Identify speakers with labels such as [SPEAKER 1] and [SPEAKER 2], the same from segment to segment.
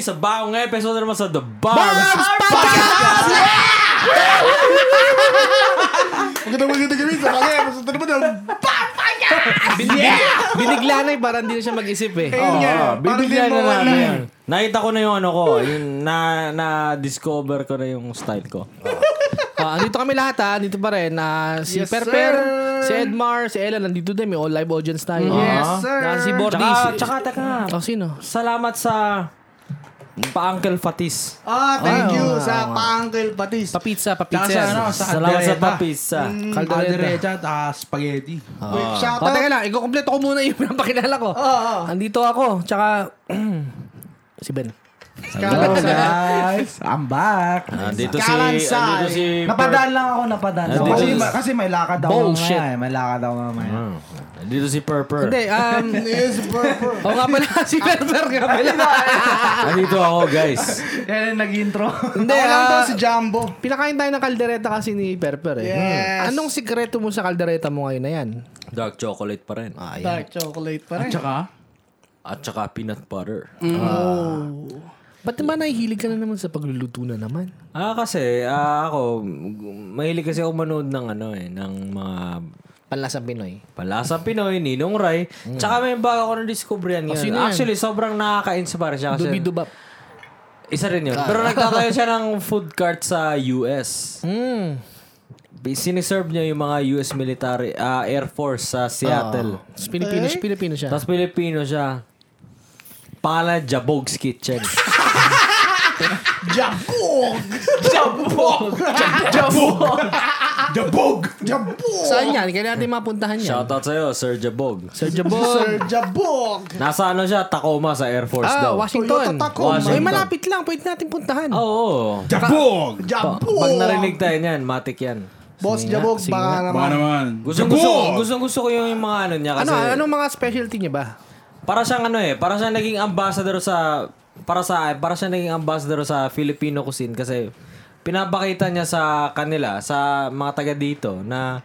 [SPEAKER 1] sa bagong episode naman sa The
[SPEAKER 2] Barbs
[SPEAKER 1] Barbs
[SPEAKER 2] Podcast! Magandang magandang gabi sa mga episode naman ng
[SPEAKER 3] Binigla na eh, para hindi na siya mag-isip eh.
[SPEAKER 2] Ayun nga,
[SPEAKER 3] Oo,
[SPEAKER 2] parang
[SPEAKER 3] bibigyan
[SPEAKER 2] hindi mo
[SPEAKER 3] na
[SPEAKER 2] wala
[SPEAKER 3] namin.
[SPEAKER 2] eh.
[SPEAKER 1] Nakita ko na yung ano ko, yung na, na-discover ko na yung style ko.
[SPEAKER 3] Ah, andito kami lahat ha, dito pa rin. na si
[SPEAKER 2] Yes,
[SPEAKER 3] Perper,
[SPEAKER 2] sir.
[SPEAKER 3] si Edmar, si Ella, nandito din. May all live audience tayo.
[SPEAKER 2] Mm-hmm. Yes,
[SPEAKER 3] Ah.
[SPEAKER 2] sir.
[SPEAKER 3] Na si Bordis.
[SPEAKER 1] Tsaka, tsaka, taka.
[SPEAKER 3] Oh, sino?
[SPEAKER 1] Salamat sa pa-Uncle Fatis.
[SPEAKER 2] Ah, thank
[SPEAKER 3] Ah,
[SPEAKER 2] you
[SPEAKER 3] oo,
[SPEAKER 2] sa pa-Uncle Patis.
[SPEAKER 3] Papizza,
[SPEAKER 4] Tsaka sa ano,
[SPEAKER 3] papizza.
[SPEAKER 1] Salamat
[SPEAKER 4] sa
[SPEAKER 1] sa ah.
[SPEAKER 4] kaldereta.
[SPEAKER 1] papizza.
[SPEAKER 4] Mm,
[SPEAKER 3] Kaldereta.
[SPEAKER 4] Kaldereta at ah, spaghetti.
[SPEAKER 2] Wait, shout
[SPEAKER 3] O, Oh, teka
[SPEAKER 2] out.
[SPEAKER 3] lang. Iko-complete ko muna yung pinapakilala ko.
[SPEAKER 2] Oo, oo.
[SPEAKER 3] Andito ako. Tsaka, si Ben.
[SPEAKER 4] Hello guys, I'm back.
[SPEAKER 1] Nandito si,
[SPEAKER 2] Kalansay.
[SPEAKER 1] nandito si...
[SPEAKER 4] Napadaan lang ako, napadaan lang. ako.
[SPEAKER 1] Nandito
[SPEAKER 4] Kasi,
[SPEAKER 1] si-
[SPEAKER 4] kasi may lakad ako
[SPEAKER 3] Bullshit.
[SPEAKER 4] mamaya. eh. May lakad ako mamaya.
[SPEAKER 1] Per- Nandito si Purper.
[SPEAKER 3] Hindi, um...
[SPEAKER 2] Yes, Perper.
[SPEAKER 3] Oo nga pala, si Perper nga pala.
[SPEAKER 1] Nandito Ah, ako, guys.
[SPEAKER 4] Yan yung nag-intro.
[SPEAKER 3] Hindi,
[SPEAKER 2] Ako lang
[SPEAKER 3] ah,
[SPEAKER 2] daw si Jumbo.
[SPEAKER 3] Pinakain tayo ng kaldereta kasi ni Perper eh.
[SPEAKER 2] Yes.
[SPEAKER 3] Anong sikreto mo sa kaldereta mo ngayon na yan?
[SPEAKER 1] Dark chocolate pa rin. Ah,
[SPEAKER 2] Dark chocolate pa rin.
[SPEAKER 4] Tsaka,
[SPEAKER 1] At saka peanut butter.
[SPEAKER 3] Ba't naman nahihilig ka na naman sa pagluluto na naman?
[SPEAKER 1] Ah, kasi ah, ako, mahilig kasi ako manood ng ano eh, ng mga
[SPEAKER 3] Panlasang Pinoy.
[SPEAKER 1] Palasa Pinoy, Ninong Ray. Tsaka may bago ako na-discoveryan
[SPEAKER 3] Hmm. Oh,
[SPEAKER 1] ngayon.
[SPEAKER 3] sino yan?
[SPEAKER 1] Actually, sobrang nakaka-inspire siya kasi
[SPEAKER 3] Dubidubap.
[SPEAKER 1] isa rin
[SPEAKER 3] Ah.
[SPEAKER 1] yun. Pero nagtatayo siya ng food cart sa US.
[SPEAKER 3] Mm.
[SPEAKER 1] Siniserve niya yung mga US military, ah, Air Force sa Seattle.
[SPEAKER 2] Eh?
[SPEAKER 3] Tapos Pilipino, Pilipino siya.
[SPEAKER 1] Tapos Pilipino siya. Pangalan, Jabog's Kitchen.
[SPEAKER 2] Jabog!
[SPEAKER 4] Jabog!
[SPEAKER 2] Jabog!
[SPEAKER 3] Saan yan? Kaya
[SPEAKER 4] Eh.
[SPEAKER 3] natin mapuntahan yan.
[SPEAKER 1] Shoutout sa'yo, Sir Jabog.
[SPEAKER 3] Sir Jabon.
[SPEAKER 2] Sir Jabog!
[SPEAKER 1] Nasa ano siya, Tacoma sa Air Force
[SPEAKER 3] Ah,
[SPEAKER 1] daw.
[SPEAKER 3] Washington.
[SPEAKER 2] Toyota Tacoma.
[SPEAKER 3] Ay,
[SPEAKER 1] Washington.
[SPEAKER 3] malapit lang. Pwede natin puntahan.
[SPEAKER 4] Oh,
[SPEAKER 1] Oo.
[SPEAKER 4] Jabog!
[SPEAKER 1] Pa-
[SPEAKER 2] Jabog!
[SPEAKER 1] pag narinig tayo niyan, matik yan.
[SPEAKER 2] Boss
[SPEAKER 3] Sige nga,
[SPEAKER 2] Jabog,
[SPEAKER 3] sige
[SPEAKER 2] baka
[SPEAKER 3] nga.
[SPEAKER 4] Baka
[SPEAKER 2] naman.
[SPEAKER 4] naman.
[SPEAKER 1] Gusto, gusto, gusto, gusto ko yung mga ano niya kasi
[SPEAKER 3] Ano, anong mga specialty niya ba?
[SPEAKER 1] para siyang ano eh, para siyang naging ambassador sa para sa para siyang naging ambassador sa Filipino cuisine kasi pinapakita niya sa kanila sa mga taga dito na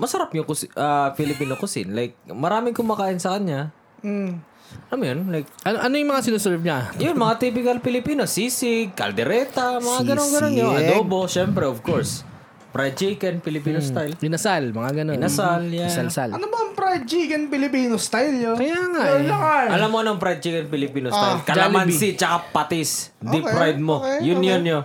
[SPEAKER 1] masarap yung cuisine, ah, Filipino cuisine. Like maraming kumakain sa kanya.
[SPEAKER 2] Mm.
[SPEAKER 1] Alam mo yun? Like
[SPEAKER 3] Ano, ano yung mga sinaserve niya?
[SPEAKER 1] yun, mga typical Pilipino. Sisig, kaldereta, mga ganun-ganun yung
[SPEAKER 3] Sisig.
[SPEAKER 1] adobo, syempre, of course. Fried chicken, Filipino style.
[SPEAKER 3] Inasal, mga ganun.
[SPEAKER 1] Inasal, yeah.
[SPEAKER 3] Isalsal.
[SPEAKER 2] Ano ba ang fried chicken Filipino style yun?
[SPEAKER 3] Kaya nga
[SPEAKER 2] Yun
[SPEAKER 3] eh.
[SPEAKER 2] lang ah.
[SPEAKER 1] Alam mo anong fried chicken Filipino style?
[SPEAKER 2] Ah,
[SPEAKER 1] Kalamansi tsaka patis. Deep
[SPEAKER 2] Okay,
[SPEAKER 1] fried mo.
[SPEAKER 2] okay,
[SPEAKER 1] yun
[SPEAKER 2] okay. Mm.
[SPEAKER 1] yun yun.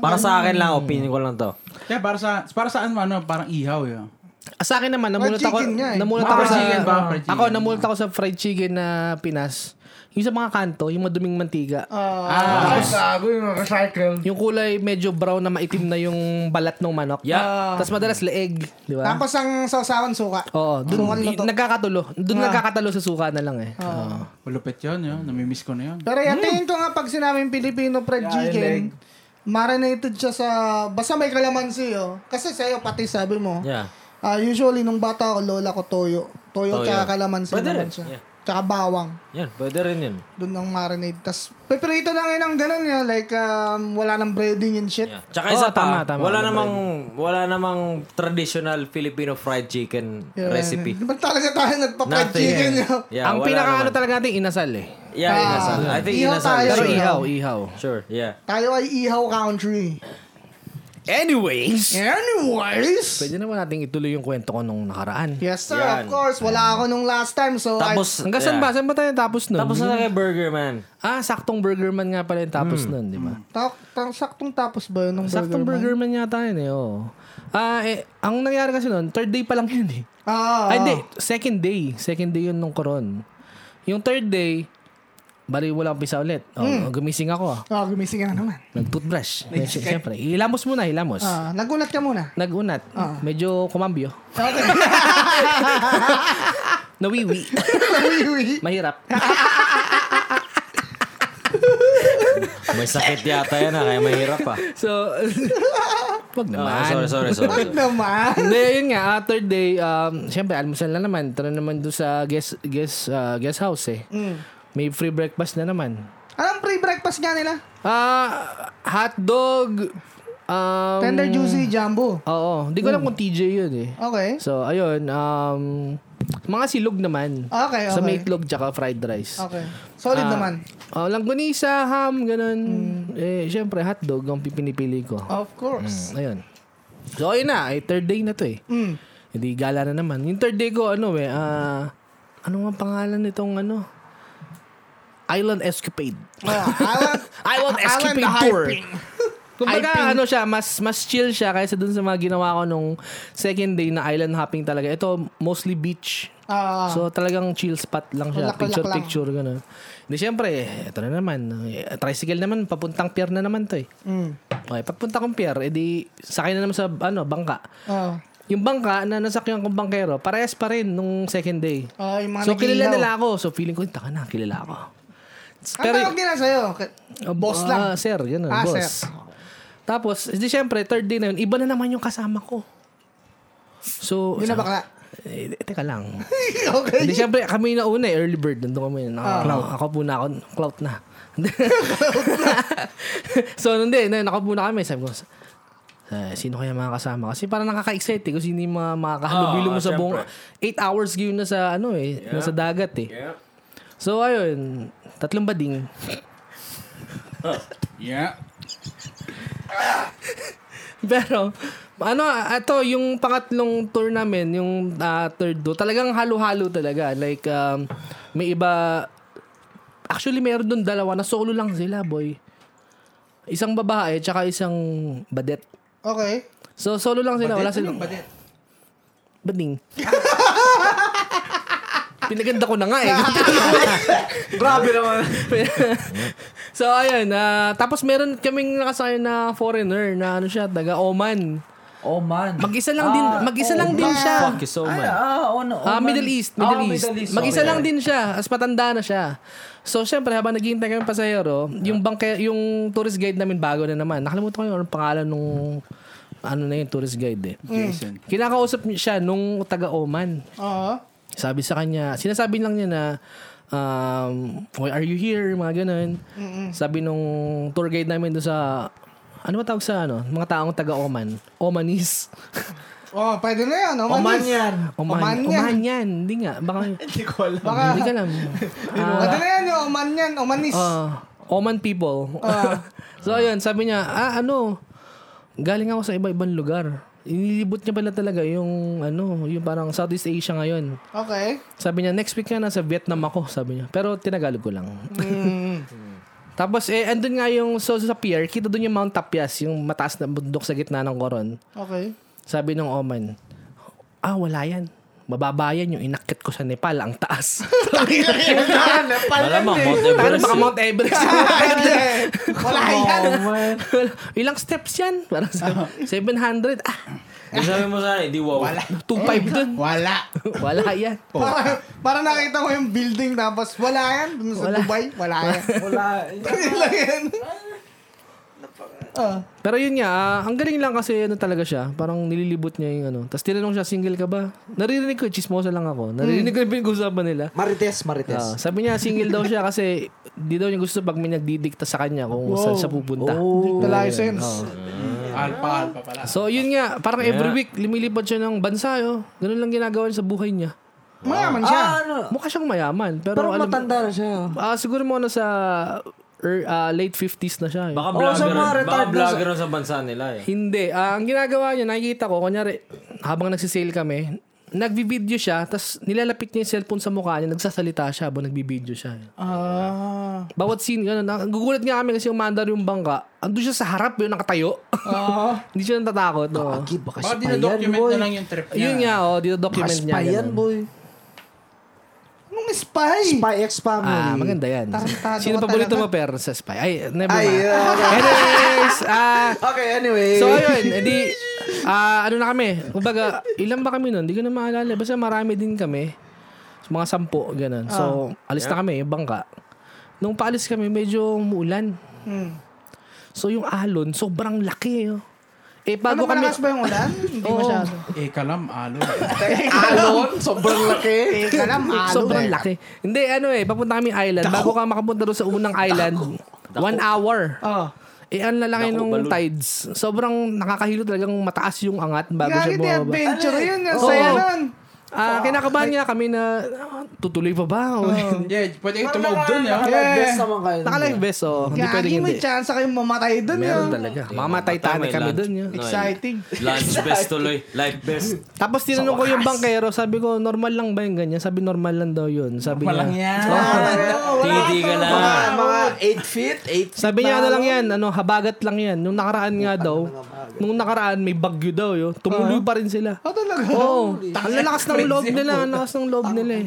[SPEAKER 1] Para sa akin lang, opinion ko lang to.
[SPEAKER 4] Yeah, para sa, para sa ano, ano, parang ihaw yun.
[SPEAKER 3] Ah, Sa akin naman, namulat ako,
[SPEAKER 2] chicken nga eh.
[SPEAKER 3] namulat
[SPEAKER 4] Mga
[SPEAKER 3] ako
[SPEAKER 4] fried
[SPEAKER 3] sa,
[SPEAKER 4] chicken ba? Fried chicken.
[SPEAKER 3] ako namulat ako sa fried chicken na Pinas. Yung sa mga kanto, yung maduming mantiga.
[SPEAKER 2] Ah,
[SPEAKER 4] Ah.
[SPEAKER 2] Ay, gago yung recycle.
[SPEAKER 4] Mm.
[SPEAKER 3] Yung kulay medyo brown na maitim na yung balat ng manok.
[SPEAKER 1] Yeah.
[SPEAKER 3] Tapos madalas leeg, di ba?
[SPEAKER 2] Tapos ang sausawan suka.
[SPEAKER 3] Oo, dun,
[SPEAKER 2] Sukan
[SPEAKER 3] Ah.
[SPEAKER 2] na to.
[SPEAKER 3] Mm. nagkakatulo. Dun nagkakatalo sa suka na lang eh.
[SPEAKER 4] Malupit yun, yun. Namimiss ko na yun.
[SPEAKER 2] Pero
[SPEAKER 1] Hmm.
[SPEAKER 2] yan, tingin ko nga pag sinabing Filipino fried
[SPEAKER 4] Yeah,
[SPEAKER 2] chicken,
[SPEAKER 4] yung
[SPEAKER 2] marinated siya sa... Basta may kalamansi, oh. Kasi sa'yo, pati sabi mo,
[SPEAKER 1] Yeah.
[SPEAKER 2] ah, usually nung bata ako, lola ko toyo.
[SPEAKER 1] Toyo.
[SPEAKER 2] Toyo, tsaka kalamansi
[SPEAKER 1] Pwede
[SPEAKER 2] naman
[SPEAKER 1] rin,
[SPEAKER 2] siya.
[SPEAKER 1] yeah.
[SPEAKER 2] Tsaka bawang.
[SPEAKER 1] Yan, pwede rin yun.
[SPEAKER 2] Doon ang marinade. Tapos, peperito lang yun ang ganun yun. Like, um, wala nang breading and shit.
[SPEAKER 1] Yeah. Tsaka isa
[SPEAKER 2] Oh,
[SPEAKER 3] Oo,
[SPEAKER 1] pa,
[SPEAKER 3] tama, tama.
[SPEAKER 1] wala
[SPEAKER 2] Ano
[SPEAKER 1] namang wala namang traditional Filipino fried chicken
[SPEAKER 2] Yeah.
[SPEAKER 1] recipe.
[SPEAKER 2] Di ba talaga tayo nagpa-fried
[SPEAKER 1] Nothing.
[SPEAKER 2] chicken yun?
[SPEAKER 1] Yeah,
[SPEAKER 3] Ang
[SPEAKER 1] wala
[SPEAKER 3] pinaka ano
[SPEAKER 1] naman.
[SPEAKER 3] talaga natin, inasal eh.
[SPEAKER 1] Yeah,
[SPEAKER 2] Ah,
[SPEAKER 1] inasal. I think
[SPEAKER 2] ihaw
[SPEAKER 1] inasal.
[SPEAKER 2] tayo.
[SPEAKER 3] Pero
[SPEAKER 2] Sure.
[SPEAKER 3] ihaw, ihaw.
[SPEAKER 1] Sure, yeah.
[SPEAKER 2] Tayo ay ihaw country.
[SPEAKER 3] Anyways!
[SPEAKER 2] Anyways!
[SPEAKER 3] Pwede naman natin ituloy yung kwento ko nung nakaraan.
[SPEAKER 2] Yes sir,
[SPEAKER 1] Yan.
[SPEAKER 2] of course. Wala ako nung last time. So, I-
[SPEAKER 1] Tapos,
[SPEAKER 3] Hanggang saan ba? Saan ba tayo tapos nun?
[SPEAKER 1] Tapos na kay Burger Man.
[SPEAKER 3] Ah, saktong Burger Man nga pala yung tapos
[SPEAKER 1] Hmm.
[SPEAKER 3] nun, di ba?
[SPEAKER 2] Ta- ta- saktong tapos ba yun nung
[SPEAKER 3] Hmm. Saktong
[SPEAKER 2] burger?
[SPEAKER 3] Burger Man yata yun eh, oo. Ah, eh, ang nangyari kasi nun, third day pa lang yun eh.
[SPEAKER 2] Ah,
[SPEAKER 3] Ay, hindi. Second day. Second day yun nung koron. Yung third day, bali walang pisa ulit. Oh, Gumising ako.
[SPEAKER 2] Ah, gumising ka na naman.
[SPEAKER 3] Nag-toothbrush. Siyempre, hilamos muna, hilamos.
[SPEAKER 2] Ah, nagulat ka muna.
[SPEAKER 3] Nagunat. Medyo kumambyo.
[SPEAKER 2] Okay.
[SPEAKER 3] Nawiwi.
[SPEAKER 2] Nawiwi.
[SPEAKER 3] Mahirap.
[SPEAKER 1] May sakit yata yan ha, kaya mahirap ah.
[SPEAKER 3] So, wag naman.
[SPEAKER 1] Ah, sorry, sorry, sorry.
[SPEAKER 2] Wag naman.
[SPEAKER 3] Hindi, yun nga. ah, third day, um, siyempre, almusal na naman. Tara naman doon sa guest, guest, ah, guest house eh.
[SPEAKER 2] Mm.
[SPEAKER 3] May free breakfast na naman.
[SPEAKER 2] Anong free breakfast nga nila?
[SPEAKER 3] Ah, hot dog. Um,
[SPEAKER 2] Tender juicy jumbo.
[SPEAKER 3] Oo. Hindi ko alam kung TJ yun eh.
[SPEAKER 2] Mm. Okay.
[SPEAKER 3] So, ayun. Um, Mga silog naman.
[SPEAKER 2] Okay,
[SPEAKER 3] Sa
[SPEAKER 2] okay.
[SPEAKER 3] may itlog tsaka fried rice.
[SPEAKER 2] Okay. Solid
[SPEAKER 3] Ah,
[SPEAKER 2] naman.
[SPEAKER 3] Oh, langganisa, ham, ganun. Eh, syempre, hotdog ang pinipili ko.
[SPEAKER 2] Of course.
[SPEAKER 3] Ayun. So, ayun na. Ay, third day na to eh.
[SPEAKER 2] Mm.
[SPEAKER 3] Hindi, gala na naman. Yung third day ko, ano eh, ah, ano nga pangalan nitong ano? Island Escapade.
[SPEAKER 2] Oh, island,
[SPEAKER 3] Island Escapade
[SPEAKER 2] na
[SPEAKER 3] Tour.
[SPEAKER 2] hyping.
[SPEAKER 3] Kumbaga,
[SPEAKER 2] Hyping.
[SPEAKER 3] ano siya, mas mas chill siya kaysa dun sa mga ginawa ko nung second day na island hopping talaga. Ito, mostly beach.
[SPEAKER 2] Ah,
[SPEAKER 3] So talagang chill spot lang siya.
[SPEAKER 2] Kulak-kulak
[SPEAKER 3] Picture
[SPEAKER 2] lang.
[SPEAKER 3] picture gano'n. Hindi syempre, eh, ito na naman. Eh, Tricycle naman papuntang pier na naman 'to eh.
[SPEAKER 2] mm.
[SPEAKER 3] Okay, pagpunta kong pier, edi sakay na naman sa ano, bangka.
[SPEAKER 2] Oh.
[SPEAKER 3] Yung bangka na nasakyan kong bangkero, parehas pa rin nung second day.
[SPEAKER 2] Oh, yung mga
[SPEAKER 3] So kilala
[SPEAKER 2] nag-iihaw.
[SPEAKER 3] nila ako. So feeling ko, taka na, kilala ako.
[SPEAKER 2] Ang tawag nila sa'yo? K-
[SPEAKER 3] Oh,
[SPEAKER 2] Boss
[SPEAKER 3] ah,
[SPEAKER 2] lang.
[SPEAKER 3] sir, yun
[SPEAKER 2] Ah,
[SPEAKER 3] ah,
[SPEAKER 2] sir.
[SPEAKER 3] boss. Tapos, eh, di syempre, third day na yun, iba na naman yung kasama ko. So,
[SPEAKER 2] Yun na
[SPEAKER 3] sabi-
[SPEAKER 2] bakla.
[SPEAKER 3] Eh, teka lang.
[SPEAKER 2] okay.
[SPEAKER 3] Hindi, Ah. syempre, kami na una eh. Early bird. Nandun kami. Naka,
[SPEAKER 4] Clout.
[SPEAKER 3] Ako po na ako. Clout na. so, hindi. na- Nakapo na kami. Sabi ko, eh, sino kaya mga kasama? Kasi parang nakaka-excite eh. Kung sino yung mga makakahalubilo
[SPEAKER 1] Ah,
[SPEAKER 3] mo sa
[SPEAKER 1] syempre.
[SPEAKER 3] buong... 8 hours yun na sa ano eh.
[SPEAKER 1] Yeah.
[SPEAKER 3] Nasa dagat eh.
[SPEAKER 1] Yeah.
[SPEAKER 3] So, ayun. Tatlong bading.
[SPEAKER 4] Yeah.
[SPEAKER 3] Pero, ano, ito, yung pangatlong tour namin, yung ah, third do, talagang halo-halo talaga. Like, um, may iba, actually, meron doon dalawa na solo lang sila, boy. Isang babae, tsaka isang badet.
[SPEAKER 2] Okay.
[SPEAKER 3] So, solo lang sila.
[SPEAKER 4] Ano
[SPEAKER 3] Wala silang...
[SPEAKER 4] Badet.
[SPEAKER 3] Bading. Pinaganda ko na nga eh.
[SPEAKER 1] Grabe naman.
[SPEAKER 3] so, ayun. ah, tapos, meron kaming nakasakay na foreigner na ano siya, taga Oman.
[SPEAKER 1] Oh man.
[SPEAKER 3] Mag-isa lang din, mag-isa lang din siya.
[SPEAKER 1] Ah, Fuck you so
[SPEAKER 5] Ay,
[SPEAKER 1] man.
[SPEAKER 5] ah, oh, no, oh,
[SPEAKER 3] Ah,
[SPEAKER 5] man.
[SPEAKER 3] Middle East, Middle
[SPEAKER 1] Ah,
[SPEAKER 3] East.
[SPEAKER 1] Middle East,
[SPEAKER 3] Mag-isa
[SPEAKER 1] okay.
[SPEAKER 3] lang din siya, as matanda na siya. So, syempre, habang naghihintay kami pasahero, yung bangke, yung tourist guide namin bago na naman. Nakalimutan ko yung anong pangalan nung ano na yung tourist guide eh.
[SPEAKER 4] Jason.
[SPEAKER 3] Kinakausap niya siya nung taga Oman.
[SPEAKER 2] Oo.
[SPEAKER 3] Sabi sa kanya, sinasabi lang niya na um, why are you here? Mga ganun. Sabi nung tour guide namin doon sa ano ba tawag sa ano? Mga taong taga Oman. Omanis.
[SPEAKER 2] Oh, pwede na yan. Omanis.
[SPEAKER 1] Oman yan.
[SPEAKER 3] Oman, Oman,
[SPEAKER 2] yan.
[SPEAKER 3] yan. Hindi nga. Baka
[SPEAKER 1] Hindi ko alam.
[SPEAKER 2] Baka,
[SPEAKER 3] Hindi ka alam. Ah,
[SPEAKER 2] pwede na yan yung Oman yan. Omanis.
[SPEAKER 3] ah, Oman people. so, ayun, sabi niya, ah, ano, galing ako sa iba-ibang lugar. Inilibot niya pala talaga yung, ano, yung parang Southeast Asia ngayon.
[SPEAKER 2] Okay.
[SPEAKER 3] Sabi niya, next week nga nasa Vietnam ako, sabi niya. Pero tinagalog ko lang.
[SPEAKER 2] Mm.
[SPEAKER 3] Tapos, eh, andun nga yung, so, sa pier, kita doon yung Mount Tapias, yung mataas na bundok sa gitna ng koron.
[SPEAKER 2] Okay.
[SPEAKER 3] Sabi ng Oman, ah, wala yan. Mababa yan yung inakit ko sa Nepal, ang taas.
[SPEAKER 1] Malamang, Mount Everest.
[SPEAKER 3] Para
[SPEAKER 1] eh.
[SPEAKER 3] baka Mount Everest.
[SPEAKER 2] Wala yan.
[SPEAKER 3] Well, ilang steps yan? Parang sa- 700. Ah,
[SPEAKER 1] Yung sabi mo sa akin, di wow. Wala.
[SPEAKER 3] 2.5 dun.
[SPEAKER 4] Wala.
[SPEAKER 3] Wala yan.
[SPEAKER 2] Para, para nakita ko yung building tapos wala yan. Dun sa
[SPEAKER 3] Wala.
[SPEAKER 2] Dubai, wala yan.
[SPEAKER 1] Wala.
[SPEAKER 2] Wala yan. Ah.
[SPEAKER 3] Pero yun nga, ah, ang galing lang kasi ano talaga siya. Parang nililibot niya yung ano. Tapos tinanong siya, single ka ba? Naririnig ko, eh, chismosa lang ako. Naririnig ko yung pinag-usapan nila.
[SPEAKER 5] Marites, Marites.
[SPEAKER 3] Ah, sabi niya, single daw siya kasi di daw niya gusto pag may nagdidikta sa kanya kung saan siya pupunta.
[SPEAKER 5] Oh.
[SPEAKER 2] Hindi ko license.
[SPEAKER 4] Alpa, alpa pala.
[SPEAKER 3] So yun nga, parang every week lumilipad siya ng bansa. Oh. Ganun lang ginagawa niya sa buhay niya.
[SPEAKER 2] Mayaman siya.
[SPEAKER 5] Ah, ano?
[SPEAKER 3] Mukha siyang mayaman. Pero,
[SPEAKER 5] Pero
[SPEAKER 3] alam,
[SPEAKER 5] matanda na siya.
[SPEAKER 3] Ah, siguro mo na sa er, ah, late 50s na siya. eh.
[SPEAKER 1] Baka
[SPEAKER 5] Oh, sa
[SPEAKER 1] vlogger.
[SPEAKER 5] mga
[SPEAKER 1] baka
[SPEAKER 5] retard na-
[SPEAKER 1] vlogger sa bansa nila eh.
[SPEAKER 3] Hindi. Ah, ang ginagawa niya, nakikita ko, kunyari, habang nagsisale kami, nagbi-video siya, tapos nilalapit niya yung cellphone sa mukha niya, nagsasalita siya habang nagbi-video siya.
[SPEAKER 2] Ah.
[SPEAKER 3] Bawat scene, ganun. Ang gugulat nga kami kasi yung mandar yung bangka, andun siya sa harap, yun, nakatayo.
[SPEAKER 2] Ah.
[SPEAKER 3] Hindi siya natatakot. No.
[SPEAKER 5] Give, baka
[SPEAKER 4] Baka
[SPEAKER 5] spy yan,
[SPEAKER 4] dinadocument
[SPEAKER 5] boy.
[SPEAKER 4] na lang yung trip niya.
[SPEAKER 3] Yun nga, oh, dito
[SPEAKER 5] Baka
[SPEAKER 3] document niya.
[SPEAKER 5] spy yan,
[SPEAKER 3] ganun.
[SPEAKER 5] boy.
[SPEAKER 2] Anong spy?
[SPEAKER 5] Spy X family.
[SPEAKER 3] Ah, maganda yan.
[SPEAKER 2] Tarantado
[SPEAKER 3] Sino
[SPEAKER 2] ka
[SPEAKER 3] paborito
[SPEAKER 2] talaga.
[SPEAKER 3] mo, per, sa spy? Ay, never
[SPEAKER 5] Ay,
[SPEAKER 3] mind.
[SPEAKER 5] ah, okay.
[SPEAKER 3] Anyways, ah,
[SPEAKER 5] Okay, anyway.
[SPEAKER 3] So
[SPEAKER 2] Ano,
[SPEAKER 3] ayun, edi ah, ano na kami? Kumbaga, ilan ba kami nun? Hindi ko na maalala. Basta marami din kami. So, mga sampu, ganun. So,
[SPEAKER 2] Ah.
[SPEAKER 3] alis na kami, yung bangka. Nung paalis kami, medyo umuulan.
[SPEAKER 2] Hmm.
[SPEAKER 3] So yung alon, sobrang laki. Oh. Eh,
[SPEAKER 2] Ano,
[SPEAKER 3] bago kami...
[SPEAKER 2] malakas ba yung ulan? Hindi masyado.
[SPEAKER 4] Eh, kalam, alo.
[SPEAKER 5] Alon, sobrang laki.
[SPEAKER 2] Teka lang, alo.
[SPEAKER 3] Sobrang laki. Hindi, ano eh, papunta kami island. Bago ka makapunta doon sa unang island, one hour.
[SPEAKER 2] Oh.
[SPEAKER 3] Eh, ang lalaki
[SPEAKER 1] Naku,
[SPEAKER 3] nung
[SPEAKER 1] balon.
[SPEAKER 3] tides. Sobrang nakakahilo talagang mataas yung angat bago
[SPEAKER 2] Gagi
[SPEAKER 3] siya
[SPEAKER 2] di
[SPEAKER 3] bumaba.
[SPEAKER 2] adventure yun. Ang
[SPEAKER 3] Oo.
[SPEAKER 2] saya nun.
[SPEAKER 3] Ah, kinakabahan niya kami na ah, tutuloy pa ba? O,
[SPEAKER 4] Yeah, pwede kayo tumawag dun, ya.
[SPEAKER 5] Nakalive best naman kayo. dun.
[SPEAKER 3] Naka-life vest, oh. Hindi
[SPEAKER 2] Kaya
[SPEAKER 3] pwedeng
[SPEAKER 2] hindi
[SPEAKER 3] hindi.
[SPEAKER 2] may chance kayong mamatay doon yun.
[SPEAKER 3] Meron talaga. Mamatay tayo
[SPEAKER 1] May
[SPEAKER 3] kami
[SPEAKER 1] lunch.
[SPEAKER 3] dun. Yun.
[SPEAKER 2] Exciting.
[SPEAKER 1] Lunch best tuloy. Life best.
[SPEAKER 3] Tapos tinanong ko yung bankero, sabi ko, normal lang ba yung ganyan? Sabi, normal lang daw yun. Sabi
[SPEAKER 4] Walang
[SPEAKER 3] niya,
[SPEAKER 4] yan.
[SPEAKER 1] Titi ka na.
[SPEAKER 5] Mga, mga 8 feet, 8 feet.
[SPEAKER 3] Sabi niya, ano lang yan, ano, habagat lang yan. Nung nakaraan nga daw, nung nakaraan may bagyo daw, yun. Tumuloy pa rin sila.
[SPEAKER 2] Oh, talaga.
[SPEAKER 3] Oo. Ang lalakas ng loob nila. Ang lakas ng loob nila eh.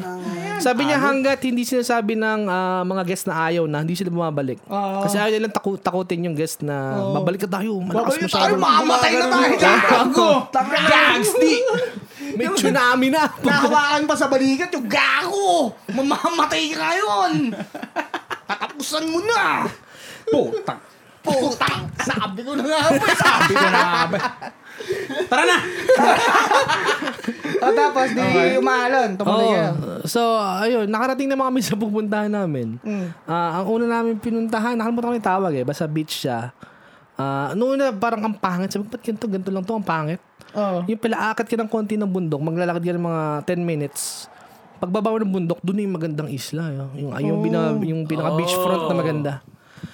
[SPEAKER 3] Sabi niya hanggat hindi sinasabi ng ah, mga guest na ayaw na, hindi sila bumabalik.
[SPEAKER 2] Oo.
[SPEAKER 3] Kasi ayaw nilang taku- takutin yung guest na babalik ka tayo. Malakas
[SPEAKER 2] Babalik
[SPEAKER 3] masyado.
[SPEAKER 2] tayo, mamamatay na tayo.
[SPEAKER 3] Gago.
[SPEAKER 2] Gagsti!
[SPEAKER 3] May tsunami na.
[SPEAKER 2] Nakawakan pa sa balikat yung gago! Mamamatay ka yun! Tatapusan mo na!
[SPEAKER 4] Putang.
[SPEAKER 2] Putang! Sabi ko na nga ba?
[SPEAKER 4] Sabi ko na nga ba. Tara na!
[SPEAKER 2] o tapos, di umahalon. Tumuloy
[SPEAKER 3] Oo.
[SPEAKER 2] ka.
[SPEAKER 3] So, ayun, nakarating naman kami sa pupuntahan namin. Ah, ang una namin pinuntahan, nakalimutan ko na yung tawag eh, basta beach siya. Ah, noong una, parang ang pangit. Sabi ko, ba't ganito, ganito lang to, ang pangit.
[SPEAKER 2] Oo.
[SPEAKER 3] Yung pala, akat ka ng konti ng bundok, maglalakad ka ng mga 10 minutes. Pagbaba mo ng bundok, doon yung magandang isla. Yung, yung, yung, bina- yung pinaka beachfront na maganda.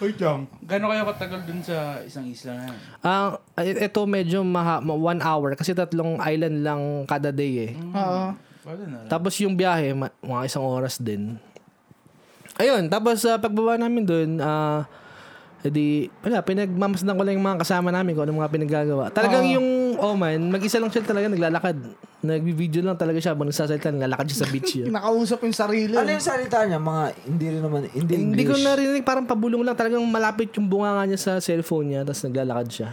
[SPEAKER 4] Uy, Jong. Gano'n kayo katagal dun sa isang isla na yan?
[SPEAKER 3] Ah, ito medyo maha, ma- one hour kasi tatlong island lang kada day eh.
[SPEAKER 2] Oo.
[SPEAKER 4] Wala na.
[SPEAKER 3] Tapos yung biyahe, ma- mga isang oras din. Ayun, tapos sa pagbaba namin dun, ah, edi, wala, pinagmamasdan ko lang yung mga kasama namin kung ano mga pinaggagawa. Talagang yung Oman, mag-isa lang siya talaga naglalakad. Nag-video lang talaga siya habang nagsasalita, naglalakad siya sa beach yun.
[SPEAKER 2] Nakausap yung sarili.
[SPEAKER 5] Ano yung salita niya? Mga, hindi rin naman, hindi English.
[SPEAKER 3] Hindi ko narinig, parang pabulong lang. Talagang malapit yung bunga nga niya sa cellphone niya, tapos naglalakad siya.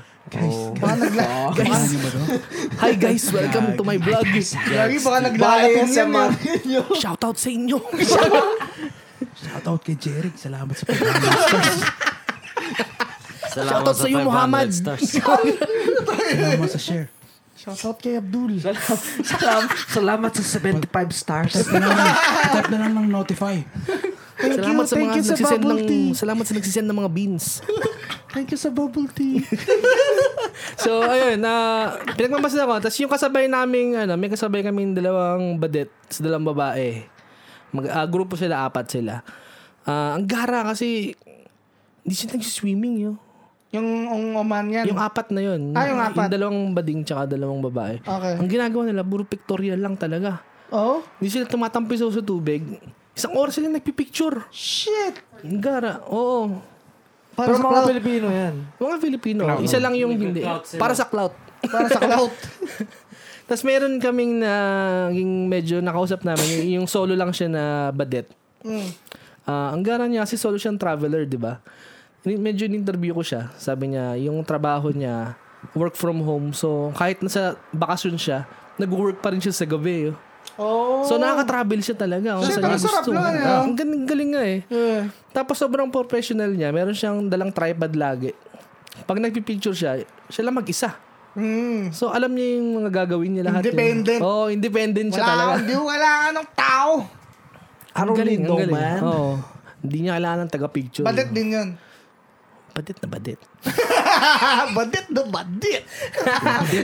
[SPEAKER 2] Baka nagla-
[SPEAKER 3] Guys,
[SPEAKER 4] ano,
[SPEAKER 3] hi guys, welcome to my vlog.
[SPEAKER 2] Lagi baka
[SPEAKER 5] Bayan
[SPEAKER 2] naglalatong
[SPEAKER 5] sa
[SPEAKER 2] yan.
[SPEAKER 5] mga...
[SPEAKER 2] eh.
[SPEAKER 3] Shout out sa inyo.
[SPEAKER 4] Shoutout kay Jeric. Salamat sa
[SPEAKER 1] Salamat
[SPEAKER 3] Shoutout sa iyo,
[SPEAKER 1] 500
[SPEAKER 3] Muhammad.
[SPEAKER 1] Stars.
[SPEAKER 4] pagkakama sa share.
[SPEAKER 2] Shoutout kay Abdul.
[SPEAKER 5] Salamat, salamat sa 75 stars.
[SPEAKER 4] Tap na lang ng notify.
[SPEAKER 2] Thank you,
[SPEAKER 3] salamat sa
[SPEAKER 2] thank
[SPEAKER 3] mga
[SPEAKER 2] you sa
[SPEAKER 3] nagsisend
[SPEAKER 2] bubble
[SPEAKER 3] ng
[SPEAKER 2] tea.
[SPEAKER 3] salamat sa nagsisend ng mga beans.
[SPEAKER 2] Thank you sa bubble tea.
[SPEAKER 3] So, ayun, na pinagmamasan ako. Tapos yung kasabay naming, ano, may kasabay kaming dalawang badet sa dalawang babae. Mag, ah, grupo sila, apat sila. Ah, ang gara kasi, hindi sila nagsiswimming yun.
[SPEAKER 2] yung yung oman yan.
[SPEAKER 3] Yung apat na
[SPEAKER 2] Ano?
[SPEAKER 3] yun.
[SPEAKER 2] Ah, yung apat.
[SPEAKER 3] dalawang bading tsaka dalawang babae.
[SPEAKER 2] Okay.
[SPEAKER 3] Ang ginagawa nila, puro pictorial lang talaga.
[SPEAKER 2] Oh?
[SPEAKER 3] Hindi sila tumatampi sa sa tubig. Isang oras sila nagpipicture.
[SPEAKER 2] Shit!
[SPEAKER 3] Ang gara, oo.
[SPEAKER 2] Para
[SPEAKER 5] Pero
[SPEAKER 2] sa
[SPEAKER 5] mga
[SPEAKER 2] cloud.
[SPEAKER 5] Pilipino yan.
[SPEAKER 3] Mga Filipino, isa lang yung hindi. Para sa clout.
[SPEAKER 2] Para sa cloud.
[SPEAKER 3] Tapos meron kaming naging medyo nakausap namin, y- yung solo lang siya na badet.
[SPEAKER 2] Mm.
[SPEAKER 3] Ah, ang gara niya, kasi solo siyang traveler, di ba? Ni- Medyo in-interview ko siya. Sabi niya, yung trabaho niya, work from home. So, kahit nasa bakasyon siya, nag-work pa rin siya sa gabi. oh.
[SPEAKER 2] Oh.
[SPEAKER 3] So, nakaka-travel siya talaga. Kung
[SPEAKER 2] Shit,
[SPEAKER 3] saan
[SPEAKER 2] ang
[SPEAKER 3] niya
[SPEAKER 2] sarap
[SPEAKER 3] gusto.
[SPEAKER 2] nun, ah.
[SPEAKER 3] Ah, Ang galing, galing nga eh.
[SPEAKER 2] Yeah.
[SPEAKER 3] Tapos sobrang professional niya. Meron siyang dalang tripod lagi. Pag nagpipicture siya, siya lang mag-isa.
[SPEAKER 2] Mm.
[SPEAKER 3] So, alam niya yung mga gagawin niya lahat. yun.
[SPEAKER 2] Independent.
[SPEAKER 3] Oo, oh, independent siya
[SPEAKER 2] Wala
[SPEAKER 3] talaga.
[SPEAKER 2] kang diw, wala ka ng tao.
[SPEAKER 5] Ano rin daw, man?
[SPEAKER 3] Oo. Hindi niya kailangan ng taga-picture.
[SPEAKER 2] Badit din yun.
[SPEAKER 3] Badit na badit.
[SPEAKER 2] badit na badit.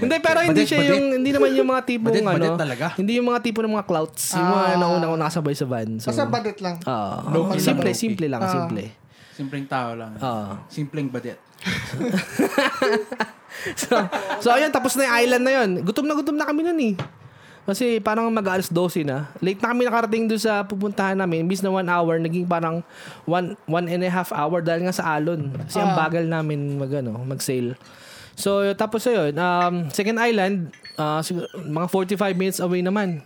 [SPEAKER 3] hindi, pero hindi siya yung, hindi naman yung mga tipong
[SPEAKER 4] Badit,
[SPEAKER 3] ano.
[SPEAKER 4] badit talaga.
[SPEAKER 3] Hindi yung mga tipo ng mga clouts. Yung mga nauna ko nakasabay sa van. So,
[SPEAKER 2] Basta badit lang.
[SPEAKER 3] Oo.
[SPEAKER 4] Low-key lang,
[SPEAKER 3] simple,
[SPEAKER 4] low-key.
[SPEAKER 3] simple lang, simple.
[SPEAKER 4] Simpleng tao lang.
[SPEAKER 3] Oo.
[SPEAKER 4] Simpleng badet.
[SPEAKER 3] so, so ayun, tapos na yung island na yun. Gutom na gutom na kami nun eh. Kasi parang mag-alas 12 na. Late na kami nakarating doon sa pupuntahan namin. Imbis na one hour, naging parang one, one and a half hour dahil nga sa alon. Kasi
[SPEAKER 2] Ah.
[SPEAKER 3] ang bagal namin mag, ano, mag-sail. So, tapos ayun, um, second island, ah, siguro, mga 45 minutes away naman.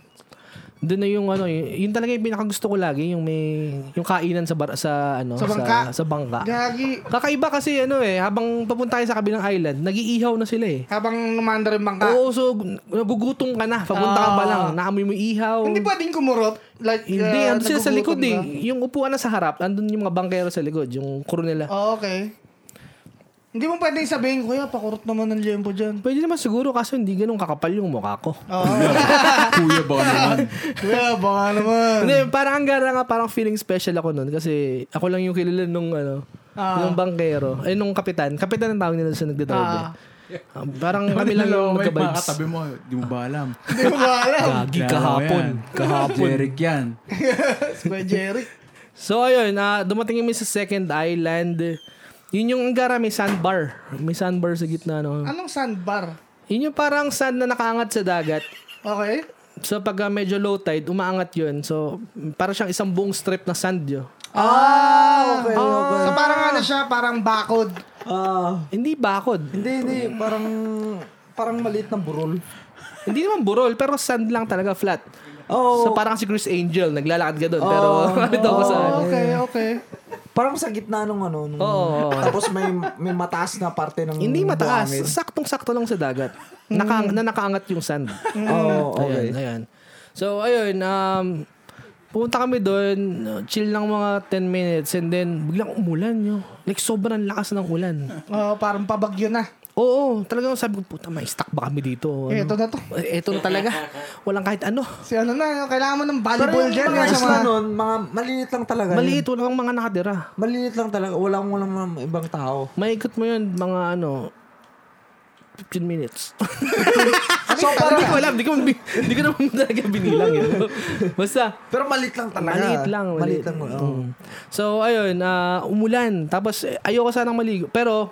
[SPEAKER 3] Doon na yung ano, yun, yun talaga yung pinakagusto ko lagi, yung may yung kainan sa bar, sa ano,
[SPEAKER 2] Sa bangka.
[SPEAKER 3] sa, sa bangka.
[SPEAKER 2] Gagi.
[SPEAKER 3] Kakaiba kasi ano eh, habang papunta tayo sa kabilang island, nagiihaw na sila eh.
[SPEAKER 2] Habang lumanda rin bangka.
[SPEAKER 3] Oo, so gu- nagugutom ka na. Papunta ka pa lang, naamoy mo yung ihaw.
[SPEAKER 2] Hindi pwedeng kumurot. Like,
[SPEAKER 3] Oh. Hindi,
[SPEAKER 2] uh,
[SPEAKER 3] andun sila sa likod eh.
[SPEAKER 2] nagugutom ka.
[SPEAKER 3] Yung upuan na sa harap, andun yung mga bangkero sa likod, yung crew nila.
[SPEAKER 2] Oh, okay. Hindi mo pwedeng sabihin, Kuya, pakurot naman ng liyempo dyan.
[SPEAKER 3] Pwede naman siguro kaso hindi ganun kakapal yung mukha ko.
[SPEAKER 4] Kuya ba
[SPEAKER 2] Ah,
[SPEAKER 4] naman?
[SPEAKER 2] Kuya, baka naman.
[SPEAKER 3] Hindi, parang ang gara nga, parang feeling special ako nun kasi ako Ah. lang yung kilala nung ano, nung bangkero, eh nung kapitan. Kapitan ang tawag nila sa nagdadrive eh. Ah, parang
[SPEAKER 4] Kami
[SPEAKER 3] kami lang yung
[SPEAKER 4] may
[SPEAKER 3] magka-vibes.
[SPEAKER 4] makatabi mo, di mo ba alam?
[SPEAKER 2] Hindi mo ba alam?
[SPEAKER 3] Gagi
[SPEAKER 4] Lalo
[SPEAKER 3] kahapon.
[SPEAKER 4] yan.
[SPEAKER 3] Kahapon.
[SPEAKER 4] Jeric yan.
[SPEAKER 2] Kuya Jerry.
[SPEAKER 3] So ayun, ah, dumating kami sa second island. Yun yung Angara, may sandbar. May sandbar sa gitna. No?
[SPEAKER 2] Anong sandbar?
[SPEAKER 3] Yun yung parang sand na nakaangat sa dagat.
[SPEAKER 2] Okay?
[SPEAKER 3] So pag ah, medyo low tide, umaangat yun. So para siyang isang buong strip na sand yun.
[SPEAKER 5] Ah, okay. okay.
[SPEAKER 2] So parang ano siya, parang bakod.
[SPEAKER 5] Ah,
[SPEAKER 3] Hindi bakod.
[SPEAKER 5] hindi, hindi. Parang, parang maliit na burol.
[SPEAKER 3] Hindi naman burol, pero sand lang talaga, flat. So
[SPEAKER 5] Oo.
[SPEAKER 3] parang si Chris Angel, naglalakad ka doon. pero ano daw ko sa...
[SPEAKER 2] Okay, okay.
[SPEAKER 5] Parang sa gitna nung ano. Nung,
[SPEAKER 3] Oo.
[SPEAKER 5] Tapos may may mataas na parte ng
[SPEAKER 3] Hindi mataas.
[SPEAKER 5] buhangin.
[SPEAKER 3] Saktong-sakto lang sa dagat. Naka, na nakaangat yung sand.
[SPEAKER 5] Oo,
[SPEAKER 3] Ayan,
[SPEAKER 5] okay.
[SPEAKER 3] ayan. So, ayun, um, pumunta kami doon, chill lang mga 10 minutes, and then biglang umulan nyo. Like, sobrang lakas ng ulan.
[SPEAKER 2] Oh, parang pabagyo na.
[SPEAKER 3] Oo, talagang sabi ko, puta, may stuck ba kami
[SPEAKER 5] Ano?
[SPEAKER 3] dito?
[SPEAKER 2] Eh, Ito na to.
[SPEAKER 3] Eh, Eto na talaga. Walang kahit ano.
[SPEAKER 2] Si ano na, kailangan mo ng
[SPEAKER 5] Pero
[SPEAKER 2] volleyball
[SPEAKER 5] yung
[SPEAKER 2] dyan.
[SPEAKER 5] mga ano?
[SPEAKER 2] Yung sa
[SPEAKER 5] isla
[SPEAKER 2] mga...
[SPEAKER 5] nun, mga maliliit lang talaga. yun.
[SPEAKER 3] Maliit, walang mga nakatira.
[SPEAKER 5] Maliliit lang talaga. Walang walang mga ibang tao.
[SPEAKER 3] Maikot mo yun, mga ano, 15 minutes.
[SPEAKER 2] so, parang...
[SPEAKER 3] Hindi ko alam, hindi ko, hindi ko naman talaga binilang yun. Basta,
[SPEAKER 5] Pero maliit lang talaga.
[SPEAKER 3] Maliit lang.
[SPEAKER 5] Maliit, lang.
[SPEAKER 3] Mm.
[SPEAKER 5] oo.
[SPEAKER 3] So, ayun, ah, umulan. Tapos, eh, ayoko sanang maligo. Pero,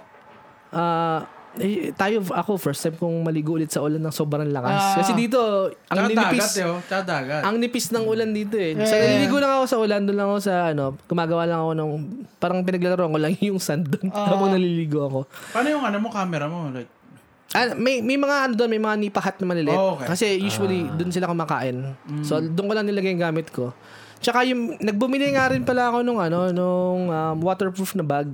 [SPEAKER 3] ah, eh, tayo, ako, first time kong maligo ulit sa ulan ng sobrang lakas.
[SPEAKER 4] Ah.
[SPEAKER 3] Kasi dito, ang
[SPEAKER 4] Tsaka dagat, eh.
[SPEAKER 3] nipis.
[SPEAKER 4] yo. Tsaka dagat.
[SPEAKER 3] Ang nipis ng ulan dito eh. So, naliligo lang ako sa ulan. Doon lang ako sa, ano, gumagawa lang ako ng, parang pinaglalaroan ko lang yung sand doon.
[SPEAKER 5] Ah.
[SPEAKER 3] Tapos naliligo ako.
[SPEAKER 4] Paano yung ano mo, camera mo? Like,
[SPEAKER 3] Ah, may may mga ano doon, may mga nipahat na maliliit.
[SPEAKER 4] Oh, okay. Mm.
[SPEAKER 3] Kasi usually doon sila kumakain. So doon ko lang nilagay yung gamit ko. Tsaka yung nagbumili nga rin pala ako nung ano nung um, waterproof na bag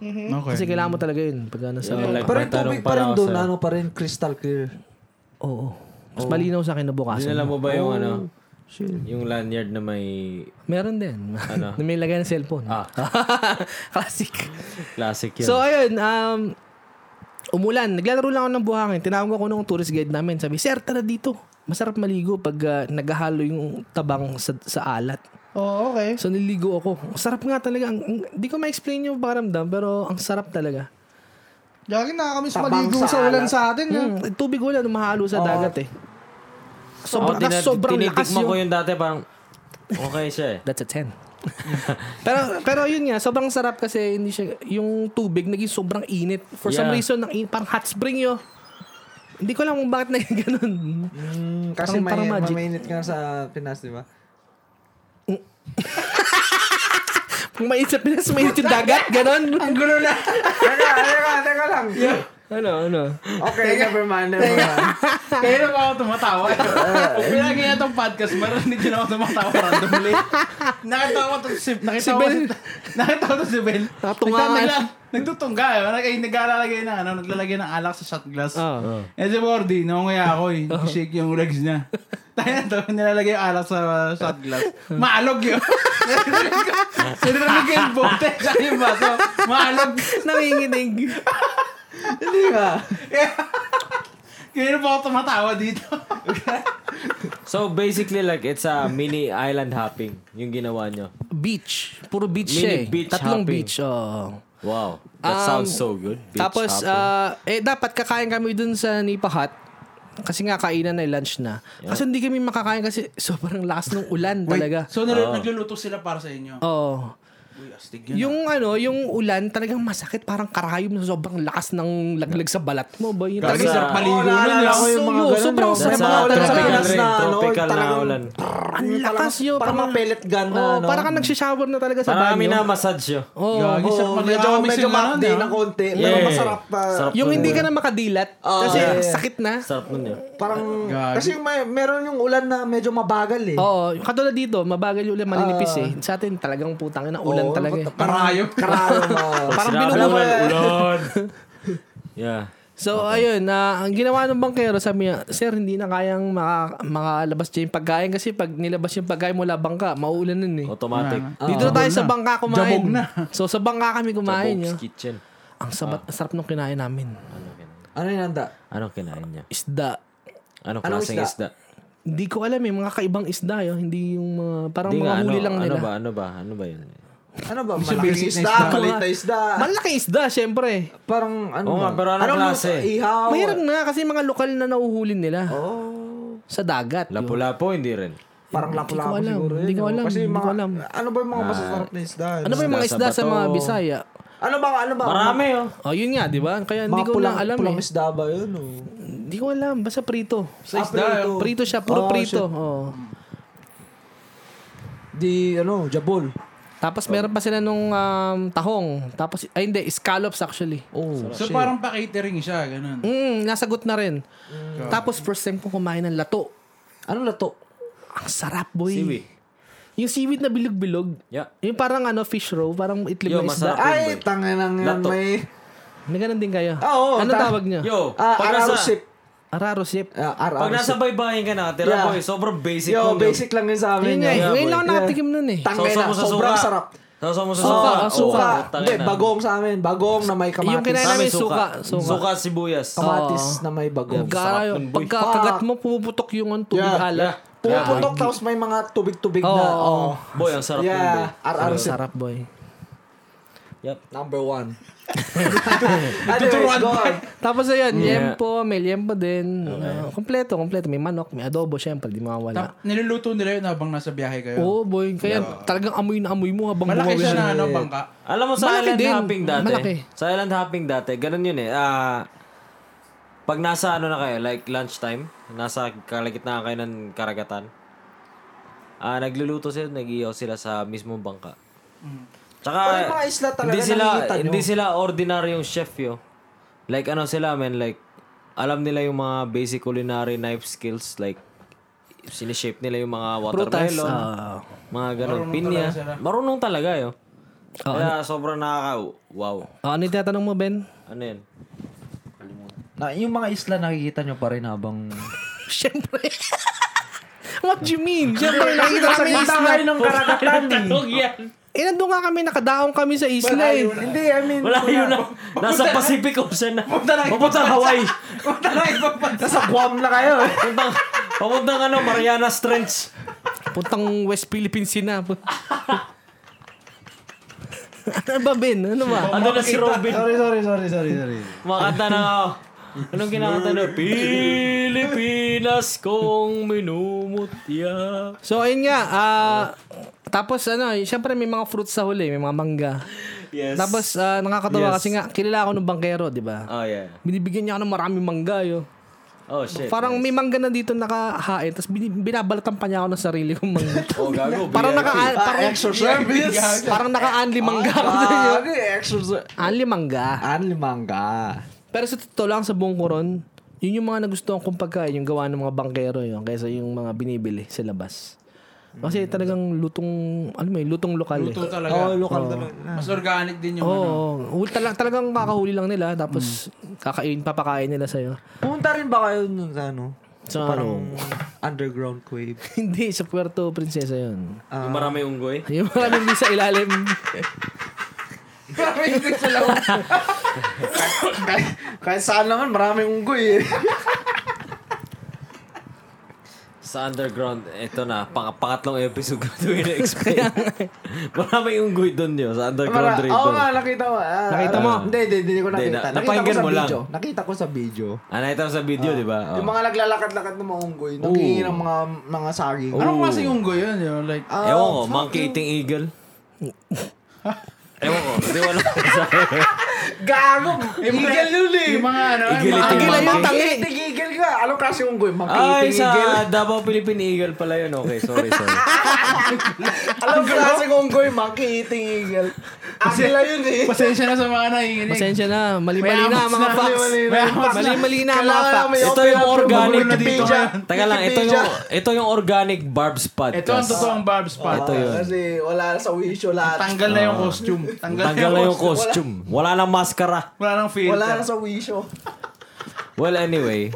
[SPEAKER 4] okay.
[SPEAKER 3] kasi kailangan mo talaga yun pag ano sa
[SPEAKER 1] Like,
[SPEAKER 5] Pero
[SPEAKER 1] may
[SPEAKER 5] yung
[SPEAKER 1] tanong
[SPEAKER 5] tubig pa
[SPEAKER 1] pala
[SPEAKER 5] rin
[SPEAKER 1] ako
[SPEAKER 5] doon,
[SPEAKER 1] sa'yo.
[SPEAKER 5] ano pa rin, crystal clear.
[SPEAKER 3] Oo. Mas malinaw sa akin na bukas.
[SPEAKER 1] Dinala mo ba yung
[SPEAKER 5] Oh,
[SPEAKER 1] ano? Yung lanyard na may
[SPEAKER 3] Meron din.
[SPEAKER 1] Ano?
[SPEAKER 3] na may lagay ng cellphone.
[SPEAKER 1] Ah.
[SPEAKER 3] Classic.
[SPEAKER 1] classic yun.
[SPEAKER 3] So ayun, um, umulan. Naglalaro lang ako ng buhangin. Tinawag ako nung tourist guide namin. Sabi, sir, tara dito. Masarap maligo pag ah, naghahalo yung tabang sa, sa alat.
[SPEAKER 2] Oh, okay.
[SPEAKER 3] So niligo ako. Ang sarap nga talaga. Ang- ang- Hindi ko ma-explain yung pakiramdam pero ang sarap talaga.
[SPEAKER 2] Lagi nakakamiss
[SPEAKER 5] Tabang
[SPEAKER 2] maligo
[SPEAKER 5] sa
[SPEAKER 2] sa ulan
[SPEAKER 5] alat.
[SPEAKER 2] sa atin. ah.
[SPEAKER 3] Mm, tubig wala mahalo sa dagat eh. Sobrang,
[SPEAKER 1] Ako, tina-
[SPEAKER 3] sobrang lakas
[SPEAKER 1] tinitikman
[SPEAKER 3] yung...
[SPEAKER 1] ko yung dati parang okay siya eh.
[SPEAKER 3] That's a 10. pero pero yun nga, sobrang sarap kasi hindi siya yung tubig naging sobrang init. For some
[SPEAKER 1] Yeah.
[SPEAKER 3] reason, ang in, parang hot spring 'yo. Hindi ko alam kung bakit naging ganun.
[SPEAKER 5] Mm, kasi
[SPEAKER 3] Parang- parang
[SPEAKER 5] may,
[SPEAKER 3] magic.
[SPEAKER 5] mainit nga sa Pinas, di ba?
[SPEAKER 3] Kung mainit sa Pinas, mainit yung dagat, ganun.
[SPEAKER 5] Ang gulo na! teka, teka, teka lang.
[SPEAKER 3] ano, ano.
[SPEAKER 5] Okay, never mind, never mind.
[SPEAKER 4] Kaya na ba ako tumatawa? Kung pinagi niya itong podcast, marami din ako tumatawa randomly. Nakita ko to si, nakita
[SPEAKER 3] Si
[SPEAKER 4] ko
[SPEAKER 3] Bel.
[SPEAKER 4] si- nakita ko to si Bel.
[SPEAKER 3] Nakatunga
[SPEAKER 4] Nagta-
[SPEAKER 3] nga.
[SPEAKER 4] nagla- Nagtutungga. eh. Nag, ay, naglalagay ng ano, naglalagay ng alak sa shot glass.
[SPEAKER 3] Ah.
[SPEAKER 4] Eh si Bordy, nangunguya ako eh. Shake yung legs niya. Tayo na to, nilalagay yung alak sa uh, shot glass. Maalog yun. Sinirinig ko yung bote sa yung baso. Maalog.
[SPEAKER 3] Nanginginig.
[SPEAKER 5] Hindi nga.
[SPEAKER 4] Kaya na po ako tumatawa dito.
[SPEAKER 1] So basically like it's a mini island hopping yung ginawa nyo.
[SPEAKER 3] Beach. Puro beach
[SPEAKER 1] Mini
[SPEAKER 3] siya eh.
[SPEAKER 1] beach
[SPEAKER 3] Tatlong
[SPEAKER 1] hopping.
[SPEAKER 3] beach. oo.
[SPEAKER 1] Wow. That
[SPEAKER 3] Um,
[SPEAKER 1] sounds so good. Beach
[SPEAKER 3] Tapos,
[SPEAKER 1] hopping.
[SPEAKER 3] ah, eh, dapat kakain kami dun sa Nipa Hut. Kasi nga, kainan na, lunch na. Kasi hindi kami makakain kasi sobrang lakas ng ulan talaga.
[SPEAKER 4] So nil- nagluluto sila para sa inyo.
[SPEAKER 3] Oo.
[SPEAKER 4] Uy, astig yun.
[SPEAKER 3] Yung ano, yung ulan talagang masakit. Parang karayom na sobrang lakas ng laglag sa balat mo. Ba? Yun,
[SPEAKER 4] Grabe,
[SPEAKER 1] Kasi-
[SPEAKER 3] talagang-
[SPEAKER 4] sarap maligo nun.
[SPEAKER 5] naalala
[SPEAKER 4] yun.
[SPEAKER 5] ko yung mga
[SPEAKER 3] Sumo,
[SPEAKER 5] ganun,
[SPEAKER 3] sobrang
[SPEAKER 5] no?
[SPEAKER 1] That's
[SPEAKER 3] sarap
[SPEAKER 5] Sa
[SPEAKER 1] a
[SPEAKER 5] mga
[SPEAKER 3] Wala
[SPEAKER 5] talaga sa
[SPEAKER 1] tropical
[SPEAKER 5] Pinas
[SPEAKER 1] rain,
[SPEAKER 5] na, ano,
[SPEAKER 1] tropical na
[SPEAKER 5] talagang-
[SPEAKER 1] ulan.
[SPEAKER 3] ang lakas yun.
[SPEAKER 5] Parang mga pellet gun na,
[SPEAKER 3] Oo,
[SPEAKER 5] ano.
[SPEAKER 3] parang ka nagsishower na talaga sa
[SPEAKER 1] Parang kami
[SPEAKER 3] banyo.
[SPEAKER 1] na massage yun.
[SPEAKER 3] Oo.
[SPEAKER 4] Gagi,
[SPEAKER 5] Oo,
[SPEAKER 4] sarap maligo.
[SPEAKER 5] medyo,
[SPEAKER 4] Kami
[SPEAKER 5] medyo
[SPEAKER 4] sila nun,
[SPEAKER 5] makdi
[SPEAKER 4] eh.
[SPEAKER 5] na konti. Pero
[SPEAKER 1] Yeah.
[SPEAKER 5] masarap ah, pa.
[SPEAKER 1] Sarap
[SPEAKER 3] Yung
[SPEAKER 1] nun
[SPEAKER 3] hindi
[SPEAKER 1] yun.
[SPEAKER 3] ka na makadilat.
[SPEAKER 5] Oo.
[SPEAKER 3] kasi
[SPEAKER 5] Yeah.
[SPEAKER 3] sakit na.
[SPEAKER 1] Sarap nun yun.
[SPEAKER 5] Parang,
[SPEAKER 4] Gagi.
[SPEAKER 5] kasi may, meron yung ulan na medyo mabagal eh.
[SPEAKER 3] Oo, katulad dito, mabagal yung ulan, maninipis eh. Sa atin, talagang putang na ulan
[SPEAKER 5] Ah. Oo,
[SPEAKER 3] talaga eh.
[SPEAKER 5] parang-
[SPEAKER 4] Karayo.
[SPEAKER 5] Karayo na.
[SPEAKER 3] Parang
[SPEAKER 1] Sinabi
[SPEAKER 3] binubulan.
[SPEAKER 1] naman, ulan. yeah.
[SPEAKER 3] So, ayun, na ang ginawa ng bankero, sabi niya, Sir, hindi na kayang maka- makalabas dyan yung pagkain kasi pag nilabas yung pagkain mula bangka, mauulan nun eh.
[SPEAKER 1] Automatic.
[SPEAKER 5] Ah.
[SPEAKER 3] Dito na tayo sa bangka kumain.
[SPEAKER 4] Jabog na.
[SPEAKER 3] So, sa bangka kami kumain.
[SPEAKER 1] Bob's
[SPEAKER 3] Yo.
[SPEAKER 1] Kitchen.
[SPEAKER 3] Ang sabat, ang sarap nung kinain namin.
[SPEAKER 5] Ano yung handa?
[SPEAKER 1] Anong kinain niya?
[SPEAKER 3] Isda.
[SPEAKER 1] Anong
[SPEAKER 5] Anong
[SPEAKER 1] klaseng
[SPEAKER 5] isda?
[SPEAKER 1] isda?
[SPEAKER 3] Hindi ko alam eh, mga kaibang isda yo. Hindi yung mga, parang
[SPEAKER 1] Hindi
[SPEAKER 3] mga
[SPEAKER 1] nga,
[SPEAKER 3] huli
[SPEAKER 1] ano,
[SPEAKER 3] lang nila.
[SPEAKER 1] Ano ba, ano ba, ano ba yun?
[SPEAKER 5] Ano ba? Malaking isda, maliit na isda.
[SPEAKER 3] Malaking isda, syempre.
[SPEAKER 5] Parang ano
[SPEAKER 1] Oo nga,
[SPEAKER 5] ba?
[SPEAKER 1] pero anong
[SPEAKER 5] Anong
[SPEAKER 1] klase?
[SPEAKER 5] luto? Ihaw.
[SPEAKER 3] Mahirap na kasi mga lokal na nauhulin nila
[SPEAKER 5] Ah, Oh.
[SPEAKER 3] sa dagat. yun.
[SPEAKER 1] Lapu-lapu, hindi rin.
[SPEAKER 5] Parang
[SPEAKER 3] ko
[SPEAKER 5] lapu-lapu
[SPEAKER 3] alam,
[SPEAKER 5] siguro.
[SPEAKER 3] hindi ko
[SPEAKER 5] yun, no?
[SPEAKER 3] alam,
[SPEAKER 5] Kasi
[SPEAKER 3] hindi
[SPEAKER 5] mga,
[SPEAKER 3] ko alam. Ah.
[SPEAKER 5] Ano ba yung mga masasarap na isda?
[SPEAKER 3] Ano ba yung mga
[SPEAKER 1] Isda
[SPEAKER 3] isda
[SPEAKER 1] sa
[SPEAKER 3] sa mga
[SPEAKER 1] bato.
[SPEAKER 3] Bisaya?
[SPEAKER 5] Ano ba? Ano ba?
[SPEAKER 1] Marami, oh.
[SPEAKER 3] Oh, yun nga, di ba? Kaya
[SPEAKER 5] Mga
[SPEAKER 3] hindi ko lang
[SPEAKER 5] pulang,
[SPEAKER 3] alam
[SPEAKER 5] pulang
[SPEAKER 3] eh.
[SPEAKER 5] isda ba yun? Oh.
[SPEAKER 3] Hindi ko alam, basta prito.
[SPEAKER 5] Sa isda.
[SPEAKER 3] Prito, siya, puro prito. Oh.
[SPEAKER 5] Di ano, jabol.
[SPEAKER 3] Tapos meron pa sila nung um, tahong. Tapos, ay hindi, scallops actually.
[SPEAKER 5] Oh.
[SPEAKER 4] So parang pa-catering siya, ganun.
[SPEAKER 3] Mm, nasagot na rin.
[SPEAKER 5] Mm.
[SPEAKER 3] Tapos first time kong kumain ng lato.
[SPEAKER 5] Ano lato?
[SPEAKER 3] Ang sarap, boy.
[SPEAKER 1] Seaweed.
[SPEAKER 3] Yung seaweed na bilog-bilog.
[SPEAKER 1] Yeah.
[SPEAKER 3] Yung parang ano, fish roe, parang itlog
[SPEAKER 1] Yo,
[SPEAKER 3] na isda.
[SPEAKER 1] masarap.
[SPEAKER 5] Ay, Ah, eh, tanga na nga
[SPEAKER 1] Lato.
[SPEAKER 5] may...
[SPEAKER 3] May ganun din kayo.
[SPEAKER 5] Ah, oo,
[SPEAKER 3] ano
[SPEAKER 5] ta-
[SPEAKER 3] tawag niya?
[SPEAKER 1] Yo,
[SPEAKER 5] Ah,
[SPEAKER 1] pag
[SPEAKER 5] araw
[SPEAKER 1] nasa,
[SPEAKER 5] sip.
[SPEAKER 3] Araro sip.
[SPEAKER 5] Ah,
[SPEAKER 1] pag
[SPEAKER 5] araw
[SPEAKER 1] nasa
[SPEAKER 5] sip.
[SPEAKER 1] baybayin ka na, tira
[SPEAKER 5] Yeah.
[SPEAKER 1] boy, sobrang basic
[SPEAKER 5] Yo,
[SPEAKER 1] nun,
[SPEAKER 5] basic lang yun sa
[SPEAKER 3] Yun
[SPEAKER 5] amin.
[SPEAKER 3] nga, eh.
[SPEAKER 5] yo.
[SPEAKER 3] ngayon lang ako
[SPEAKER 5] Yeah.
[SPEAKER 3] nakatikim nun eh.
[SPEAKER 5] Tanga
[SPEAKER 1] Sausaw
[SPEAKER 5] na,
[SPEAKER 1] mo sa
[SPEAKER 5] sobrang
[SPEAKER 1] suka.
[SPEAKER 5] sarap.
[SPEAKER 1] Sausaw mo sa suka.
[SPEAKER 5] Suka,
[SPEAKER 1] Oh,
[SPEAKER 3] suka.
[SPEAKER 1] Oo,
[SPEAKER 5] suka.
[SPEAKER 1] tangina.
[SPEAKER 5] Hindi, bagong sa amin. Bagong na may kamatis.
[SPEAKER 3] Yung kinain
[SPEAKER 1] Sa amin,
[SPEAKER 3] namin, suka. Suka.
[SPEAKER 1] Suka, sibuyas.
[SPEAKER 5] Kamatis na may bagong.
[SPEAKER 3] Gara
[SPEAKER 1] nun,
[SPEAKER 3] yun.
[SPEAKER 1] boy.
[SPEAKER 3] Pagka
[SPEAKER 5] Fuck.
[SPEAKER 3] kagat mo, pumuputok yung ang tubig
[SPEAKER 5] Yeah,
[SPEAKER 3] alat.
[SPEAKER 5] Pumuputok tapos may mga tubig-tubig na.
[SPEAKER 3] Oo.
[SPEAKER 5] Oh.
[SPEAKER 1] Boy, ang sarap nun, boy.
[SPEAKER 5] Yeah, RR
[SPEAKER 3] Ang sarap, boy.
[SPEAKER 5] number one. Anyways, go on.
[SPEAKER 3] Tapos ayun, yempo, may yempo din. Ah, kompleto, kompleto. May manok, may adobo, syempre, di mawawala.
[SPEAKER 4] Tap, niluluto nila yun habang nasa biyahe kayo.
[SPEAKER 3] Oo, boy. Kaya talagang amoy na amoy mo habang
[SPEAKER 4] Malaki
[SPEAKER 3] bumawi
[SPEAKER 4] siya na
[SPEAKER 3] siya.
[SPEAKER 4] ano, bangka.
[SPEAKER 1] Alam mo sa
[SPEAKER 3] Malaki
[SPEAKER 1] island
[SPEAKER 3] din.
[SPEAKER 1] hopping dati.
[SPEAKER 3] Malaki.
[SPEAKER 1] Sa island hopping dati, ganun yun eh. Ah, pag nasa ano na kayo, like lunchtime, nasa kalagitnaan kayo ng karagatan, ah, nagluluto sila, nag sila sa mismong bangka. Tsaka,
[SPEAKER 5] Mm. Pero yung mga isla talaga,
[SPEAKER 1] hindi sila,
[SPEAKER 5] nakikita nyo.
[SPEAKER 1] hindi sila ordinaryong chef yo. Like ano sila men, like alam nila yung mga basic culinary knife skills like sinishape nila yung mga watermelon,
[SPEAKER 3] ah.
[SPEAKER 1] mga ganun, pinya. marunong talaga yo. Kaya sobrang nakaka wow.
[SPEAKER 3] Ah, ano yung tinatanong mo, Ben?
[SPEAKER 1] Ano yun?
[SPEAKER 5] Na, yung mga isla nakikita nyo pa rin habang...
[SPEAKER 3] Siyempre. What do you mean? Siyempre, nakita kami ng isla.
[SPEAKER 5] ng karagatan.
[SPEAKER 1] Tanog yan.
[SPEAKER 3] Eh, nandun nga kami, nakadaong kami sa isla eh.
[SPEAKER 5] Hindi, I mean...
[SPEAKER 1] Wala yun na. Nasa Pacific Ocean na. Papunta Hawaii.
[SPEAKER 5] Nasa Guam na kayo. eh.
[SPEAKER 1] Papunta, papunta ano, Mariana Trench.
[SPEAKER 3] Puntang West Philippines yun na. ano ba, Ben? Ano ba?
[SPEAKER 1] Ano na si Robin.
[SPEAKER 5] sorry, sorry, sorry, sorry, sorry.
[SPEAKER 1] Makanta na ako. Anong kinakanta na? Pilipinas kong minumutya.
[SPEAKER 3] So, ayun nga. ah, tapos, ano, syempre may mga fruits sa huli. May mga mangga.
[SPEAKER 1] Yes.
[SPEAKER 3] Tapos, ah, nakakatawa
[SPEAKER 1] Yes.
[SPEAKER 3] kasi nga, kilala ako ng bangkero, di ba?
[SPEAKER 1] Oh, yeah.
[SPEAKER 3] Binibigyan niya ako ng maraming mangga, yo.
[SPEAKER 1] Oh, shit.
[SPEAKER 3] Parang may mangga na dito nakahain, tapos bin- binabalatan pa niya ako ng sarili kong mangga.
[SPEAKER 1] Oh, gago.
[SPEAKER 3] parang naka
[SPEAKER 5] Ah,
[SPEAKER 3] parang,
[SPEAKER 5] extra service.
[SPEAKER 3] parang naka-anli mangga ako dun, yo.
[SPEAKER 5] Ah, okay, extra service.
[SPEAKER 3] Anli mangga.
[SPEAKER 5] Anli mangga.
[SPEAKER 3] Pero sa totoo lang sa buong koron, yun yung mga nagustuhan kong pagkain, yung gawa ng mga bangkero yun, kaysa yung mga binibili sa labas.
[SPEAKER 5] Mm.
[SPEAKER 3] Kasi talagang lutong, ano may lutong lokal eh.
[SPEAKER 4] Luto talaga.
[SPEAKER 5] Oh, local talaga.
[SPEAKER 4] Mas organic din yung ano.
[SPEAKER 3] Oo. Oh, talagang, talagang kakahuli lang nila, tapos
[SPEAKER 5] Mm.
[SPEAKER 3] kakain, papakain nila sa'yo.
[SPEAKER 5] Pumunta rin ba kayo nun sa ano?
[SPEAKER 3] Sa
[SPEAKER 5] parang underground cave.
[SPEAKER 3] Hindi, sa Puerto Princesa yun.
[SPEAKER 1] Yung marami unggoy.
[SPEAKER 3] Yung maraming di sa ilalim.
[SPEAKER 5] kahit, kahit saan naman, maraming unggoy eh.
[SPEAKER 1] Sa underground, ito na, pang pangatlong episode ko ito yung explain. Marami unggoy doon yun, sa underground
[SPEAKER 5] Mara-
[SPEAKER 1] raid
[SPEAKER 5] Oo
[SPEAKER 1] doon.
[SPEAKER 5] nga, nakita mo. Ah,
[SPEAKER 3] Nakita
[SPEAKER 5] ah,
[SPEAKER 3] mo?
[SPEAKER 5] Hindi, hindi, hindi ko
[SPEAKER 1] Hindi,
[SPEAKER 5] nakita.
[SPEAKER 1] na-
[SPEAKER 5] nakita ko
[SPEAKER 1] napakinggan
[SPEAKER 5] sa
[SPEAKER 1] mo lang.
[SPEAKER 5] video. Nakita ko sa video.
[SPEAKER 1] Ah, nakita mo sa video, di ba? Oh.
[SPEAKER 5] Yung mga naglalakad-lakad ng mga unggoy, nangingi ng mga, mga saging.
[SPEAKER 4] Anong klaseng unggoy yun? Yung like,
[SPEAKER 5] Ah,
[SPEAKER 1] Ewan ko,
[SPEAKER 5] fuck
[SPEAKER 1] monkey
[SPEAKER 5] you.
[SPEAKER 1] eating eagle. Ewan ko, hindi ko alam.
[SPEAKER 5] Gago! Igil yun eh!
[SPEAKER 4] yung mga ano, yung
[SPEAKER 1] Igil
[SPEAKER 4] mga-
[SPEAKER 1] eating
[SPEAKER 3] Igil
[SPEAKER 1] monkey.
[SPEAKER 3] yung tangi.
[SPEAKER 5] Tigigil ka! Anong klaseng unggoy? Monkey
[SPEAKER 1] Ay,
[SPEAKER 5] eating eagle?
[SPEAKER 1] sa Davao Philippine Eagle pala yun. Okay, sorry, sorry.
[SPEAKER 5] Anong klaseng unggoy? Monkey eating eagle? Agila yun eh!
[SPEAKER 4] pasensya na sa mga nanginginig.
[SPEAKER 3] Pasensya na, mali-mali na ang mga
[SPEAKER 4] Mayamas na,
[SPEAKER 3] facts.
[SPEAKER 4] mayamas na.
[SPEAKER 3] Mali-mali na ang mga
[SPEAKER 5] Kailangan namin
[SPEAKER 3] facts.
[SPEAKER 1] Ito
[SPEAKER 5] i-open
[SPEAKER 1] yung
[SPEAKER 5] up
[SPEAKER 1] organic
[SPEAKER 5] Google
[SPEAKER 4] dito.
[SPEAKER 5] Wikipedia.
[SPEAKER 1] Taka lang, ito
[SPEAKER 5] Wikipedia.
[SPEAKER 1] yung, ito yung organic Barb's podcast.
[SPEAKER 4] Ito ang totoong Barb's
[SPEAKER 5] Ah.
[SPEAKER 1] Ito
[SPEAKER 4] Podcast.
[SPEAKER 1] yun.
[SPEAKER 5] Kasi wala sa wisyo lahat.
[SPEAKER 4] Tanggal na yung costume. Tanggal,
[SPEAKER 1] Tanggal na yung costume. Wala nang maskara.
[SPEAKER 4] Wala nang filter.
[SPEAKER 5] Wala na sa wisyo.
[SPEAKER 1] Well, anyway.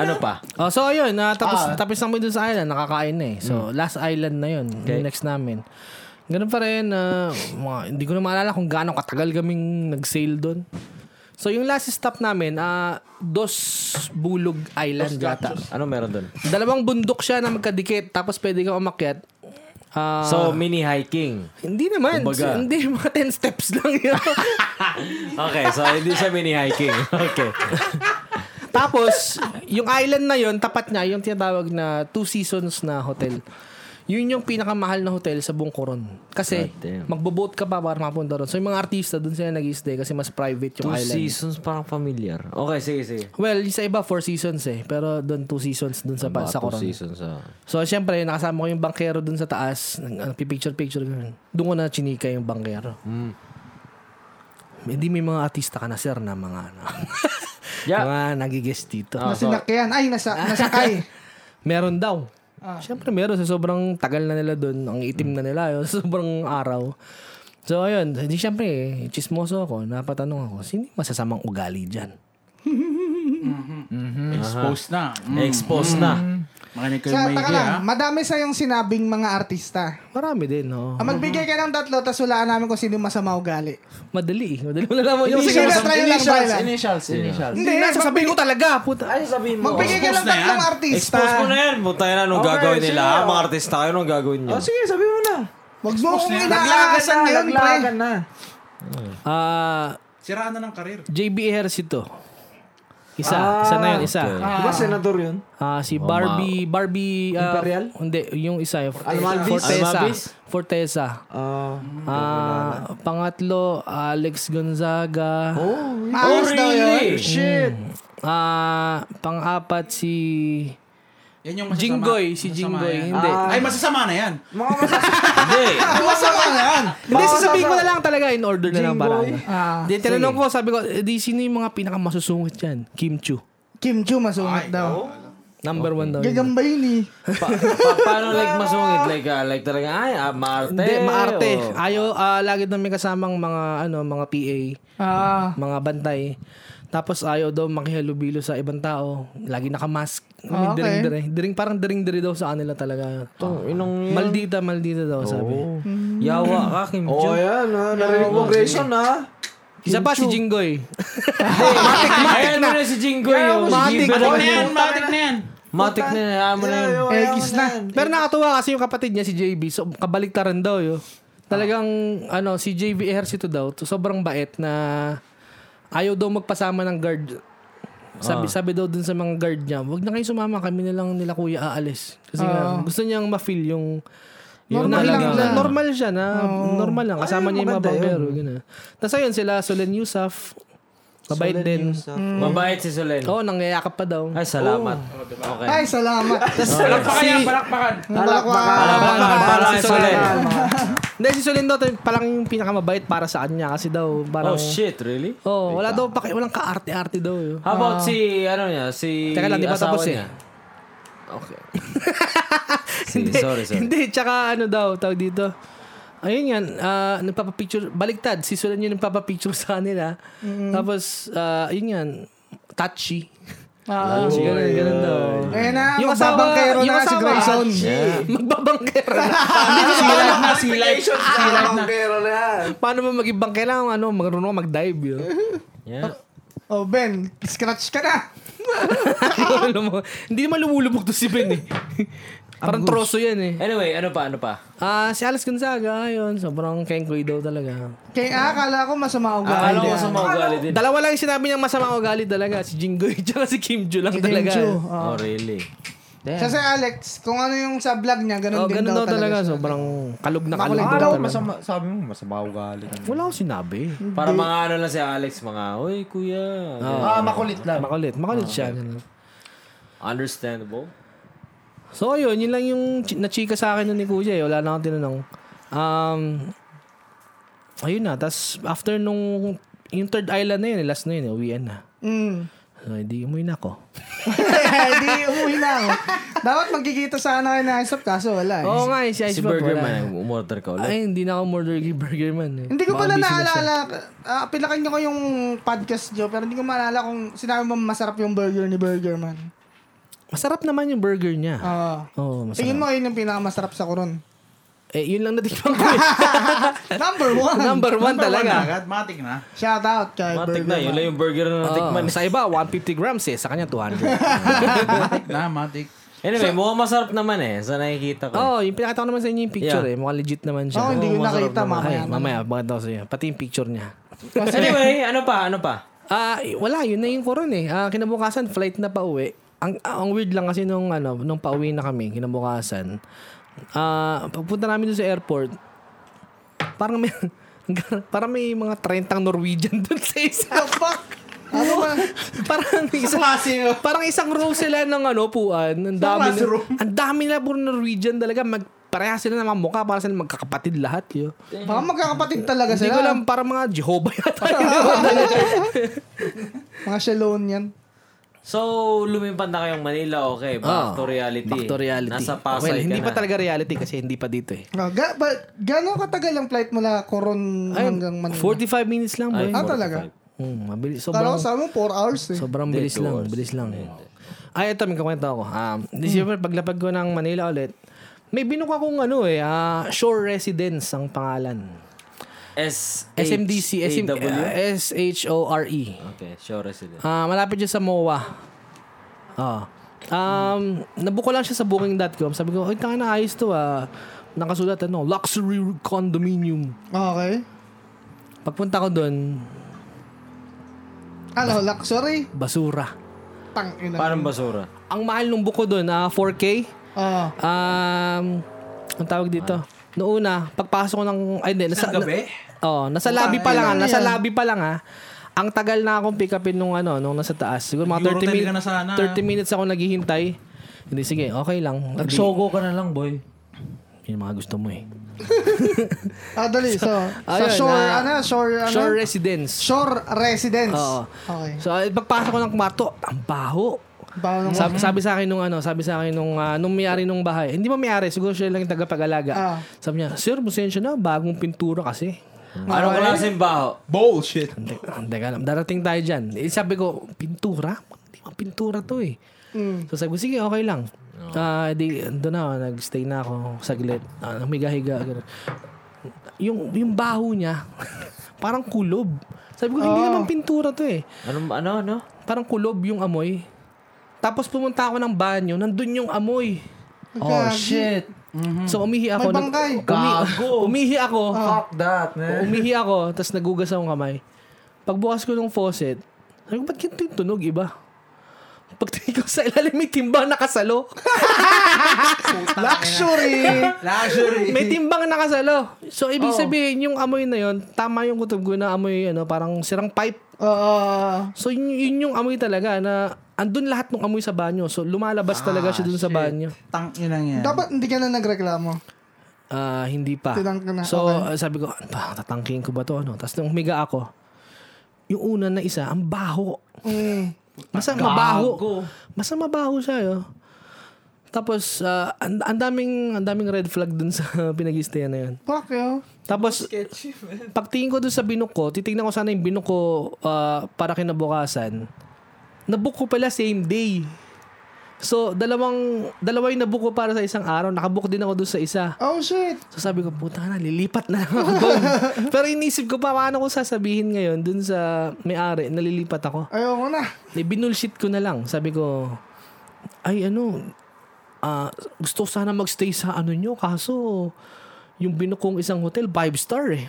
[SPEAKER 1] Ano pa?
[SPEAKER 3] Oh, so ayun, na tapos
[SPEAKER 1] Ah.
[SPEAKER 3] tapos na kami dun sa island, nakakain na eh.
[SPEAKER 1] Hmm.
[SPEAKER 3] So last island na yun, yung next namin. Ganun pa rin, ah, mga, hindi ko na maalala kung gaano katagal kaming nag-sail doon. So yung last stop namin, ah Dos Bulog Island yata.
[SPEAKER 1] Ano meron doon?
[SPEAKER 3] Dalawang bundok siya na magkadikit, tapos pwede kang umakyat. Ah,
[SPEAKER 1] So, mini hiking.
[SPEAKER 3] hindi naman.
[SPEAKER 1] Kumbaga.
[SPEAKER 3] Hindi, mga 10 steps lang yun.
[SPEAKER 1] Okay, so hindi siya mini hiking. Okay.
[SPEAKER 3] Tapos, yung island na yun, tapat niya, yung tinatawag na two seasons na hotel. Yun yung pinakamahal na hotel sa buong Coron. Kasi,
[SPEAKER 1] God damn.
[SPEAKER 3] magbo-boat ka pa para mapunta ron. So, yung mga artista, dun sila nag-stay kasi mas private yung
[SPEAKER 1] Two
[SPEAKER 3] island.
[SPEAKER 1] seasons, parang familiar. Okay, sige, sige.
[SPEAKER 3] Well, yung sa iba, four seasons eh. Pero dun, two seasons dun sa,
[SPEAKER 1] Mga
[SPEAKER 3] sa
[SPEAKER 1] two
[SPEAKER 3] Coron.
[SPEAKER 1] seasons, ah.
[SPEAKER 3] So, syempre, nakasama ko yung bankero dun sa taas. Picture-picture. Doon ko na chinika yung bankero.
[SPEAKER 1] Hmm.
[SPEAKER 3] Hindi may mga artista ka na, sir, na mga ano.
[SPEAKER 1] Yeah.
[SPEAKER 3] mga nagigest dito.
[SPEAKER 1] Ah, so-
[SPEAKER 2] Nasinakyan. Ay, nasa,
[SPEAKER 5] ah.
[SPEAKER 2] nasakay.
[SPEAKER 3] Meron daw. Siyempre meron. Sa sobrang tagal na nila doon, ang itim na nila, yun, sa sobrang araw. So, ayun. Hindi siyempre, eh, chismoso ako. Napatanong ako, sino yung masasamang ugali dyan?
[SPEAKER 4] Exposed na. Mm.
[SPEAKER 1] Exposed na.
[SPEAKER 4] Makinig kayo
[SPEAKER 2] Sa,
[SPEAKER 4] may
[SPEAKER 2] taka
[SPEAKER 4] idea.
[SPEAKER 2] lang, madami sa yung sinabing mga artista.
[SPEAKER 3] Marami din, no?
[SPEAKER 2] Ah, magbigay ka ng tatlo, tas hulaan namin kung sino yung masama ugali.
[SPEAKER 3] Madali. eh. Madali mo nalaman yung
[SPEAKER 2] Hindi
[SPEAKER 3] sige.
[SPEAKER 2] sila try lang, try
[SPEAKER 5] Initials,
[SPEAKER 2] lang.
[SPEAKER 5] initials, initials.
[SPEAKER 2] Hindi,
[SPEAKER 3] na,
[SPEAKER 2] magbigay,
[SPEAKER 3] sasabihin ko talaga. Puta.
[SPEAKER 5] Ay, sabihin mo.
[SPEAKER 2] magbigay ka ng
[SPEAKER 4] Expose na
[SPEAKER 2] tatlong
[SPEAKER 4] yan.
[SPEAKER 2] artista.
[SPEAKER 1] Expose mo na yan. Punta yan, anong
[SPEAKER 5] Okay,
[SPEAKER 1] gagawin
[SPEAKER 5] sige,
[SPEAKER 1] nila?
[SPEAKER 5] oh.
[SPEAKER 1] Ah, Mga artista kayo, anong gagawin nyo?
[SPEAKER 5] Oh, sige, sabihin mo na.
[SPEAKER 2] Huwag mo kung
[SPEAKER 4] na yan.
[SPEAKER 2] inaalasan
[SPEAKER 5] na,
[SPEAKER 2] ngayon, pre.
[SPEAKER 5] laglagan na.
[SPEAKER 3] Ah,
[SPEAKER 4] Siraan na ng karir.
[SPEAKER 3] JB Ejercito. Isa. isa na yun, isa.
[SPEAKER 5] Di ba Diba, senador yun?
[SPEAKER 3] Ah, si Barbie, Barbie... ah,
[SPEAKER 5] Imperial?
[SPEAKER 3] Hindi, yung isa.
[SPEAKER 5] Almalvis?
[SPEAKER 3] Fortesa.
[SPEAKER 1] Almalvis?
[SPEAKER 3] Fortesa.
[SPEAKER 5] Ah.
[SPEAKER 3] Ah, pangatlo, Alex Gonzaga.
[SPEAKER 5] oh,
[SPEAKER 2] Maayos daw yun.
[SPEAKER 5] Eh, shit.
[SPEAKER 3] Mm. Ah, pang-apat si
[SPEAKER 4] Yan yung masasama.
[SPEAKER 3] Jinggoy, si
[SPEAKER 4] Masasama
[SPEAKER 3] Jinggoy.
[SPEAKER 4] yan.
[SPEAKER 3] Hindi.
[SPEAKER 4] Ay, masasama na yan.
[SPEAKER 5] Mga masas-
[SPEAKER 1] Hindi.
[SPEAKER 2] Ah, masama na yan.
[SPEAKER 3] Hindi, sasabihin ko na lang talaga in order na lang para. ano.
[SPEAKER 2] Ah,
[SPEAKER 3] Hindi, tinanong ko, sabi ko, eh, di sino yung mga pinakamasusungit yan? Kim Chu.
[SPEAKER 2] Kim Ju masungit daw.
[SPEAKER 3] Number one daw. yun.
[SPEAKER 2] Gagamba yun eh.
[SPEAKER 1] Pa- pa- paano like masungit? Like, ah, like talaga, ay, ah, Oh. maarte.
[SPEAKER 3] Hindi, maarte.
[SPEAKER 1] o-
[SPEAKER 3] Ayo, ah, lagi daw may kasamang mga, ano, mga PA,
[SPEAKER 2] Ah,
[SPEAKER 3] mga bantay. Tapos ayaw daw makihalubilo sa ibang tao. Lagi nakamask. May
[SPEAKER 2] Ah, okay.
[SPEAKER 3] dering-dere. Dering, parang dering-dere daw sa kanila talaga.
[SPEAKER 1] Tong, inong Oh.
[SPEAKER 3] Maldita, maldita daw sabi.
[SPEAKER 1] Yawa ka, Kim
[SPEAKER 5] Oh,
[SPEAKER 1] Jong.
[SPEAKER 5] yan. Ha? Narinig mo, Grayson, ah. ha?
[SPEAKER 3] Isa pa si Jinggoy.
[SPEAKER 1] Ayan mo na si Jinggoy. oh, si
[SPEAKER 3] matik.
[SPEAKER 1] Jibel.
[SPEAKER 4] Matik na yan, matik na yan.
[SPEAKER 1] Matik na, hayaan mo na yan.
[SPEAKER 5] Ayaw,
[SPEAKER 2] eh,
[SPEAKER 5] ayaw
[SPEAKER 2] kiss
[SPEAKER 5] na
[SPEAKER 2] na.
[SPEAKER 5] yan.
[SPEAKER 3] Pero nakatuwa kasi yung kapatid niya si JB, so kabaliktaran daw 'yo. Talagang ano si JB Ejercito daw, to- sobrang bait na ayaw daw magpasama ng guard. Sabi sabi daw dun sa mga guard niya, "Wag na kayo sumama, kami na lang nila kuya aalis." Kasi nga, gusto niyang ma-feel yung yung
[SPEAKER 2] Ah. Normal lang
[SPEAKER 3] talagang-
[SPEAKER 2] lang.
[SPEAKER 3] normal siya na normal lang kasama niya yung mga bangero gano'n. Tapos ayun sila Solen Yusuf, mabait din.
[SPEAKER 5] ah.
[SPEAKER 1] Mabait si Solen.
[SPEAKER 3] Oo, nangyayakap pa daw.
[SPEAKER 1] Ay, salamat. Okay.
[SPEAKER 2] ay, salamat.
[SPEAKER 4] Palakpakan yan, palakpakan.
[SPEAKER 2] Palakpakan.
[SPEAKER 1] Palakpakan para kay Solen.
[SPEAKER 3] Hindi, si Solin daw, palang yung pinakamabait para sa kanya kasi daw,
[SPEAKER 1] Oh,
[SPEAKER 3] parang...
[SPEAKER 1] shit, really?
[SPEAKER 3] Oh, wala daw, paki, walang kaarte-arte daw. eh. Yun.
[SPEAKER 1] How about si, ano niya, si
[SPEAKER 3] Teka lang, di pa
[SPEAKER 1] asawa
[SPEAKER 3] tapos eh.
[SPEAKER 1] niya? Okay. Sige, sorry, sorry.
[SPEAKER 3] Hindi, tsaka ano daw, tawag dito. Ayun yan, ah, nagpapapicture, baliktad, si Solin yung nagpapapicture sa kanila. Tapos, ah, yun yan, touchy. Ah, ganun, ganun daw.
[SPEAKER 2] Eh na, magbabangkero na si Grayson.
[SPEAKER 3] Magbabangkero na.
[SPEAKER 4] Silag na, silag.
[SPEAKER 5] Ah, pero na yan.
[SPEAKER 3] Paano ba maging bangkero? Kailangan ano, marunong ka mag-dive yun.
[SPEAKER 1] Yeah.
[SPEAKER 2] Oh, Ben, scratch ka na.
[SPEAKER 3] Lumu- Hindi naman lumulubog to si Ben eh. Parang troso yan eh.
[SPEAKER 1] Anyway, ano pa, ano pa?
[SPEAKER 3] Ah, si Alex Gonzaga, yun. Sobrang kengkoy daw talaga.
[SPEAKER 2] Kaya ah, akala ko masama ugali.
[SPEAKER 1] Akala ko sa mga ugali din.
[SPEAKER 3] Dalawa lang yung sinabi niyang masama ugali talaga. Si Jinggoy, tsaka si Kim Ju lang
[SPEAKER 2] Si Kim
[SPEAKER 3] talaga.
[SPEAKER 2] Ju.
[SPEAKER 1] Oh, really?
[SPEAKER 2] Kasi Alex, kung ano yung sa vlog niya, ganun
[SPEAKER 3] Oh,
[SPEAKER 2] din
[SPEAKER 3] ganun
[SPEAKER 2] daw, talaga. siya.
[SPEAKER 3] Sobrang kalog na kalog daw
[SPEAKER 5] Akala ko
[SPEAKER 3] talaga.
[SPEAKER 5] masama, sabi mo, masama ugali.
[SPEAKER 3] Wala akong sinabi.
[SPEAKER 1] Para mga ano lang si Alex, mga, Uy, kuya.
[SPEAKER 5] Ah, makulit lang.
[SPEAKER 3] Makulit. Makulit
[SPEAKER 5] Ah,
[SPEAKER 3] siya. ganun.
[SPEAKER 1] Understandable.
[SPEAKER 3] So, yun. Yun lang yung chi- nachika sa akin nun ni Kuya. Eh. Wala na akong tinanong. Um, ayun na. Tapos, after nung yung third island na yun, eh, last na yun, eh, uwian na.
[SPEAKER 2] Mm.
[SPEAKER 3] So, hindi umuwi na ako.
[SPEAKER 2] Di, umuwi na ako. Dapat magkikita sana kayo na ISOP, kaso wala eh.
[SPEAKER 3] Oo nga, eh, si Ice
[SPEAKER 1] Si
[SPEAKER 3] Pop,
[SPEAKER 1] Burger
[SPEAKER 3] wala.
[SPEAKER 1] Man, umorder ka ulit.
[SPEAKER 3] Ay, hindi na ako murder kay Burger Man. Eh.
[SPEAKER 2] Hindi ko
[SPEAKER 3] Baka
[SPEAKER 2] pala
[SPEAKER 3] busy na siya.
[SPEAKER 2] naalala, uh, pilakan niyo ko yung podcast niyo, pero hindi ko maalala kung sinabi mo masarap yung burger ni Burger Man.
[SPEAKER 3] Masarap naman yung burger niya.
[SPEAKER 2] Oo.
[SPEAKER 3] Oo, masarap.
[SPEAKER 2] Tingin mo, yun yung pinakamasarap sa koron.
[SPEAKER 3] Eh, yun lang natikman ko eh.
[SPEAKER 2] Number one!
[SPEAKER 3] Number one
[SPEAKER 4] Talaga.
[SPEAKER 3] talaga.
[SPEAKER 4] Agad, matik na.
[SPEAKER 2] Shout out kay
[SPEAKER 1] Matik
[SPEAKER 2] Burger
[SPEAKER 1] na, yun
[SPEAKER 2] Man.
[SPEAKER 1] lang yung burger na natikman.
[SPEAKER 3] Oo, sa iba, 150 grams eh. Sa kanya, 200.
[SPEAKER 4] Matik na, matik.
[SPEAKER 1] Anyway, mukhang masarap naman eh. Sa nakikita ko.
[SPEAKER 3] Oo, oh, yung pinakita ko naman sa inyo yung picture
[SPEAKER 1] Yeah.
[SPEAKER 3] eh. Mukhang legit naman siya.
[SPEAKER 2] Oo, hindi ko
[SPEAKER 3] masarap
[SPEAKER 2] nakita,
[SPEAKER 3] naman.
[SPEAKER 2] mamaya
[SPEAKER 3] Ay,
[SPEAKER 2] na.
[SPEAKER 3] mamaya, bakit ako sa inyo. Pati yung picture niya.
[SPEAKER 1] anyway, ano pa? Ano pa?
[SPEAKER 3] Ah, eh, wala, yun na yung koron eh. Ah, kinabukasan, flight na pauwi. Ang, ah, ang weird lang kasi nung, ano, nung pauwi na kami, kinabukasan, ah, pagpunta namin doon sa airport, parang may, parang may mga 30 Norwegian doon sa isa.
[SPEAKER 2] The fuck? Ano ba?
[SPEAKER 3] parang isa, parang isang row sila ng ano puan. Ang dami na, ang dami na puro Norwegian talaga. Mag, pareha sila ng mga mukha para sila magkakapatid lahat yun.
[SPEAKER 2] Baka magkakapatid talaga
[SPEAKER 3] Hindi
[SPEAKER 2] sila.
[SPEAKER 3] ko alam, parang mga Jehovah yata. yun.
[SPEAKER 2] Mga shalon yan.
[SPEAKER 1] So, lumipad na kayong Manila, okay. Back to
[SPEAKER 3] Oo.
[SPEAKER 1] reality.
[SPEAKER 3] Back to reality.
[SPEAKER 1] Nasa Pasay
[SPEAKER 3] Ah. Well,
[SPEAKER 1] ka
[SPEAKER 3] hindi
[SPEAKER 1] na.
[SPEAKER 3] pa talaga reality kasi hindi pa dito eh.
[SPEAKER 2] Oh, ga ba, gano'ng katagal ang flight mula Coron
[SPEAKER 3] Ay,
[SPEAKER 2] hanggang Manila?
[SPEAKER 3] 45 minutes lang, boy.
[SPEAKER 2] Ah, talaga?
[SPEAKER 3] Hmm, mabilis.
[SPEAKER 2] Kala ko
[SPEAKER 3] Sobrang,
[SPEAKER 2] sa mo 4 hours eh.
[SPEAKER 3] sobrang bilis lang. Bilis lang. Ay, ito, may kakwento ako. Um,
[SPEAKER 1] Hmm.
[SPEAKER 3] December, paglapag ko ng Manila ulit, may binuka kong ano eh, ah, Shore Residence ang pangalan.
[SPEAKER 1] S-
[SPEAKER 3] SMDC, SM,
[SPEAKER 1] SMW?
[SPEAKER 3] ah, S-H-O-R-E.
[SPEAKER 1] Okay, sure resident.
[SPEAKER 3] Ah, malapit siya sa MOA. Ah. Um, nabuko lang siya sa booking.com. Sabi ko, ay, tanga na, ayos to ah. Nakasulat, ano, luxury condominium.
[SPEAKER 2] Okay.
[SPEAKER 3] Pagpunta ko doon,
[SPEAKER 2] Ano, luxury?
[SPEAKER 3] basura.
[SPEAKER 2] Tang ina.
[SPEAKER 1] Parang basura.
[SPEAKER 3] Ang mahal nung buko doon, ah, 4K.
[SPEAKER 2] Ah.
[SPEAKER 3] Um, ang tawag dito. Noong una, pagpasok ko ng... Ay, hindi. Nasa, gabi? oh, nasa lobby pa lang. ah, Nasa lobby pa lang ah. Ang tagal na akong pick upin nung ano, nung nasa taas. Siguro mga 30,
[SPEAKER 4] Eurotel
[SPEAKER 3] min-
[SPEAKER 4] ka na sana.
[SPEAKER 3] 30 minutes ako naghihintay. Hindi, sige, okay lang. Hindi,
[SPEAKER 1] Nagsogo ka na lang, boy.
[SPEAKER 3] yun yung mga gusto mo eh.
[SPEAKER 2] Ah, dali. So, sa
[SPEAKER 3] ayun,
[SPEAKER 2] shore,
[SPEAKER 3] ah,
[SPEAKER 2] ano, shore, ano?
[SPEAKER 3] Shore residence.
[SPEAKER 2] Shore residence.
[SPEAKER 3] Oo.
[SPEAKER 2] Okay.
[SPEAKER 3] So, ay, pagpasok ko ng kwarto, ang baho.
[SPEAKER 2] Bago nung...
[SPEAKER 3] Sabi, sabi sa akin nung ano, sabi sa akin nung ah, nung may-ari nung bahay. Hindi ba may-ari, siguro siya lang yung tagapag-alaga.
[SPEAKER 2] Ah.
[SPEAKER 3] Sabi niya, "Sir, musensya na, bagong pintura kasi." Ah,
[SPEAKER 1] Ano
[SPEAKER 2] Okay.
[SPEAKER 1] klaseng baho?
[SPEAKER 4] Bullshit.
[SPEAKER 3] Hindi, hindi ka alam. Darating tayo dyan. Eh, sabi ko, pintura? Hindi mo pintura to eh.
[SPEAKER 2] Mm.
[SPEAKER 3] So sabi ko, sige, okay lang. Ah, di, doon na, ako, nagstay na ako saglit. Ah, humiga-higa. ganun. Yung, yung baho niya, parang kulob. Sabi ko,
[SPEAKER 2] Oh.
[SPEAKER 3] hindi naman pintura to eh.
[SPEAKER 1] Ano, ano, ano?
[SPEAKER 3] Parang kulob yung amoy. Tapos pumunta ako ng banyo, nandun yung amoy. Oh,
[SPEAKER 2] Gagi.
[SPEAKER 3] So umihi ako.
[SPEAKER 2] May
[SPEAKER 3] nag-
[SPEAKER 2] bangkay. Oh.
[SPEAKER 3] umi- umihi ako.
[SPEAKER 5] Fuck that, man.
[SPEAKER 3] Umihi ako, tapos nagugas akong kamay. Pagbukas ko ng faucet, sabi ko, ba't ganito yung tunog iba? Pagtingin ko sa ilalim, may timbang nakasalo.
[SPEAKER 2] Luxury!
[SPEAKER 4] Luxury.
[SPEAKER 3] may timbang nakasalo. So, ibig sabihin, yung amoy na yon tama yung kutob ko na amoy, ano, parang sirang pipe.
[SPEAKER 2] Ah, Oo.
[SPEAKER 3] So, yun, yun yung amoy talaga na andun lahat ng amoy sa banyo. So,
[SPEAKER 2] Ah,
[SPEAKER 3] lumalabas talaga siya dun sa banyo.
[SPEAKER 4] Ah, Tang inang yan.
[SPEAKER 2] Dapat hindi ka na nagreklamo.
[SPEAKER 3] Ah, hindi pa.
[SPEAKER 2] Tinang ka na,
[SPEAKER 3] So,
[SPEAKER 2] okay.
[SPEAKER 3] ah, sabi ko, ano ba, tatangkihin ko ba to? Ano? Tapos nung humiga ako, yung una na isa, ang baho.
[SPEAKER 2] Mm.
[SPEAKER 3] Basta mabaho. Basta mabaho siya, yo. Tapos, ah, ang, ang daming, ang daming red flag dun sa pinag na yun.
[SPEAKER 2] Fuck yo.
[SPEAKER 3] Tapos, pagtingin ko dun sa binok ko, titignan ko sana yung binok ko ah, para kinabukasan. Nabook ko pala same day. So, dalawang, dalawa yung nabook ko para sa isang araw. Nakabook din ako dun sa isa.
[SPEAKER 2] Oh shit.
[SPEAKER 3] So sabi ko, puta na, lilipat na lang ako doon. Pero inisip ko pa, paano ko sasabihin ngayon dun sa may-ari, nalilipat ako.
[SPEAKER 2] Ayoko na.
[SPEAKER 3] Eh, binulshit ko na lang. Sabi ko, ay ano, ah, gusto ko sana magstay sa ano nyo, kaso yung binukong isang hotel, five star eh.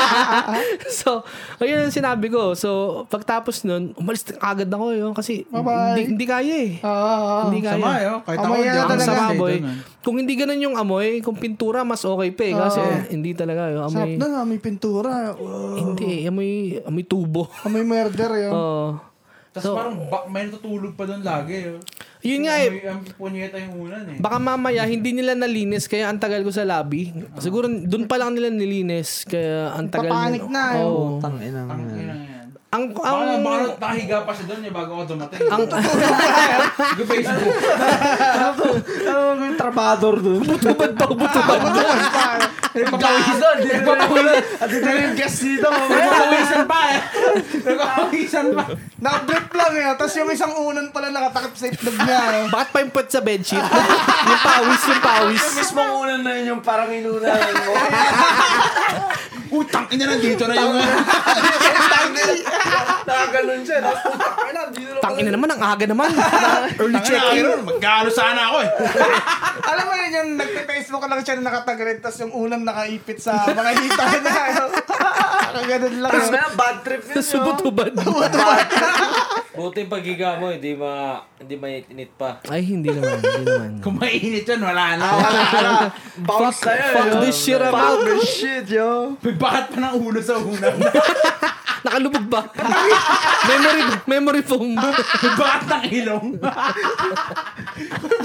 [SPEAKER 3] so, ayun ang sinabi ko. So, pagtapos nun, umalis agad ako yun kasi
[SPEAKER 2] Bye-bye.
[SPEAKER 3] hindi, hindi kaya eh.
[SPEAKER 2] Ah, Oo.
[SPEAKER 3] hindi kaya.
[SPEAKER 4] Sama yun. Kahit ako
[SPEAKER 2] Amaya
[SPEAKER 4] hindi ako
[SPEAKER 3] Ang
[SPEAKER 2] talaga.
[SPEAKER 3] sama,
[SPEAKER 4] nag-stay
[SPEAKER 3] boy.
[SPEAKER 4] dun, ah.
[SPEAKER 3] Kung hindi ganun yung amoy, kung pintura, mas okay pa eh. Kasi hindi talaga. Yung
[SPEAKER 2] Ah. Sarap
[SPEAKER 3] amoy,
[SPEAKER 2] na nga, may pintura. Oh.
[SPEAKER 3] hindi eh. Amoy, amoy tubo. Oh.
[SPEAKER 2] May murder yun.
[SPEAKER 3] Oo.
[SPEAKER 4] Tapos parang ba- may natutulog pa doon lagi. oh.
[SPEAKER 3] Yun nga eh.
[SPEAKER 4] May ang punyeta yung unan eh.
[SPEAKER 3] Baka mamaya, hindi nila nalinis, kaya ang tagal ko sa lobby. Siguro, dun pa lang nila nilinis, kaya ang tagal.
[SPEAKER 2] Papanik na, eh.
[SPEAKER 3] Oo.
[SPEAKER 1] Tang ina.
[SPEAKER 4] Tang inang yan.
[SPEAKER 3] Ang, ang,
[SPEAKER 4] Baka, baka nakahiga pa siya doon eh bago ako dumating.
[SPEAKER 3] ang,
[SPEAKER 4] Good Facebook.
[SPEAKER 5] Ano yung trabador dun?
[SPEAKER 3] tubad pa, tubad.
[SPEAKER 4] Nagpapawisan. Nagpapawisan.
[SPEAKER 5] At ito yung guest dito, mamaya.
[SPEAKER 4] Nagpapawisan pa eh. Nagpapawisan pa.
[SPEAKER 2] Nakablip lang yun. Tapos yung isang unan pala nakatakip sa itlog niya. eh.
[SPEAKER 3] Bakit pa yung put sa bedsheet? yung pawis, yung pawis.
[SPEAKER 5] Mismo unan na yun yung parang inuna mo.
[SPEAKER 4] Utang ina na dito na yung...
[SPEAKER 2] Tangin.
[SPEAKER 5] Nakaganon siya. Tapos putak ka na. Di nila-
[SPEAKER 3] Tangina naman, ang aga naman. Early
[SPEAKER 4] Tangina,
[SPEAKER 3] check-in.
[SPEAKER 4] Iron, Magkalo sana ako eh.
[SPEAKER 2] Alam mo yun, yung nagpe-Facebook lang siya na nakatagrin, tapos yung unang nakaipit sa mga hita na. Kaganon lang. eh.
[SPEAKER 5] Tapos
[SPEAKER 2] yun.
[SPEAKER 5] kaya bad trip yun.
[SPEAKER 3] Tapos subutubad.
[SPEAKER 1] Buti pagiga mo, hindi ma hindi mainit pa.
[SPEAKER 3] Ay, hindi naman. Hindi naman.
[SPEAKER 4] Kung mainit yun, wala na.
[SPEAKER 5] Bounce na yun.
[SPEAKER 3] Fuck this shit, I'm out.
[SPEAKER 5] Fuck this shit, yo.
[SPEAKER 4] May bakat pa ng ulo sa una.
[SPEAKER 3] Nakalubog ba? memory, memory foam.
[SPEAKER 4] May bakat ng ilong.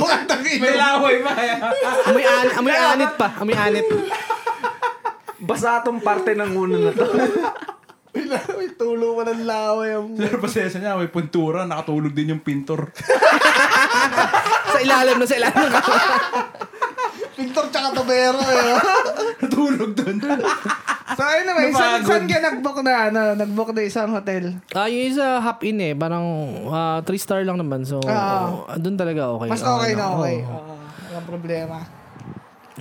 [SPEAKER 2] Bakit ang
[SPEAKER 4] May
[SPEAKER 2] ilo?
[SPEAKER 4] laway pa. eh.
[SPEAKER 3] Amoy, an amoy anit pa. Amoy anit.
[SPEAKER 5] Basa tong parte ng una na to.
[SPEAKER 2] May tulo mo ng eh. laway. ang-
[SPEAKER 4] Pero pasensya niya, may puntura. Nakatulog din yung pintor.
[SPEAKER 3] Sa ilalim na sa ilalim.
[SPEAKER 2] Pintor tsaka tobero. Eh.
[SPEAKER 4] Natulog dun.
[SPEAKER 2] So anyway, saan,
[SPEAKER 4] Napagod.
[SPEAKER 2] saan ka nag-book na? Ano, nag-book na isang hotel.
[SPEAKER 3] Ah, yung isa hop in eh. Parang 3 star lang naman. So,
[SPEAKER 2] Ah.
[SPEAKER 3] ah, doon talaga okay.
[SPEAKER 2] Mas
[SPEAKER 3] Ah,
[SPEAKER 2] okay na
[SPEAKER 3] ano,
[SPEAKER 2] okay.
[SPEAKER 3] oh.
[SPEAKER 2] Oo, walang problema.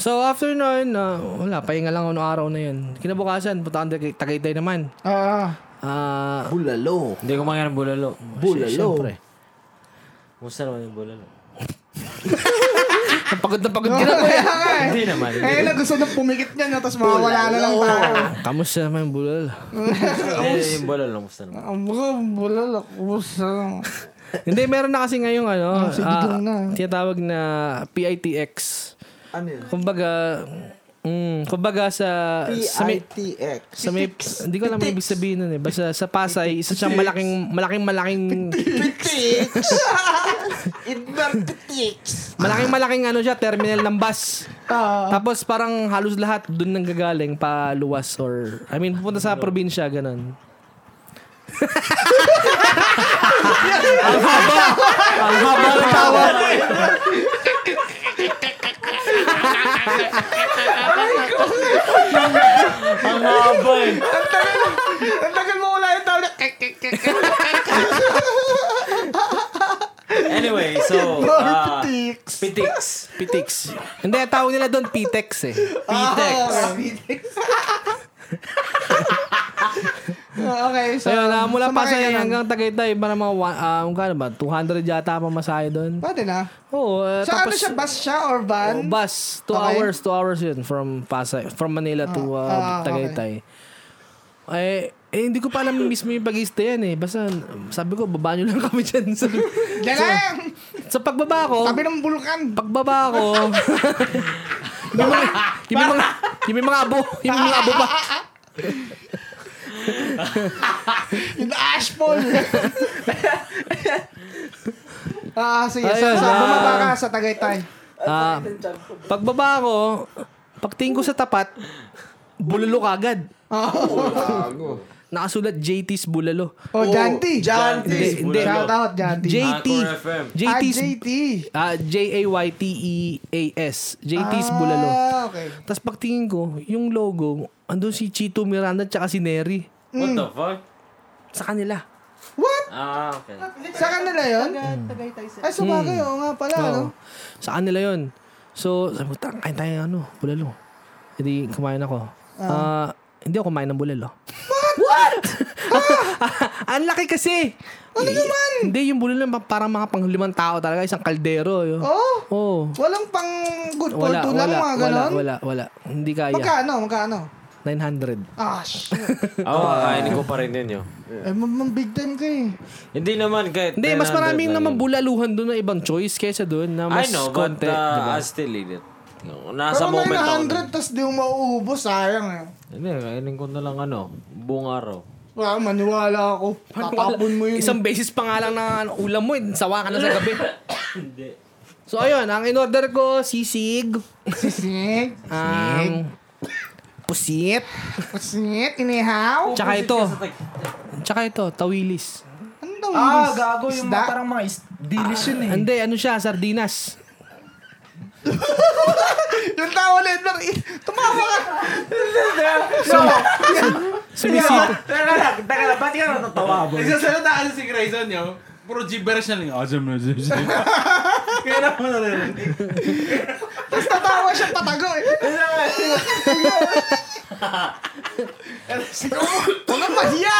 [SPEAKER 3] So, after nun, ah, wala, pahinga lang ako noong araw na yun. Kinabukasan, punta kang Tagay- Tagaytay naman.
[SPEAKER 2] Ah,
[SPEAKER 3] Ah,
[SPEAKER 5] Bulalo.
[SPEAKER 1] Hindi ko ng bulalo.
[SPEAKER 5] Bulalo.
[SPEAKER 3] Siyempre.
[SPEAKER 1] Musta naman yung bulalo?
[SPEAKER 3] Napagod na pagod ka na.
[SPEAKER 2] kaya nga eh.
[SPEAKER 1] Hindi naman.
[SPEAKER 2] Eh, na gusto nang pumikit niya, no? tapos mawawala na lang tayo.
[SPEAKER 3] Kamusta naman yung bulal?
[SPEAKER 1] Eh, yung bulalo, musta naman?
[SPEAKER 2] Ang mga bulal ako sa...
[SPEAKER 3] Hindi, meron na kasi ngayong ano,
[SPEAKER 2] sige,
[SPEAKER 3] ah,
[SPEAKER 2] biglang na.
[SPEAKER 3] tinatawag na PITX.
[SPEAKER 5] Ano yun?
[SPEAKER 3] Kumbaga, mm, kumbaga sa... sa may,
[SPEAKER 5] PITX.
[SPEAKER 3] sa may, hindi ko alam ang ibig sabihin nun eh. Basta sa Pasay, isa siyang malaking, malaking, malaking,
[SPEAKER 5] PITX. Invertitix.
[SPEAKER 3] malaking, malaking ano siya, terminal ng bus.
[SPEAKER 2] Ah.
[SPEAKER 3] Tapos parang halos lahat doon nang gagaling pa luwas or, I mean, pupunta sa probinsya, ganun. ang haba! Ang haba ng tawa!
[SPEAKER 1] Ang haba eh.
[SPEAKER 2] Ang tagal mo wala yung tawag na kek kek kek kek.
[SPEAKER 1] Anyway, so... ah,
[SPEAKER 2] Politics.
[SPEAKER 1] Pitix.
[SPEAKER 3] Pitix. Hindi, tawag nila doon Pitex eh.
[SPEAKER 2] Ah.
[SPEAKER 1] Pitex.
[SPEAKER 2] Okay, so...
[SPEAKER 3] So, yun, ah, mula
[SPEAKER 2] so
[SPEAKER 3] Pasay
[SPEAKER 2] nakailan?
[SPEAKER 3] hanggang Tagaytay, para mga, wa- ah, kung kano ba, 200 yata ang pamasahe doon.
[SPEAKER 2] Pwede na.
[SPEAKER 3] Oo, eh,
[SPEAKER 2] Sa ano
[SPEAKER 3] tapos,
[SPEAKER 2] siya, bus siya or van?
[SPEAKER 3] oh, bus, 2
[SPEAKER 2] Okay.
[SPEAKER 3] hours, 2 hours yun from Pasay, from Manila to ah,
[SPEAKER 2] ah, okay.
[SPEAKER 3] Tagaytay. Eh, eh, hindi ko pa alam mismo yung pag-stay yan eh. Basta, sabi ko, baba nyo lang kami dyan. Sa,
[SPEAKER 2] Diyan lang!
[SPEAKER 3] sa pagbaba ko,
[SPEAKER 2] Tabi ng bulkan.
[SPEAKER 3] pagbaba ko, yung may mga, yung may mga, yung may mga abo, yung may mga abo pa.
[SPEAKER 2] Yung ash pole. Ah, sige. So,
[SPEAKER 3] Ayun,
[SPEAKER 2] sa
[SPEAKER 3] ah.
[SPEAKER 2] bumaba ka sa Tagaytay.
[SPEAKER 3] Ah, pagbaba ko, pagtingin ko sa tapat, bulalo kagad. Nakasulat JT's Bulalo.
[SPEAKER 2] Oh, Janti.
[SPEAKER 3] Hindi,
[SPEAKER 5] Janti.
[SPEAKER 3] hindi.
[SPEAKER 2] Shout out, Janti.
[SPEAKER 3] JT.
[SPEAKER 1] Anchor FM.
[SPEAKER 2] Ah,
[SPEAKER 3] JT's
[SPEAKER 2] JT.
[SPEAKER 3] ah, E J-A-Y-T-E-A-S. JT's Bulalo.
[SPEAKER 2] Ah, okay.
[SPEAKER 3] Tapos pagtingin ko, yung logo, andun si Chito Miranda tsaka si Neri.
[SPEAKER 1] What
[SPEAKER 3] Mm.
[SPEAKER 1] the fuck?
[SPEAKER 3] Sa kanila.
[SPEAKER 2] What?
[SPEAKER 1] Ah, okay.
[SPEAKER 2] Sa kanila yun? Ay, sabagay. Oo nga pala, Ah, ano? no?
[SPEAKER 3] Hmm. Oo. Sa kanila yun. So, sabi ko, "Tang, kain tayo ng ano, bulalo. Hindi, kumain ako. Ah, hindi ako kumain ng bulalo. What?
[SPEAKER 2] Ah!
[SPEAKER 3] Ang laki kasi. Ano naman? Hindi, yung bulalo pa- parang mga panglimang tao talaga. Isang kaldero. Yun.
[SPEAKER 2] Oh,
[SPEAKER 3] Oh.
[SPEAKER 2] walang pang good for
[SPEAKER 3] Wala,
[SPEAKER 2] two lang,
[SPEAKER 3] wala,
[SPEAKER 2] mga
[SPEAKER 3] wala,
[SPEAKER 2] ganon.
[SPEAKER 3] wala, wala. Hindi kaya.
[SPEAKER 2] Magkano, magkano?
[SPEAKER 3] 900.
[SPEAKER 2] Ah, shit.
[SPEAKER 1] Ako, kakainin ko pa rin yun yun.
[SPEAKER 2] eh, mam- mam- big time ka eh.
[SPEAKER 1] Hindi naman kahit...
[SPEAKER 3] Hindi, mas
[SPEAKER 1] 900
[SPEAKER 3] maraming
[SPEAKER 1] na
[SPEAKER 3] naman
[SPEAKER 1] yun.
[SPEAKER 3] bulaluhan doon na ibang choice kaysa doon na
[SPEAKER 1] I
[SPEAKER 3] mas
[SPEAKER 1] know, but
[SPEAKER 3] konti.
[SPEAKER 1] uh,
[SPEAKER 3] diba?
[SPEAKER 1] I still eat it. Nasa
[SPEAKER 2] Pero
[SPEAKER 1] moment ako.
[SPEAKER 2] 900, tas di mo mauubos, sayang eh.
[SPEAKER 1] Hindi, kainin ko na lang ano, buong araw.
[SPEAKER 2] Wala, maniwala ako. Tatapon mo yun.
[SPEAKER 3] Isang beses pa nga lang na ano, ulam mo, eh, sawa ka na sa gabi. So ayun, ang in-order ko, sisig,
[SPEAKER 2] Sisig,
[SPEAKER 3] um, pusit,
[SPEAKER 2] pasingit, inihaw.
[SPEAKER 3] tsaka ito, tsaka ito, tawilis.
[SPEAKER 2] Ano daw
[SPEAKER 5] Ah,
[SPEAKER 2] yun?
[SPEAKER 5] gago yung
[SPEAKER 2] Isda?
[SPEAKER 5] parang mga is- dilis yun eh.
[SPEAKER 3] Hindi, ano siya, sardinas.
[SPEAKER 2] Yung tao na yun, nari- tumawa ka.
[SPEAKER 3] Sumisip.
[SPEAKER 5] Teka lang, teka lang, ba't ka natatawa mo?
[SPEAKER 4] Isasalot na kasi si Grayson yo. Puro gibberish na
[SPEAKER 1] "Ah,
[SPEAKER 4] lang. Awesome na Kaya na ako naririnig.
[SPEAKER 2] Tapos tatawa siya patago eh. Huwag kang mahiya!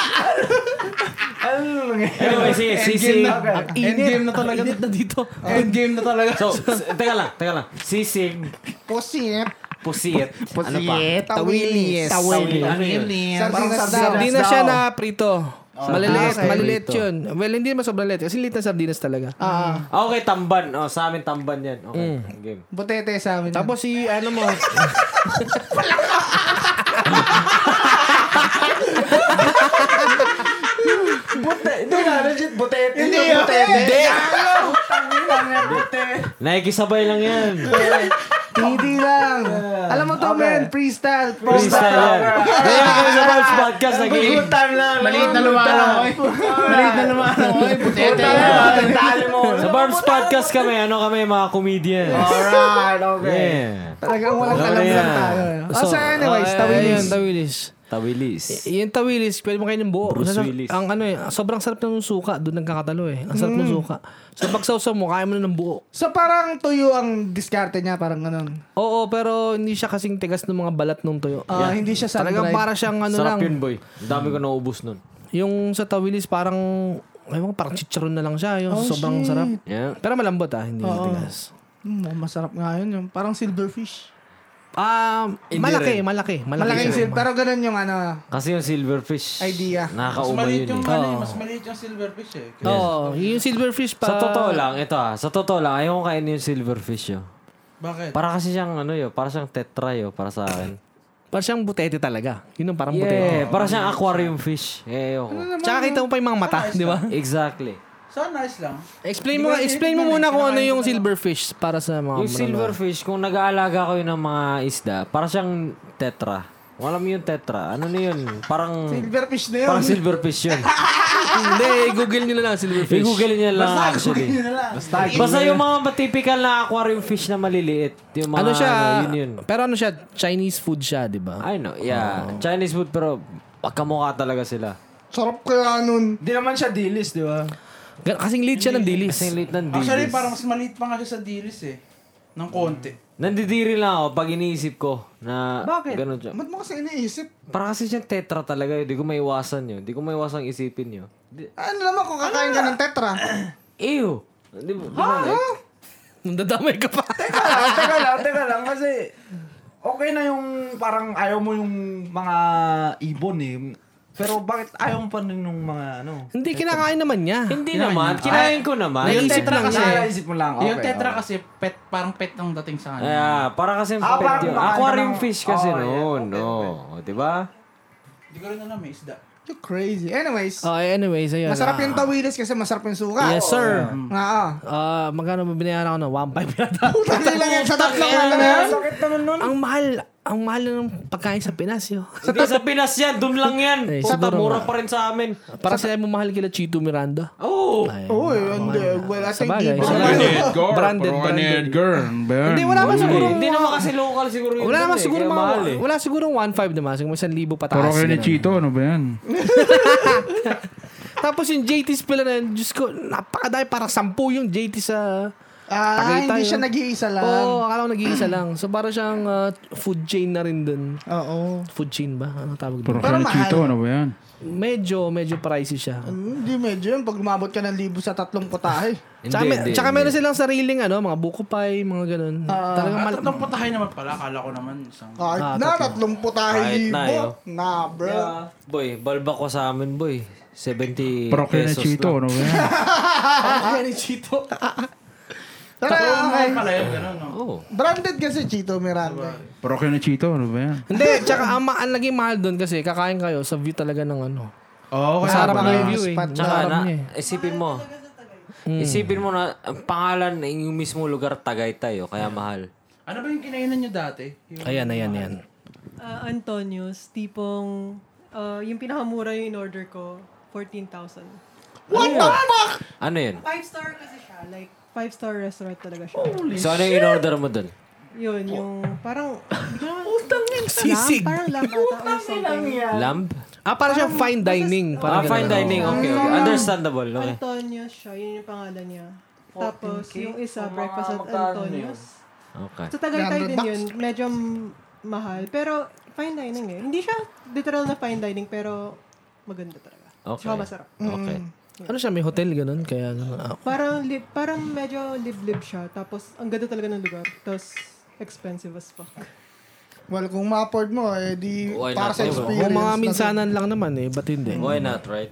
[SPEAKER 5] Ano nangyayari?
[SPEAKER 1] Anyway, sige, si, si,
[SPEAKER 4] Endgame na.
[SPEAKER 3] Ang init.
[SPEAKER 4] Endgame na talaga.
[SPEAKER 3] Ang init na dito.
[SPEAKER 4] Endgame na talaga.
[SPEAKER 1] So, s- teka lang, teka lang. Sisig,
[SPEAKER 2] Pusit.
[SPEAKER 1] pusiet, ano pa?
[SPEAKER 2] Tawilis.
[SPEAKER 1] Tawil. Ano yun?
[SPEAKER 2] Parang
[SPEAKER 5] Sardinas
[SPEAKER 2] sardinas.
[SPEAKER 3] Hindi na
[SPEAKER 5] daw.
[SPEAKER 3] siya na prito. maliliit,
[SPEAKER 1] okay.
[SPEAKER 3] maliliit
[SPEAKER 1] Prito.
[SPEAKER 3] yun. Well, hindi naman sobrang liit. Kasi liit na sardinas talaga.
[SPEAKER 2] Ah,
[SPEAKER 1] Ah, okay, tamban. Oh, sa amin tamban yan. Okay, game.
[SPEAKER 2] butete sa amin.
[SPEAKER 3] Tapos si, ano mo,
[SPEAKER 5] Bute, hindi na, legit, butete.
[SPEAKER 2] Hindi,
[SPEAKER 5] Yung butete.
[SPEAKER 2] hindi.
[SPEAKER 1] Nakikisabay lang yan.
[SPEAKER 2] Titi lang. Alam mo to, men. Freestyle.
[SPEAKER 1] Freestyle yan. Kaya kayo sa Vibes Podcast, naging...
[SPEAKER 5] Good time lang.
[SPEAKER 4] Maliit na lumaan ako eh. Maliit na lumaan ako eh. Putete.
[SPEAKER 5] Tali mo.
[SPEAKER 1] Sa Barbs Podcast kami, ano kami, mga comedians.
[SPEAKER 5] Alright, okay.
[SPEAKER 1] Yeah.
[SPEAKER 2] Talagang walang
[SPEAKER 1] Wala
[SPEAKER 2] alam
[SPEAKER 1] yan.
[SPEAKER 2] lang tayo. Oh, so, anyways,
[SPEAKER 3] ah,
[SPEAKER 2] tawilis.
[SPEAKER 3] Ayun, tawilis.
[SPEAKER 1] Tawilis.
[SPEAKER 3] Y- Yung tawilis, pwede mo kainin buo.
[SPEAKER 1] Bruce
[SPEAKER 3] Masarap-
[SPEAKER 1] Willis.
[SPEAKER 3] Ang ano eh, sobrang sarap ng suka. Doon nagkakatalo eh. Ang sarap
[SPEAKER 2] Mm.
[SPEAKER 3] ng suka. So pagsawsaw mo, kaya mo na ng buo.
[SPEAKER 2] So, parang tuyo ang diskarte niya. Parang ganun.
[SPEAKER 3] Oo, pero hindi siya kasing tigas ng mga balat nung tuyo.
[SPEAKER 2] Ah, Hindi siya sun
[SPEAKER 3] Talagang para siyang ano lang.
[SPEAKER 1] Sarap yun, boy. Ang dami ko naubos nun.
[SPEAKER 3] Yung sa tawilis, parang, ewan ko, parang chicharon na lang
[SPEAKER 2] Oh,
[SPEAKER 3] siya. Yung sobrang sarap.
[SPEAKER 1] Yeah.
[SPEAKER 3] Pero malambot ah, hindi matigas.
[SPEAKER 2] Mm, masarap nga yun. Yung parang silverfish.
[SPEAKER 3] Ah, malaki, malaki, malaki.
[SPEAKER 2] Malaking
[SPEAKER 3] siya.
[SPEAKER 2] silver. Pero ganun yung ano.
[SPEAKER 1] Kasi yung silverfish,
[SPEAKER 2] Idea.
[SPEAKER 4] Mas
[SPEAKER 1] nakakauma
[SPEAKER 4] maliit
[SPEAKER 1] yun
[SPEAKER 4] yung
[SPEAKER 1] eh.
[SPEAKER 4] ano eh, Mas maliit yung silverfish eh.
[SPEAKER 3] Oo, yung silverfish pa.
[SPEAKER 1] Sa totoo lang, ito ah. Sa totoo lang, ayaw ko kainin yung silverfish yo.
[SPEAKER 4] Bakit?
[SPEAKER 1] Para kasi siyang ano yo, para siyang tetra yo, para sa akin.
[SPEAKER 3] Parang siyang butete talaga. Yun ang parang
[SPEAKER 1] Yeah,
[SPEAKER 3] butete.
[SPEAKER 1] para siyang aquarium fish. Eh, ayoko.
[SPEAKER 3] Tsaka kita mo pa yung mga mata,
[SPEAKER 2] Ano
[SPEAKER 3] di ba?
[SPEAKER 1] Exactly.
[SPEAKER 4] Sana nice lang.
[SPEAKER 3] Explain mo, explain mo muna kung ano yung silverfish para sa mga
[SPEAKER 1] Yung silverfish, kung nag-aalaga kayo ng mga isda, para siyang tetra. Wala mo yung tetra. Ano na yun? Parang,
[SPEAKER 2] Silverfish na yun.
[SPEAKER 1] parang silverfish yun.
[SPEAKER 3] Ah, Hindi, eh, google nyo na lang silverfish.
[SPEAKER 1] I-google nyo lang actually.
[SPEAKER 4] Basta.
[SPEAKER 1] Basta yung mga typical na aquarium fish na maliliit. Yung mga,
[SPEAKER 3] ano siya?
[SPEAKER 1] yun yun.
[SPEAKER 3] Pero ano siya? Chinese food siya, di ba?
[SPEAKER 1] I know,
[SPEAKER 3] Oh.
[SPEAKER 1] yeah. Chinese food pero pagkamukha talaga sila.
[SPEAKER 2] Sarap kaya nun.
[SPEAKER 5] Hindi naman siya dilis, di ba?
[SPEAKER 3] Gan- Kasing liit siya ng dilis.
[SPEAKER 1] Kasi late ng
[SPEAKER 4] Actually,
[SPEAKER 1] dilis.
[SPEAKER 4] parang mas maliit pa nga siya sa dilis eh. Ng konti.
[SPEAKER 1] Nandidiri lang ako pag iniisip ko na Bakit? ganun siya.
[SPEAKER 2] Ba't mo kasi iniisip?
[SPEAKER 1] Parang kasi siyang tetra talaga yun. Hindi ko maiwasan yun. Hindi ko maiwasang isipin yun. Di-
[SPEAKER 2] Ano naman kung kakain ka ng tetra?
[SPEAKER 1] Ew! Di ba? di ba, like,
[SPEAKER 3] Nandadamay ka pa.
[SPEAKER 5] Teka lang, teka lang, teka lang. Kasi, okay na yung parang ayaw mo yung mga ibon eh. Pero bakit ayaw mo pa rin yung mga ano?
[SPEAKER 3] Hindi, kinakain naman niya.
[SPEAKER 1] Hindi naman. Kinain ko naman.
[SPEAKER 3] Ay,
[SPEAKER 5] Yung
[SPEAKER 3] Naisip
[SPEAKER 5] tetra
[SPEAKER 3] lang
[SPEAKER 5] kasi,
[SPEAKER 3] niya eh.
[SPEAKER 5] naisip mo lang. Okay,
[SPEAKER 4] yung tetra
[SPEAKER 5] okay.
[SPEAKER 4] kasi pet, parang pet ang dating sa ano. kanya.
[SPEAKER 1] Ah, para kasi
[SPEAKER 5] Ah,
[SPEAKER 1] pet
[SPEAKER 5] parang
[SPEAKER 1] yun.
[SPEAKER 5] kumakain ka
[SPEAKER 1] Aquarium
[SPEAKER 5] ng-
[SPEAKER 1] fish kasi
[SPEAKER 5] Oh, yeah.
[SPEAKER 1] noon. oh, diba? no.
[SPEAKER 5] Okay,
[SPEAKER 1] O, Di ba?
[SPEAKER 4] Hindi ko rin alam may isda.
[SPEAKER 2] You're crazy. Anyways,
[SPEAKER 3] Oh, anyways, ayun.
[SPEAKER 2] masarap
[SPEAKER 3] Ah.
[SPEAKER 2] yung tawilis kasi masarap yung suka.
[SPEAKER 3] Yes, sir.
[SPEAKER 2] Nga, ah.
[SPEAKER 3] Ah, magkano ba binayaran ko na? 1.5 yata.
[SPEAKER 2] Puta na lang yan sa tatlong ano na yan.
[SPEAKER 5] Sakit naman nun.
[SPEAKER 3] ang mahal, ang mahal na ng pagkain sa Pinas, yo.
[SPEAKER 1] Hindi sa Pinas yan. Doon lang yan.
[SPEAKER 3] Eh,
[SPEAKER 1] Puta,
[SPEAKER 3] siguro
[SPEAKER 1] mura
[SPEAKER 3] nga.
[SPEAKER 1] pa rin sa amin.
[SPEAKER 3] Para sila mo mahal kila Chito Miranda.
[SPEAKER 1] Oo.
[SPEAKER 2] Oo, yun. di- Well, I think
[SPEAKER 3] Sabagay.
[SPEAKER 2] di-
[SPEAKER 3] Sabagay.
[SPEAKER 4] Edgar.
[SPEAKER 3] Branded, branded.
[SPEAKER 4] Edgar.
[SPEAKER 6] ano
[SPEAKER 3] Hindi, wala naman siguro.
[SPEAKER 1] Hindi naman kasi local siguro yun.
[SPEAKER 3] Wala
[SPEAKER 1] dun
[SPEAKER 3] naman
[SPEAKER 1] eh,
[SPEAKER 3] siguro
[SPEAKER 1] kaya
[SPEAKER 3] mga,
[SPEAKER 1] mahal eh.
[SPEAKER 3] wala sigurong 1.5 naman. Siguro isang libo pataas. ganun.
[SPEAKER 4] ano ba yan?
[SPEAKER 3] Tapos yung JT's pala na yun, Diyos ko, napakadami. Parang sampu yung JT sa...
[SPEAKER 2] Ah,
[SPEAKER 3] Pakita
[SPEAKER 2] hindi siya
[SPEAKER 3] yun.
[SPEAKER 2] nag-iisa lang.
[SPEAKER 3] Oo, oh, akala ko nag-iisa lang. So parang siyang ah, food chain na rin dun.
[SPEAKER 2] Oo.
[SPEAKER 3] Food chain ba? Ano tawag doon?
[SPEAKER 2] Pero mahal.
[SPEAKER 4] ano ba yan?
[SPEAKER 3] Medyo, medyo pricey siya.
[SPEAKER 2] Hindi medyo yun. Pag umabot ka ng libo sa tatlong putahe.
[SPEAKER 1] eh.
[SPEAKER 3] Tsaka, me- tsaka meron silang sariling ano, mga buko pie, mga ganun. Talagang mal-
[SPEAKER 4] Tatlong patahay naman pala. Akala ko naman isang...
[SPEAKER 2] Kahit
[SPEAKER 3] Ah,
[SPEAKER 2] na, tatlong putahe
[SPEAKER 1] Kahit na,
[SPEAKER 2] libo.
[SPEAKER 1] yo.
[SPEAKER 2] Na, bro.
[SPEAKER 1] Yeah. Boy, balba ko sa amin, boy. 70
[SPEAKER 6] Proke na
[SPEAKER 1] pesos
[SPEAKER 6] chito,
[SPEAKER 1] lang.
[SPEAKER 6] ano ba yan?
[SPEAKER 2] Tara, okay.
[SPEAKER 4] Pala yun, ganun, no?
[SPEAKER 1] Oo.
[SPEAKER 2] Branded kasi Chito Miranda.
[SPEAKER 6] Proke na chito, ano ba yan?
[SPEAKER 3] Hindi, tsaka ang, ma- ang naging mahal doon kasi kakain kayo sa view talaga ng ano.
[SPEAKER 6] Oo,
[SPEAKER 3] Mas harap ng
[SPEAKER 2] pala.
[SPEAKER 3] view eh.
[SPEAKER 2] Spot
[SPEAKER 3] Mas
[SPEAKER 1] Tsaka
[SPEAKER 3] harap
[SPEAKER 1] na,
[SPEAKER 3] niya eh. Hmm.
[SPEAKER 1] isipin mo. Isipin mo na ang pangalan ng yung mismo lugar Tagaytay, oh, kaya mahal.
[SPEAKER 4] Ano ba yung kinainan nyo dati? Yung-
[SPEAKER 3] eh. Ayan, ayan, ayan.
[SPEAKER 7] Ah, Antonius, tipong ah, yung pinakamura yung in-order ko, 14,000.
[SPEAKER 2] What the fuck?
[SPEAKER 1] Ano yun?
[SPEAKER 7] Five-star kasi siya, like five-star restaurant talaga siya.
[SPEAKER 1] So ano yung in-order mo dun?
[SPEAKER 7] Yun, yung parang, di ko naman,
[SPEAKER 3] Sisig.
[SPEAKER 7] lam, parang lam ata or something.
[SPEAKER 1] Lamb?
[SPEAKER 3] Ah, para siyang fine dining.
[SPEAKER 1] Ah,
[SPEAKER 3] Parang
[SPEAKER 1] fine
[SPEAKER 3] ganun.
[SPEAKER 1] dining. Okay, okay. Understandable. Okay.
[SPEAKER 7] Antonius siya, yun yung pangalan niya. Tapos yung isa, breakfast at Antonius.
[SPEAKER 1] Okay.
[SPEAKER 7] Sa Tagaytay din
[SPEAKER 2] bucks.
[SPEAKER 7] yun, medyo m- mahal. Pero fine dining eh. Hindi siya literal na fine dining, pero maganda talaga.
[SPEAKER 1] Okay.
[SPEAKER 7] Tsaka masarap.
[SPEAKER 1] Okay.
[SPEAKER 5] Mm.
[SPEAKER 3] Ano siya, may hotel ganun? Kaya ganun. ah,
[SPEAKER 7] Parang, li- parang medyo liblib siya. Tapos, ang ganda talaga ng lugar. Tapos, expensive as fuck.
[SPEAKER 2] Well, kung ma-afford mo, eh, di
[SPEAKER 1] Why
[SPEAKER 2] para
[SPEAKER 1] not?
[SPEAKER 2] sa
[SPEAKER 1] Why not?
[SPEAKER 2] experience.
[SPEAKER 3] Kung mga
[SPEAKER 2] kasi-
[SPEAKER 3] minsanan lang naman eh, ba't hindi?
[SPEAKER 1] Why not, right?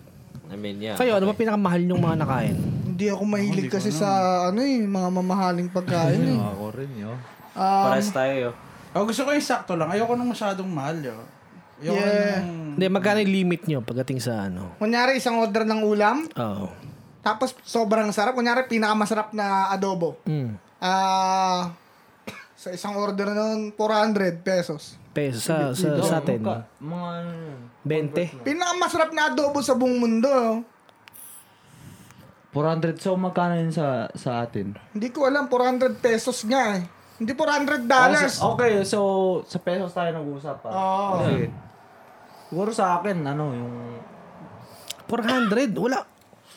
[SPEAKER 1] I mean, yeah.
[SPEAKER 3] Kayo, ano ba pinakamahal yung mga nakain?
[SPEAKER 2] Hindi ako mahilig kasi sa ano eh, mga mamahaling pagkain eh.
[SPEAKER 4] Ako rin, yo.
[SPEAKER 1] Pares tayo.
[SPEAKER 4] Oh, gusto ko yung sakto lang. Ayoko nung masyadong mahal, yo. Ayoko
[SPEAKER 2] Yeah.
[SPEAKER 4] nung...
[SPEAKER 3] Hindi, magkano yung limit nyo pagdating sa ano? oh,
[SPEAKER 2] Kunyari, isang order ng ulam,
[SPEAKER 3] Oo.
[SPEAKER 2] tapos sobrang sarap. Kunyari, pinakamasarap na adobo.
[SPEAKER 3] Mm.
[SPEAKER 2] Ah, sa isang order nun, 400 pesos.
[SPEAKER 3] Peso sa, sa, sa atin.
[SPEAKER 5] Mga ano
[SPEAKER 3] 20.
[SPEAKER 2] Pinakamasarap na adobo sa buong mundo. oh.
[SPEAKER 5] 400. So, magkano yun sa, sa atin?
[SPEAKER 2] Hindi ko alam, 400 pesos nga eh. Hindi 400 dollars.
[SPEAKER 5] Oh, so- okay, so, sa pesos tayo nag-uusap pa.
[SPEAKER 2] Oo.
[SPEAKER 5] Okay. Siguro sa akin, ano, yung...
[SPEAKER 3] 400? Wala.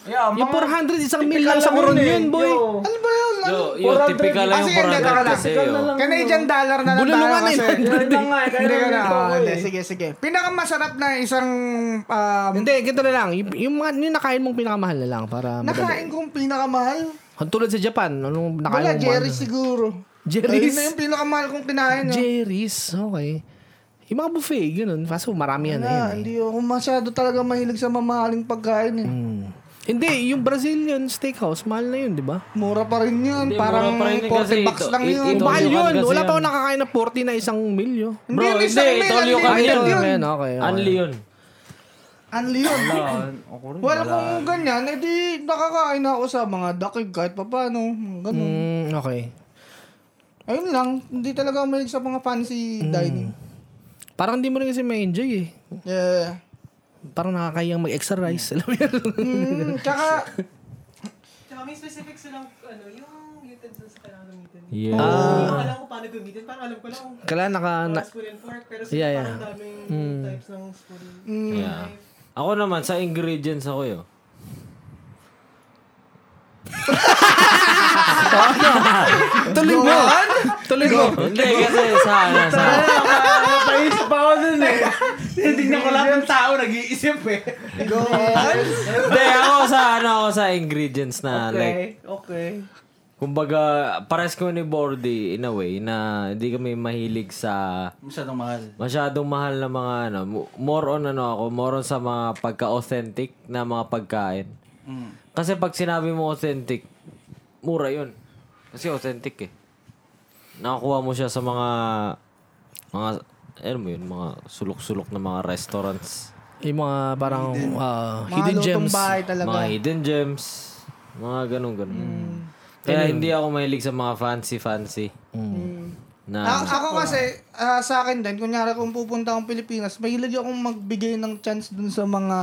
[SPEAKER 5] Yeah,
[SPEAKER 3] Yung 400, isang meal
[SPEAKER 5] typical
[SPEAKER 3] lang sa
[SPEAKER 5] lang
[SPEAKER 3] koron
[SPEAKER 5] eh.
[SPEAKER 3] yun, boy.
[SPEAKER 5] Yo,
[SPEAKER 2] Ano ba yun? Ano?
[SPEAKER 1] Yo, yo, typical lang yung
[SPEAKER 2] Kasi yun,
[SPEAKER 1] 400
[SPEAKER 2] talaga.
[SPEAKER 1] kasi,
[SPEAKER 5] Typical na
[SPEAKER 1] yo.
[SPEAKER 5] lang.
[SPEAKER 2] Canadian dollar na lang tayo
[SPEAKER 3] Bululungan
[SPEAKER 2] kasi.
[SPEAKER 3] eh.
[SPEAKER 5] Yun lang nga, eh, kaya
[SPEAKER 2] Hindi ka
[SPEAKER 5] naman
[SPEAKER 2] na.
[SPEAKER 5] ito
[SPEAKER 2] oh,
[SPEAKER 5] ko
[SPEAKER 2] hindi,
[SPEAKER 5] eh.
[SPEAKER 2] sige, sige. Pinakamasarap na isang um,
[SPEAKER 3] Hindi, ganito na lang. Yung, yung, mga- yung nakain mong pinakamahal na lang para madali.
[SPEAKER 2] nakain kong pinakamahal.
[SPEAKER 3] Tulad sa Japan, anong nakain
[SPEAKER 2] Wala,
[SPEAKER 3] mong
[SPEAKER 2] Jerry
[SPEAKER 3] mahal?
[SPEAKER 2] siguro.
[SPEAKER 3] Jerry's?
[SPEAKER 2] Ayun na yung pinakamahal kong kinain. oh.
[SPEAKER 3] Jerry's, okay. Yung mga buffet, ganun. Kaso marami yan.
[SPEAKER 2] Wala,
[SPEAKER 3] eh.
[SPEAKER 2] Ah, hindi ako masyado talaga mahilig sa mamahaling pagkain. eh.
[SPEAKER 3] Hmm. Hindi, yung Brazilian steakhouse, mahal na yun, di ba?
[SPEAKER 2] Mura pa rin yun.
[SPEAKER 1] Hindi,
[SPEAKER 2] Parang
[SPEAKER 1] mura pa rin yun
[SPEAKER 2] 40
[SPEAKER 1] kasi
[SPEAKER 2] bucks
[SPEAKER 1] ito-
[SPEAKER 2] lang
[SPEAKER 1] it-
[SPEAKER 2] yun.
[SPEAKER 1] ito-
[SPEAKER 3] Mahal
[SPEAKER 1] you
[SPEAKER 3] yun.
[SPEAKER 1] can kasi
[SPEAKER 3] Wala pa
[SPEAKER 1] yan.
[SPEAKER 3] ako nakakain na 40 na isang meal, yo.
[SPEAKER 1] Bro,
[SPEAKER 2] Hindi, yung isang
[SPEAKER 1] hindi,
[SPEAKER 2] meal,
[SPEAKER 1] tol, you can
[SPEAKER 2] unlimited
[SPEAKER 1] get
[SPEAKER 2] yun.
[SPEAKER 3] Ayun, okay. okay.
[SPEAKER 1] Unli yun.
[SPEAKER 2] Unli yun.
[SPEAKER 5] Ah, Ako rin.
[SPEAKER 2] Well, kung ganyan, edi nakakain ako sa mga dakig kahit pa paano. mga Ganun.
[SPEAKER 3] Mm, okay.
[SPEAKER 2] Ayun lang, hindi talaga ako mahilig sa mga fancy
[SPEAKER 3] Hmm.
[SPEAKER 2] dining.
[SPEAKER 3] Parang hindi mo rin kasi ma-enjoy eh.
[SPEAKER 2] Yeah.
[SPEAKER 3] Parang nakakayang mag-exercise. Alam mo yun?
[SPEAKER 2] Mm, tsaka,
[SPEAKER 7] Tsaka may specific silang, ano, yung utensils na kailangan gamitin.
[SPEAKER 1] Yeah.
[SPEAKER 5] Ah.
[SPEAKER 7] Hindi ko alam kung paano gamitin. Parang alam ko lang kung
[SPEAKER 3] Kala naka... Na,
[SPEAKER 7] spoon and fork. Pero
[SPEAKER 3] Yeah, yeah.
[SPEAKER 7] parang daming types ng spoon.
[SPEAKER 1] Yeah. Ako naman, sa ingredients ako yun.
[SPEAKER 3] tuloy mo! tuloy mo!
[SPEAKER 1] Hindi, kasi sa, ano, sa,
[SPEAKER 5] Napaisip pa ako dun eh.
[SPEAKER 4] Titignan ko lang yung tao nag-iisip eh.
[SPEAKER 1] hindi, ako sa, ano, ako sa ingredients na, like,
[SPEAKER 5] okay.
[SPEAKER 1] kumbaga, pares ko ni Bordy, in a way, na hindi kami mahilig sa
[SPEAKER 4] Masyadong mahal.
[SPEAKER 1] masyadong mahal na mga, ano, mo- more on, ano ako, more on sa mga pagka-authentic na mga pagkain.
[SPEAKER 4] Mm.
[SPEAKER 1] Kasi pag sinabi mo authentic, mura yun. Kasi authentic eh. Nakakuha mo siya sa mga, mga, ano mo yun, mga sulok-sulok na mga restaurants.
[SPEAKER 3] Yung mga parang ah,
[SPEAKER 2] mga
[SPEAKER 3] hidden
[SPEAKER 2] lutong
[SPEAKER 3] gems.
[SPEAKER 2] bahay talaga.
[SPEAKER 1] Mga hidden gems. Mga ganun ganun. Kaya hindi ako mahilig sa mga fancy fancy.
[SPEAKER 2] A-
[SPEAKER 1] Na
[SPEAKER 2] ako kasi, ah, sa akin din, kunyari kung pupunta akong Pilipinas, mahilig akong magbigay ng chance dun sa mga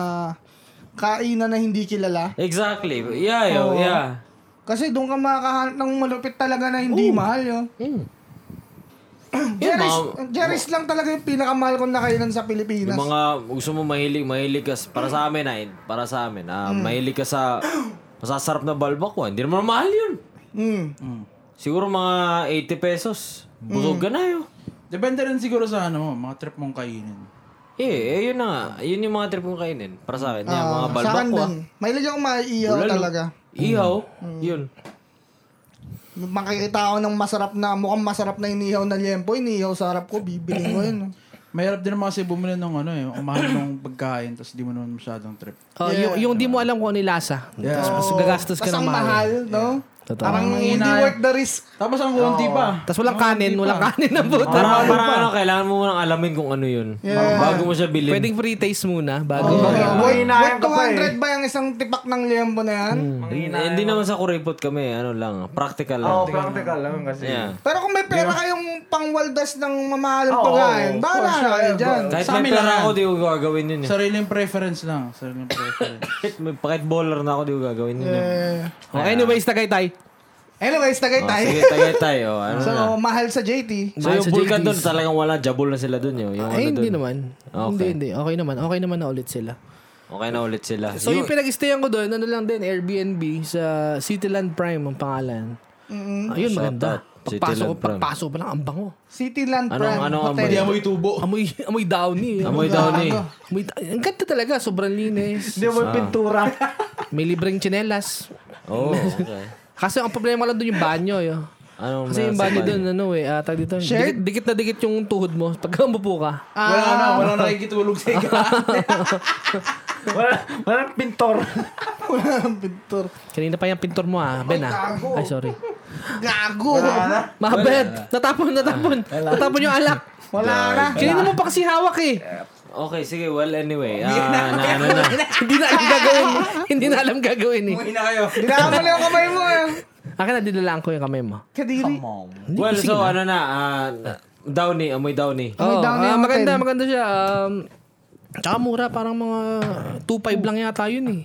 [SPEAKER 2] kainan na hindi kilala.
[SPEAKER 1] Exactly. Yeah, yo, yeah.
[SPEAKER 2] Kasi doon ka makakahanap ng malupit talaga na hindi mahal yun. Jerry's, Jerry's lang talaga yung pinakamahal kong nakainan sa Pilipinas.
[SPEAKER 1] Yung mga gusto mo mahilig, mahilig ka s- para sa amin ay para sa amin. Ah, mahilig ka sa masasarap na balbakwa. Hindi naman mahal 'yun.
[SPEAKER 2] Mm.
[SPEAKER 1] Siguro mga 80 pesos. Busog ka na yo.
[SPEAKER 4] Depende rin siguro sa ano, mga trip mong kainin.
[SPEAKER 1] Eh, eh, yun na nga. Yun yung mga trip kong kainin. Para sa akin. Yung mga
[SPEAKER 2] Sa akin
[SPEAKER 1] balbakwa.
[SPEAKER 2] din. ano Mahilig akong maiiyaw
[SPEAKER 1] Bulalo.
[SPEAKER 2] talaga.
[SPEAKER 1] Ihaw. Yun.
[SPEAKER 2] Makikita ako ng masarap na, mukhang masarap na inihaw na liempo, inihaw sa harap ko, bibili ko yun.
[SPEAKER 4] Mahirap din naman kasi bumili ng ano eh, umahal ng pagkain, tapos di mo naman masyadong trip.
[SPEAKER 3] Oh, yung, yung di mo alam kung ano yung lasa. Tapos mas gagastos ka
[SPEAKER 2] Tapos
[SPEAKER 3] ng
[SPEAKER 2] ang
[SPEAKER 3] mahal.
[SPEAKER 2] mahal, no?
[SPEAKER 3] Totoo.
[SPEAKER 2] Parang hindi
[SPEAKER 4] Manginayang.
[SPEAKER 2] worth the risk.
[SPEAKER 4] Tapos ang konti pa.
[SPEAKER 3] Tapos walang kanin, walang kanin na buta.
[SPEAKER 1] Para, para ano, kailangan mo munang alamin kung ano yun. Bago mo siya bilhin.
[SPEAKER 3] Pwedeng free taste muna bago.
[SPEAKER 2] Worth, worth
[SPEAKER 5] Manginayang ka pa
[SPEAKER 2] 200 ba yung isang tipak ng liempo na yan?
[SPEAKER 1] Eh, Hindi naman sa kuripot kami, ano lang, practical lang.
[SPEAKER 5] Oh, practical lang kasi.
[SPEAKER 1] Yeah.
[SPEAKER 2] Pero kung may pera kayong pangwaldas ng mamahalang pagkain,
[SPEAKER 5] oo,
[SPEAKER 2] bahala na kayo dyan.
[SPEAKER 1] Kahit
[SPEAKER 4] Sa
[SPEAKER 1] may
[SPEAKER 4] amin
[SPEAKER 1] pera
[SPEAKER 4] lang.
[SPEAKER 1] ako, di ko gagawin yun. eh.
[SPEAKER 4] Sariling preference lang. Sariling preference.
[SPEAKER 1] Kahit may kahit baller na ako, di ko gagawin yun. eh.
[SPEAKER 2] Eh,
[SPEAKER 3] Oh, anyways, tagay tay.
[SPEAKER 2] anyways, tagay
[SPEAKER 1] Oh,
[SPEAKER 2] tayo.
[SPEAKER 1] sige, tagay tayo. Ano
[SPEAKER 2] so,
[SPEAKER 1] na.
[SPEAKER 3] Ah.
[SPEAKER 2] mahal sa JT.
[SPEAKER 1] So, yung Vulcan doon, talagang wala. Jabol na sila doon. Yung, yung ano
[SPEAKER 3] Ay, hindi
[SPEAKER 1] dun.
[SPEAKER 3] naman.
[SPEAKER 1] Okay.
[SPEAKER 3] Hindi, hindi. Okay naman. Okay naman na ulit sila.
[SPEAKER 1] Okay na ulit sila.
[SPEAKER 3] So, yung pinag-stayan ko doon, ano lang din, Airbnb sa Cityland Prime ang pangalan. Ayun, maganda. Pagpasok ko,
[SPEAKER 1] Land Brown.
[SPEAKER 3] pagpasok ko pa lang, ang bango.
[SPEAKER 2] Cityland
[SPEAKER 1] Anong-
[SPEAKER 2] Brand
[SPEAKER 1] anong
[SPEAKER 2] Hotel.
[SPEAKER 1] amoy?
[SPEAKER 4] Hindi amoy tubo.
[SPEAKER 3] Amoy, amoy downy. Eh.
[SPEAKER 1] Amoy daw ni.
[SPEAKER 2] Ano?
[SPEAKER 3] Amoy da- ang ganda talaga, sobrang linis. Ah.
[SPEAKER 5] Hindi mo yung pintura.
[SPEAKER 3] May libreng tsinelas.
[SPEAKER 1] Oo, Oh, okay.
[SPEAKER 3] Kasi ang problema lang doon yung banyo. Yo.
[SPEAKER 1] Anong
[SPEAKER 3] Kasi yung
[SPEAKER 1] nasa
[SPEAKER 3] banyo
[SPEAKER 1] banyo?
[SPEAKER 3] doon, ano eh, ah, tag dito,
[SPEAKER 2] Shared?
[SPEAKER 3] dikit, dikit na dikit yung tuhod mo pag umupo ka.
[SPEAKER 4] Wala na, wala na nakikitulog sa ikaw.
[SPEAKER 5] wala, wala yung pintor.
[SPEAKER 2] Wala ng pintor.
[SPEAKER 3] Kanina pa yung pintor mo ah, Ben ah. Ay, sorry.
[SPEAKER 2] Gago.
[SPEAKER 3] Mga Ben, natapon, natapon. Natapon yung alak.
[SPEAKER 2] Wala na.
[SPEAKER 3] Kanina mo pa kasi hawak eh.
[SPEAKER 1] Okay, sige. Well, anyway. ah, na, ano na.
[SPEAKER 3] hindi na alam gagawin. hindi na alam gagawin eh.
[SPEAKER 4] Umuwi na kayo.
[SPEAKER 2] Dinakamal yung kamay mo eh.
[SPEAKER 3] Akin na dinilaan ko yung kamay mo.
[SPEAKER 2] Kadiri.
[SPEAKER 3] Hindi,
[SPEAKER 1] Well,
[SPEAKER 3] sige
[SPEAKER 1] so
[SPEAKER 3] na.
[SPEAKER 1] ano na. ah, downy. Amoy downy.
[SPEAKER 2] Amoy
[SPEAKER 3] Oo,
[SPEAKER 2] down na
[SPEAKER 3] ah,
[SPEAKER 2] yung
[SPEAKER 3] maganda,
[SPEAKER 2] hotel.
[SPEAKER 3] maganda siya. Um, tsaka mura, parang mga 2.5 lang yata yun eh.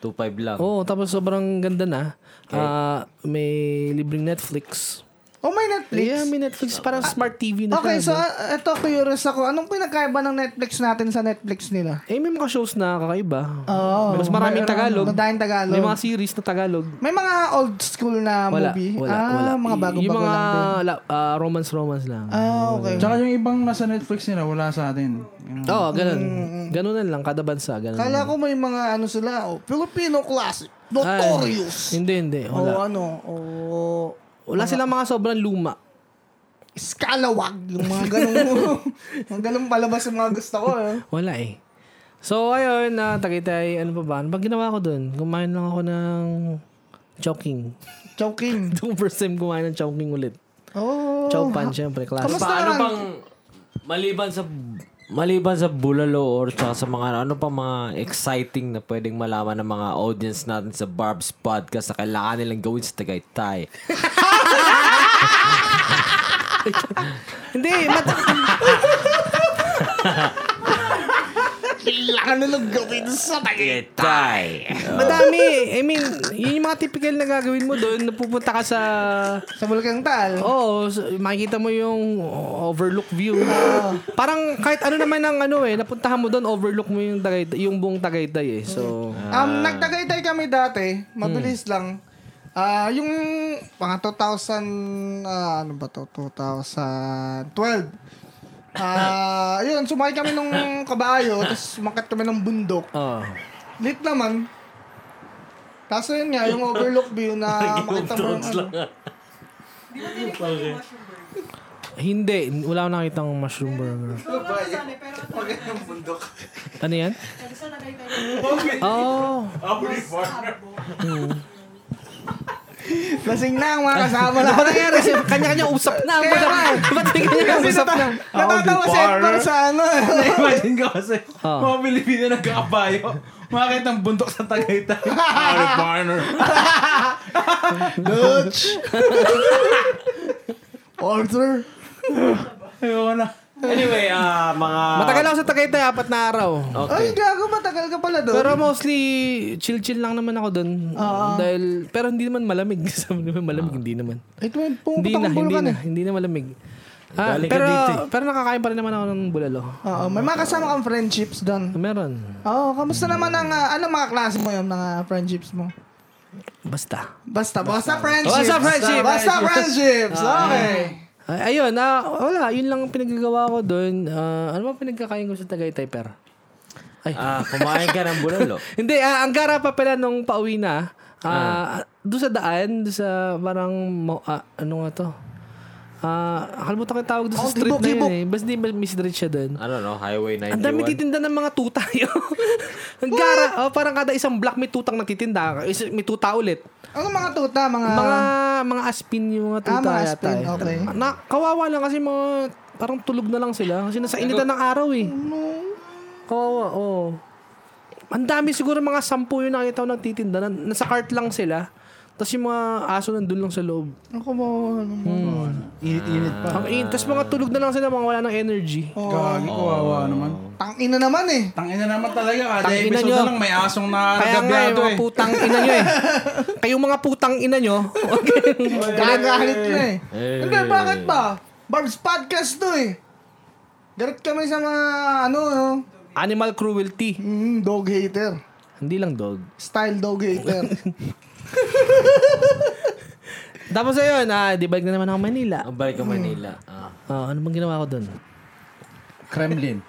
[SPEAKER 1] 2.5 lang.
[SPEAKER 3] Oo, tapos sobrang ganda na. Ah, may libreng Netflix.
[SPEAKER 2] Oh, may Netflix.
[SPEAKER 3] Yeah, may Netflix. Parang smart TV na siya,
[SPEAKER 2] Okay, so
[SPEAKER 3] no?
[SPEAKER 2] uh, ito curious ako. Anong pinagkaiba ng Netflix natin sa Netflix nila?
[SPEAKER 3] Eh, may mga shows na kakaiba.
[SPEAKER 2] Oo.
[SPEAKER 3] Mas maraming Tagalog.
[SPEAKER 2] Madaming Oh, Tagalog.
[SPEAKER 3] May mga series na Tagalog.
[SPEAKER 2] May mga old school na
[SPEAKER 3] Wala,
[SPEAKER 2] movie.
[SPEAKER 3] wala,
[SPEAKER 2] ah,
[SPEAKER 3] wala.
[SPEAKER 2] mga
[SPEAKER 3] Y-
[SPEAKER 2] bago-bago
[SPEAKER 3] Yung mga
[SPEAKER 2] lang din.
[SPEAKER 3] la- ah, romance-romance lang.
[SPEAKER 2] Ah, okay.
[SPEAKER 6] Tsaka yung ibang nasa Netflix nila, wala sa atin. Yun.
[SPEAKER 3] Oo,
[SPEAKER 2] mm,
[SPEAKER 3] oh, ganun. Ganunan lang, kada bansa, ganun.
[SPEAKER 2] Kala ko may mga ano sila, oh, Filipino classic,
[SPEAKER 3] Ay,
[SPEAKER 2] Notorious.
[SPEAKER 3] hindi, hindi.
[SPEAKER 2] o
[SPEAKER 3] Wala.
[SPEAKER 2] ano, o
[SPEAKER 3] Wala silang mga sobrang luma.
[SPEAKER 2] Scalawag, yung mga ganung mga ganung palabas yung mga gusto ko. Eh.
[SPEAKER 3] Wala eh. So, ayun, na Tagaytay, ano pa ba? Ano ba ginawa ko dun? Kumain lang ako ng chowking.
[SPEAKER 2] Choking.
[SPEAKER 3] Itong first time kumain ng chowking ulit.
[SPEAKER 2] Oh.
[SPEAKER 3] Chow pan, syempre, class.
[SPEAKER 2] Kamusta
[SPEAKER 1] Paano
[SPEAKER 2] naman?
[SPEAKER 1] bang ano maliban sa maliban sa Bulalo or tsaka sa mga ano pa mga exciting na pwedeng malaman ng mga audience natin sa Barb's Podcast na kailangan nilang gawin sa Tagaytay.
[SPEAKER 3] Hindi, mat-
[SPEAKER 2] Kailangan nilang gawin sa bagay.
[SPEAKER 1] Tagaytay!
[SPEAKER 3] madami. I mean, yun yung mga typical na gagawin mo doon. Napupunta ka sa...
[SPEAKER 2] Sa Bulkang Tal.
[SPEAKER 3] Oo, oh, makikita mo yung overlook view. Parang kahit ano naman ang ano eh, napuntahan mo doon, overlook mo yung, tagaytay, yung buong Tagaytay eh. So,
[SPEAKER 2] Um, nagtagaytay kami dati. Mabilis
[SPEAKER 3] Hmm.
[SPEAKER 2] lang. Ah, yung mga 2000, ah, ano ba to? 2012. Ah, yun, sumakay kami nung kabayo, tapos umakyat kami ng bundok.
[SPEAKER 3] oo.
[SPEAKER 2] Late naman. Tapos yun nga, yung overlook view na makita mo yung ano.
[SPEAKER 3] Hindi, wala akong nakita ng mushroom burger. Ano yan? Oh,
[SPEAKER 2] Lasing na ang mga kasama na. Ano nangyari?
[SPEAKER 3] kasi kanya-kanya usap na. Ah, Kaya
[SPEAKER 2] nga eh.
[SPEAKER 3] Ba't kanya-kanya
[SPEAKER 2] Kasi
[SPEAKER 3] usap na?
[SPEAKER 2] nata- natatawa si Edgar sa ano.
[SPEAKER 4] Imagine ko kasi,
[SPEAKER 3] Oh.
[SPEAKER 4] mga Pilipino nagkakabayo. Makakita ang bundok sa Tagaytay.
[SPEAKER 2] Dutch! Arthur!
[SPEAKER 4] Ayoko na.
[SPEAKER 1] Anyway, ah, Oh. mga...
[SPEAKER 3] Matagal ako sa Tagaytay, apat na araw.
[SPEAKER 1] Okay.
[SPEAKER 2] Ay, gago, matagal ka pala doon.
[SPEAKER 3] Pero mostly, chill-chill lang naman ako doon. Dahil, pero hindi naman malamig. Sabi naman malamig, hindi naman.
[SPEAKER 2] Ito yun,
[SPEAKER 3] Hindi
[SPEAKER 2] Eh, pumunta
[SPEAKER 3] na,
[SPEAKER 2] kang
[SPEAKER 3] hindi
[SPEAKER 2] Bulacan
[SPEAKER 3] na,
[SPEAKER 2] eh.
[SPEAKER 3] hindi na malamig. Ah,
[SPEAKER 1] Galing ka
[SPEAKER 3] pero,
[SPEAKER 1] dito eh.
[SPEAKER 3] pero nakakain pa rin naman ako ng bulalo.
[SPEAKER 2] Oo, may mga kasama kang friendships doon.
[SPEAKER 3] Meron.
[SPEAKER 2] Oo, kamusta naman ang, ah, ano mga klase mo yung mga friendships mo?
[SPEAKER 3] Basta.
[SPEAKER 2] Basta, basta friendships.
[SPEAKER 3] Basta friendships.
[SPEAKER 2] Basta friendships. Okay.
[SPEAKER 3] Ay, ayun, ah, wala. Yun lang ang pinagagawa ko doon. Ah, ano ba pinagkakain ko sa Tagaytay, per? Ay,
[SPEAKER 1] Ah, kumain ka ng Bulalo.
[SPEAKER 3] Hindi, ah, ang gara pa pala nung pauwi na, ah, doon sa daan, doon sa parang, mo- ah, ano nga to? Ah, kalimutan ko yung tawag doon sa
[SPEAKER 2] Oh,
[SPEAKER 3] street
[SPEAKER 2] Tibok,
[SPEAKER 3] na yun
[SPEAKER 2] Tibok.
[SPEAKER 3] eh. Basta di ba misdirect siya doon.
[SPEAKER 1] I don't know, Highway 91.
[SPEAKER 3] Ang dami titinda ng mga tuta yun. ang gara, oh, parang kada isang block may tutang nagtitinda. Is- May tuta ulit.
[SPEAKER 2] Ano mga tuta, mga...
[SPEAKER 3] Mga, mga aspin yung mga tuta
[SPEAKER 2] Ah, mga
[SPEAKER 3] yata
[SPEAKER 2] aspin,
[SPEAKER 3] eh.
[SPEAKER 2] okay.
[SPEAKER 3] Na, kawawa lang kasi mga, parang tulog na lang sila. Kasi nasa initan ng araw eh. Kawawa, oo. Oh. Ang dami siguro mga sampu yung nakita ko nagtitinda. Na, nasa cart lang sila. Tapos yung mga aso nandun lang sa loob.
[SPEAKER 2] Ako mo, ano mo.
[SPEAKER 5] Init-init pa.
[SPEAKER 3] Ang in, tapos mga tulog na lang sila, mga wala ng energy.
[SPEAKER 6] Gagi, kawawa naman.
[SPEAKER 2] Tangina naman eh.
[SPEAKER 4] ano Tangina naman talaga. Kada
[SPEAKER 3] Tangina
[SPEAKER 4] episode
[SPEAKER 3] nyo.
[SPEAKER 4] na lang may
[SPEAKER 2] Ah,
[SPEAKER 4] asong na
[SPEAKER 3] Kaya nga yung
[SPEAKER 4] nagabiyado
[SPEAKER 3] mga
[SPEAKER 4] eh.
[SPEAKER 3] putang ina nyo eh. Kayong mga putang ina nyo.
[SPEAKER 2] Gagalit na eh. Hindi, bakit ba? Barb's podcast to eh. Galit kami sa mga, ano, no?
[SPEAKER 3] Animal cruelty.
[SPEAKER 2] Mm, dog hater.
[SPEAKER 3] Hindi lang dog.
[SPEAKER 2] Style dog hater.
[SPEAKER 3] Tapos ayun, ah, di balik na naman ako Manila.
[SPEAKER 1] Ang balik ka Manila. Ah.
[SPEAKER 3] Ah, ano bang ginawa ko doon?
[SPEAKER 6] Kremlin.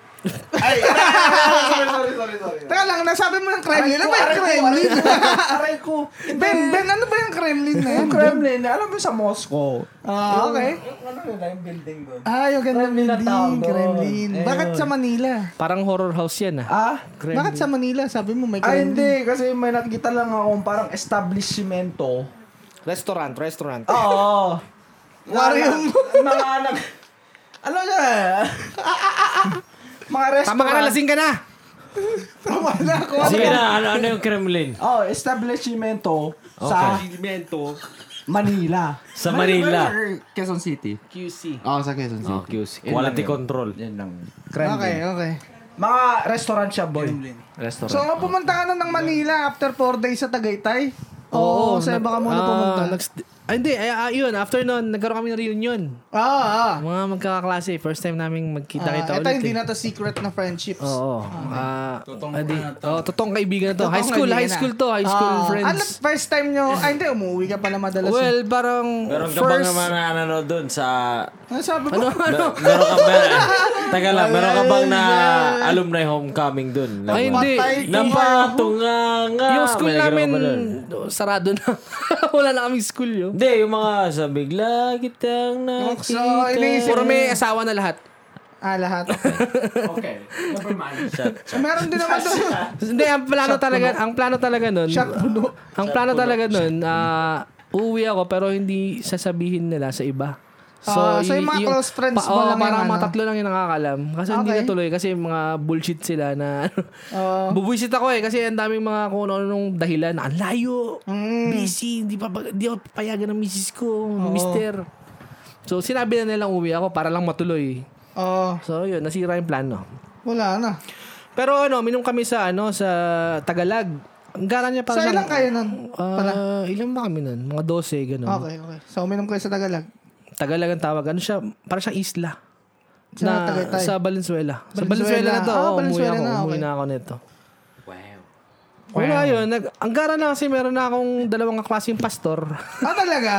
[SPEAKER 2] Teka lang, nasabi mo ng Kremlin. Ano ba yung Kremlin?
[SPEAKER 5] Aray ko.
[SPEAKER 2] Ben, Ben, ano ba yung Kremlin na yun?
[SPEAKER 5] Yung Kremlin, alam mo sa Moscow.
[SPEAKER 2] Ah, okay.
[SPEAKER 5] Yung ano yun, yung building doon.
[SPEAKER 2] Ah, yung ganda
[SPEAKER 5] Kremlin na tawag
[SPEAKER 2] building,
[SPEAKER 5] doon.
[SPEAKER 2] Kremlin. Bakit sa Manila?
[SPEAKER 3] Parang horror house yan ah.
[SPEAKER 5] Ah?
[SPEAKER 2] Bakit sa Manila? Sabi mo may
[SPEAKER 5] Ah,
[SPEAKER 2] Kremlin.
[SPEAKER 5] hindi. Kasi may nakikita lang akong parang establishmento.
[SPEAKER 3] Restaurant, restaurant.
[SPEAKER 5] Oo.
[SPEAKER 2] Aquarium.
[SPEAKER 5] Mga anak. Ano siya? Mga restaurant.
[SPEAKER 3] Tama ka na, lasing ka na!
[SPEAKER 2] Tama na ako.
[SPEAKER 3] Ah,
[SPEAKER 1] Sige na, ano, ano yung Kremlin?
[SPEAKER 5] Oh, establishmento sa Manila.
[SPEAKER 1] Sa Manila.
[SPEAKER 8] Quezon City.
[SPEAKER 3] QC.
[SPEAKER 8] Oo, sa Quezon City.
[SPEAKER 1] Oh, QC. Quality control.
[SPEAKER 8] Yan lang.
[SPEAKER 2] Okay, okay.
[SPEAKER 5] Mga restaurant siya, boy.
[SPEAKER 8] Restaurant.
[SPEAKER 2] So, pumunta ka na ng Manila after 4 days sa Tagaytay? Oo, oh, sa'yo baka muna pumunta.
[SPEAKER 3] ah, hindi, ay, ah, yun. After nun, nagkaroon kami ng reunion.
[SPEAKER 2] Ah, ah.
[SPEAKER 3] Mga magkakaklase. First time naming magkita
[SPEAKER 2] Ah,
[SPEAKER 3] kita
[SPEAKER 2] ito
[SPEAKER 3] ulit.
[SPEAKER 2] hindi
[SPEAKER 3] eh.
[SPEAKER 2] na to secret na friendships.
[SPEAKER 3] Oo. Ah, adi, oh, totoong kaibigan na to.
[SPEAKER 2] Totoong
[SPEAKER 3] high school,
[SPEAKER 2] kaibigan
[SPEAKER 3] high
[SPEAKER 2] na.
[SPEAKER 3] school to. High school
[SPEAKER 2] Ah, Ano,
[SPEAKER 3] friends.
[SPEAKER 2] first time nyo? Ay, hindi, umuwi ka pala madalas.
[SPEAKER 3] Well, parang
[SPEAKER 1] Meron ka bang
[SPEAKER 3] first...
[SPEAKER 1] naman na ano doon sa...
[SPEAKER 2] ano sabi ko?
[SPEAKER 3] Ano, ano?
[SPEAKER 1] Meron ka ba... Teka lang, meron ka bang na alumni homecoming doon?
[SPEAKER 3] Ay, hindi.
[SPEAKER 1] Napatunganga.
[SPEAKER 3] Yung school
[SPEAKER 1] May nagkaroon
[SPEAKER 3] namin,
[SPEAKER 1] ka ba doon?
[SPEAKER 3] sarado na. Wala na kaming school yun.
[SPEAKER 1] Hindi, yung mga sa bigla kitang
[SPEAKER 2] Ano
[SPEAKER 1] nakita.
[SPEAKER 2] So, iniisip.
[SPEAKER 3] Ano? Puro may asawa na lahat.
[SPEAKER 2] Ah, lahat.
[SPEAKER 5] Okay. Never mind.
[SPEAKER 2] So, meron din naman doon.
[SPEAKER 3] Hindi, ang plano talaga, ang plano talaga nun,
[SPEAKER 2] Shot puno.
[SPEAKER 3] ang plano talaga nun, ah, uuwi ako pero hindi sasabihin nila sa iba.
[SPEAKER 2] Ah, so
[SPEAKER 3] y-
[SPEAKER 2] yung mga close friends mo
[SPEAKER 3] oo,
[SPEAKER 2] lang yung
[SPEAKER 3] parang mga
[SPEAKER 2] ano?
[SPEAKER 3] tatlo lang yung nakakalam. Kasi hindi
[SPEAKER 2] Okay.
[SPEAKER 3] natuloy kasi mga bullshit sila na ano.
[SPEAKER 2] Oo.
[SPEAKER 3] Bubuisit ako eh kasi ang daming mga kung ano-anong dahilan. Ang layo.
[SPEAKER 2] Mm.
[SPEAKER 3] Busy. Hindi pa hindi ako payagan ng misis ko, mister. So sinabi na nilang uwi ako para lang matuloy.
[SPEAKER 2] Oh,
[SPEAKER 3] So yun, nasira yung plano.
[SPEAKER 2] wala na.
[SPEAKER 3] Pero ano, minum kami sa ano sa Tagalog. Ang gara niya para
[SPEAKER 2] Sa ilang kayo nun?
[SPEAKER 3] pala? ilan Ah, ba kami nun? Mga 12 ganun.
[SPEAKER 2] Okay, okay. So, uminom kayo sa Tagalog.
[SPEAKER 3] Tagalog ang tawag. Ano siya? Para siyang isla.
[SPEAKER 2] Sa Tagaytay?
[SPEAKER 3] sa Valenzuela. Sa
[SPEAKER 2] Valenzuela.
[SPEAKER 3] Valenzuela na to.
[SPEAKER 2] Ah,
[SPEAKER 3] Oh,
[SPEAKER 2] Valenzuela
[SPEAKER 3] umuwi ako,
[SPEAKER 2] na, okay.
[SPEAKER 3] umuwi na ako nito. Wow. Wala yun. Nag, ang gara na kasi meron na akong dalawang klaseng pastor.
[SPEAKER 2] Ah, talaga?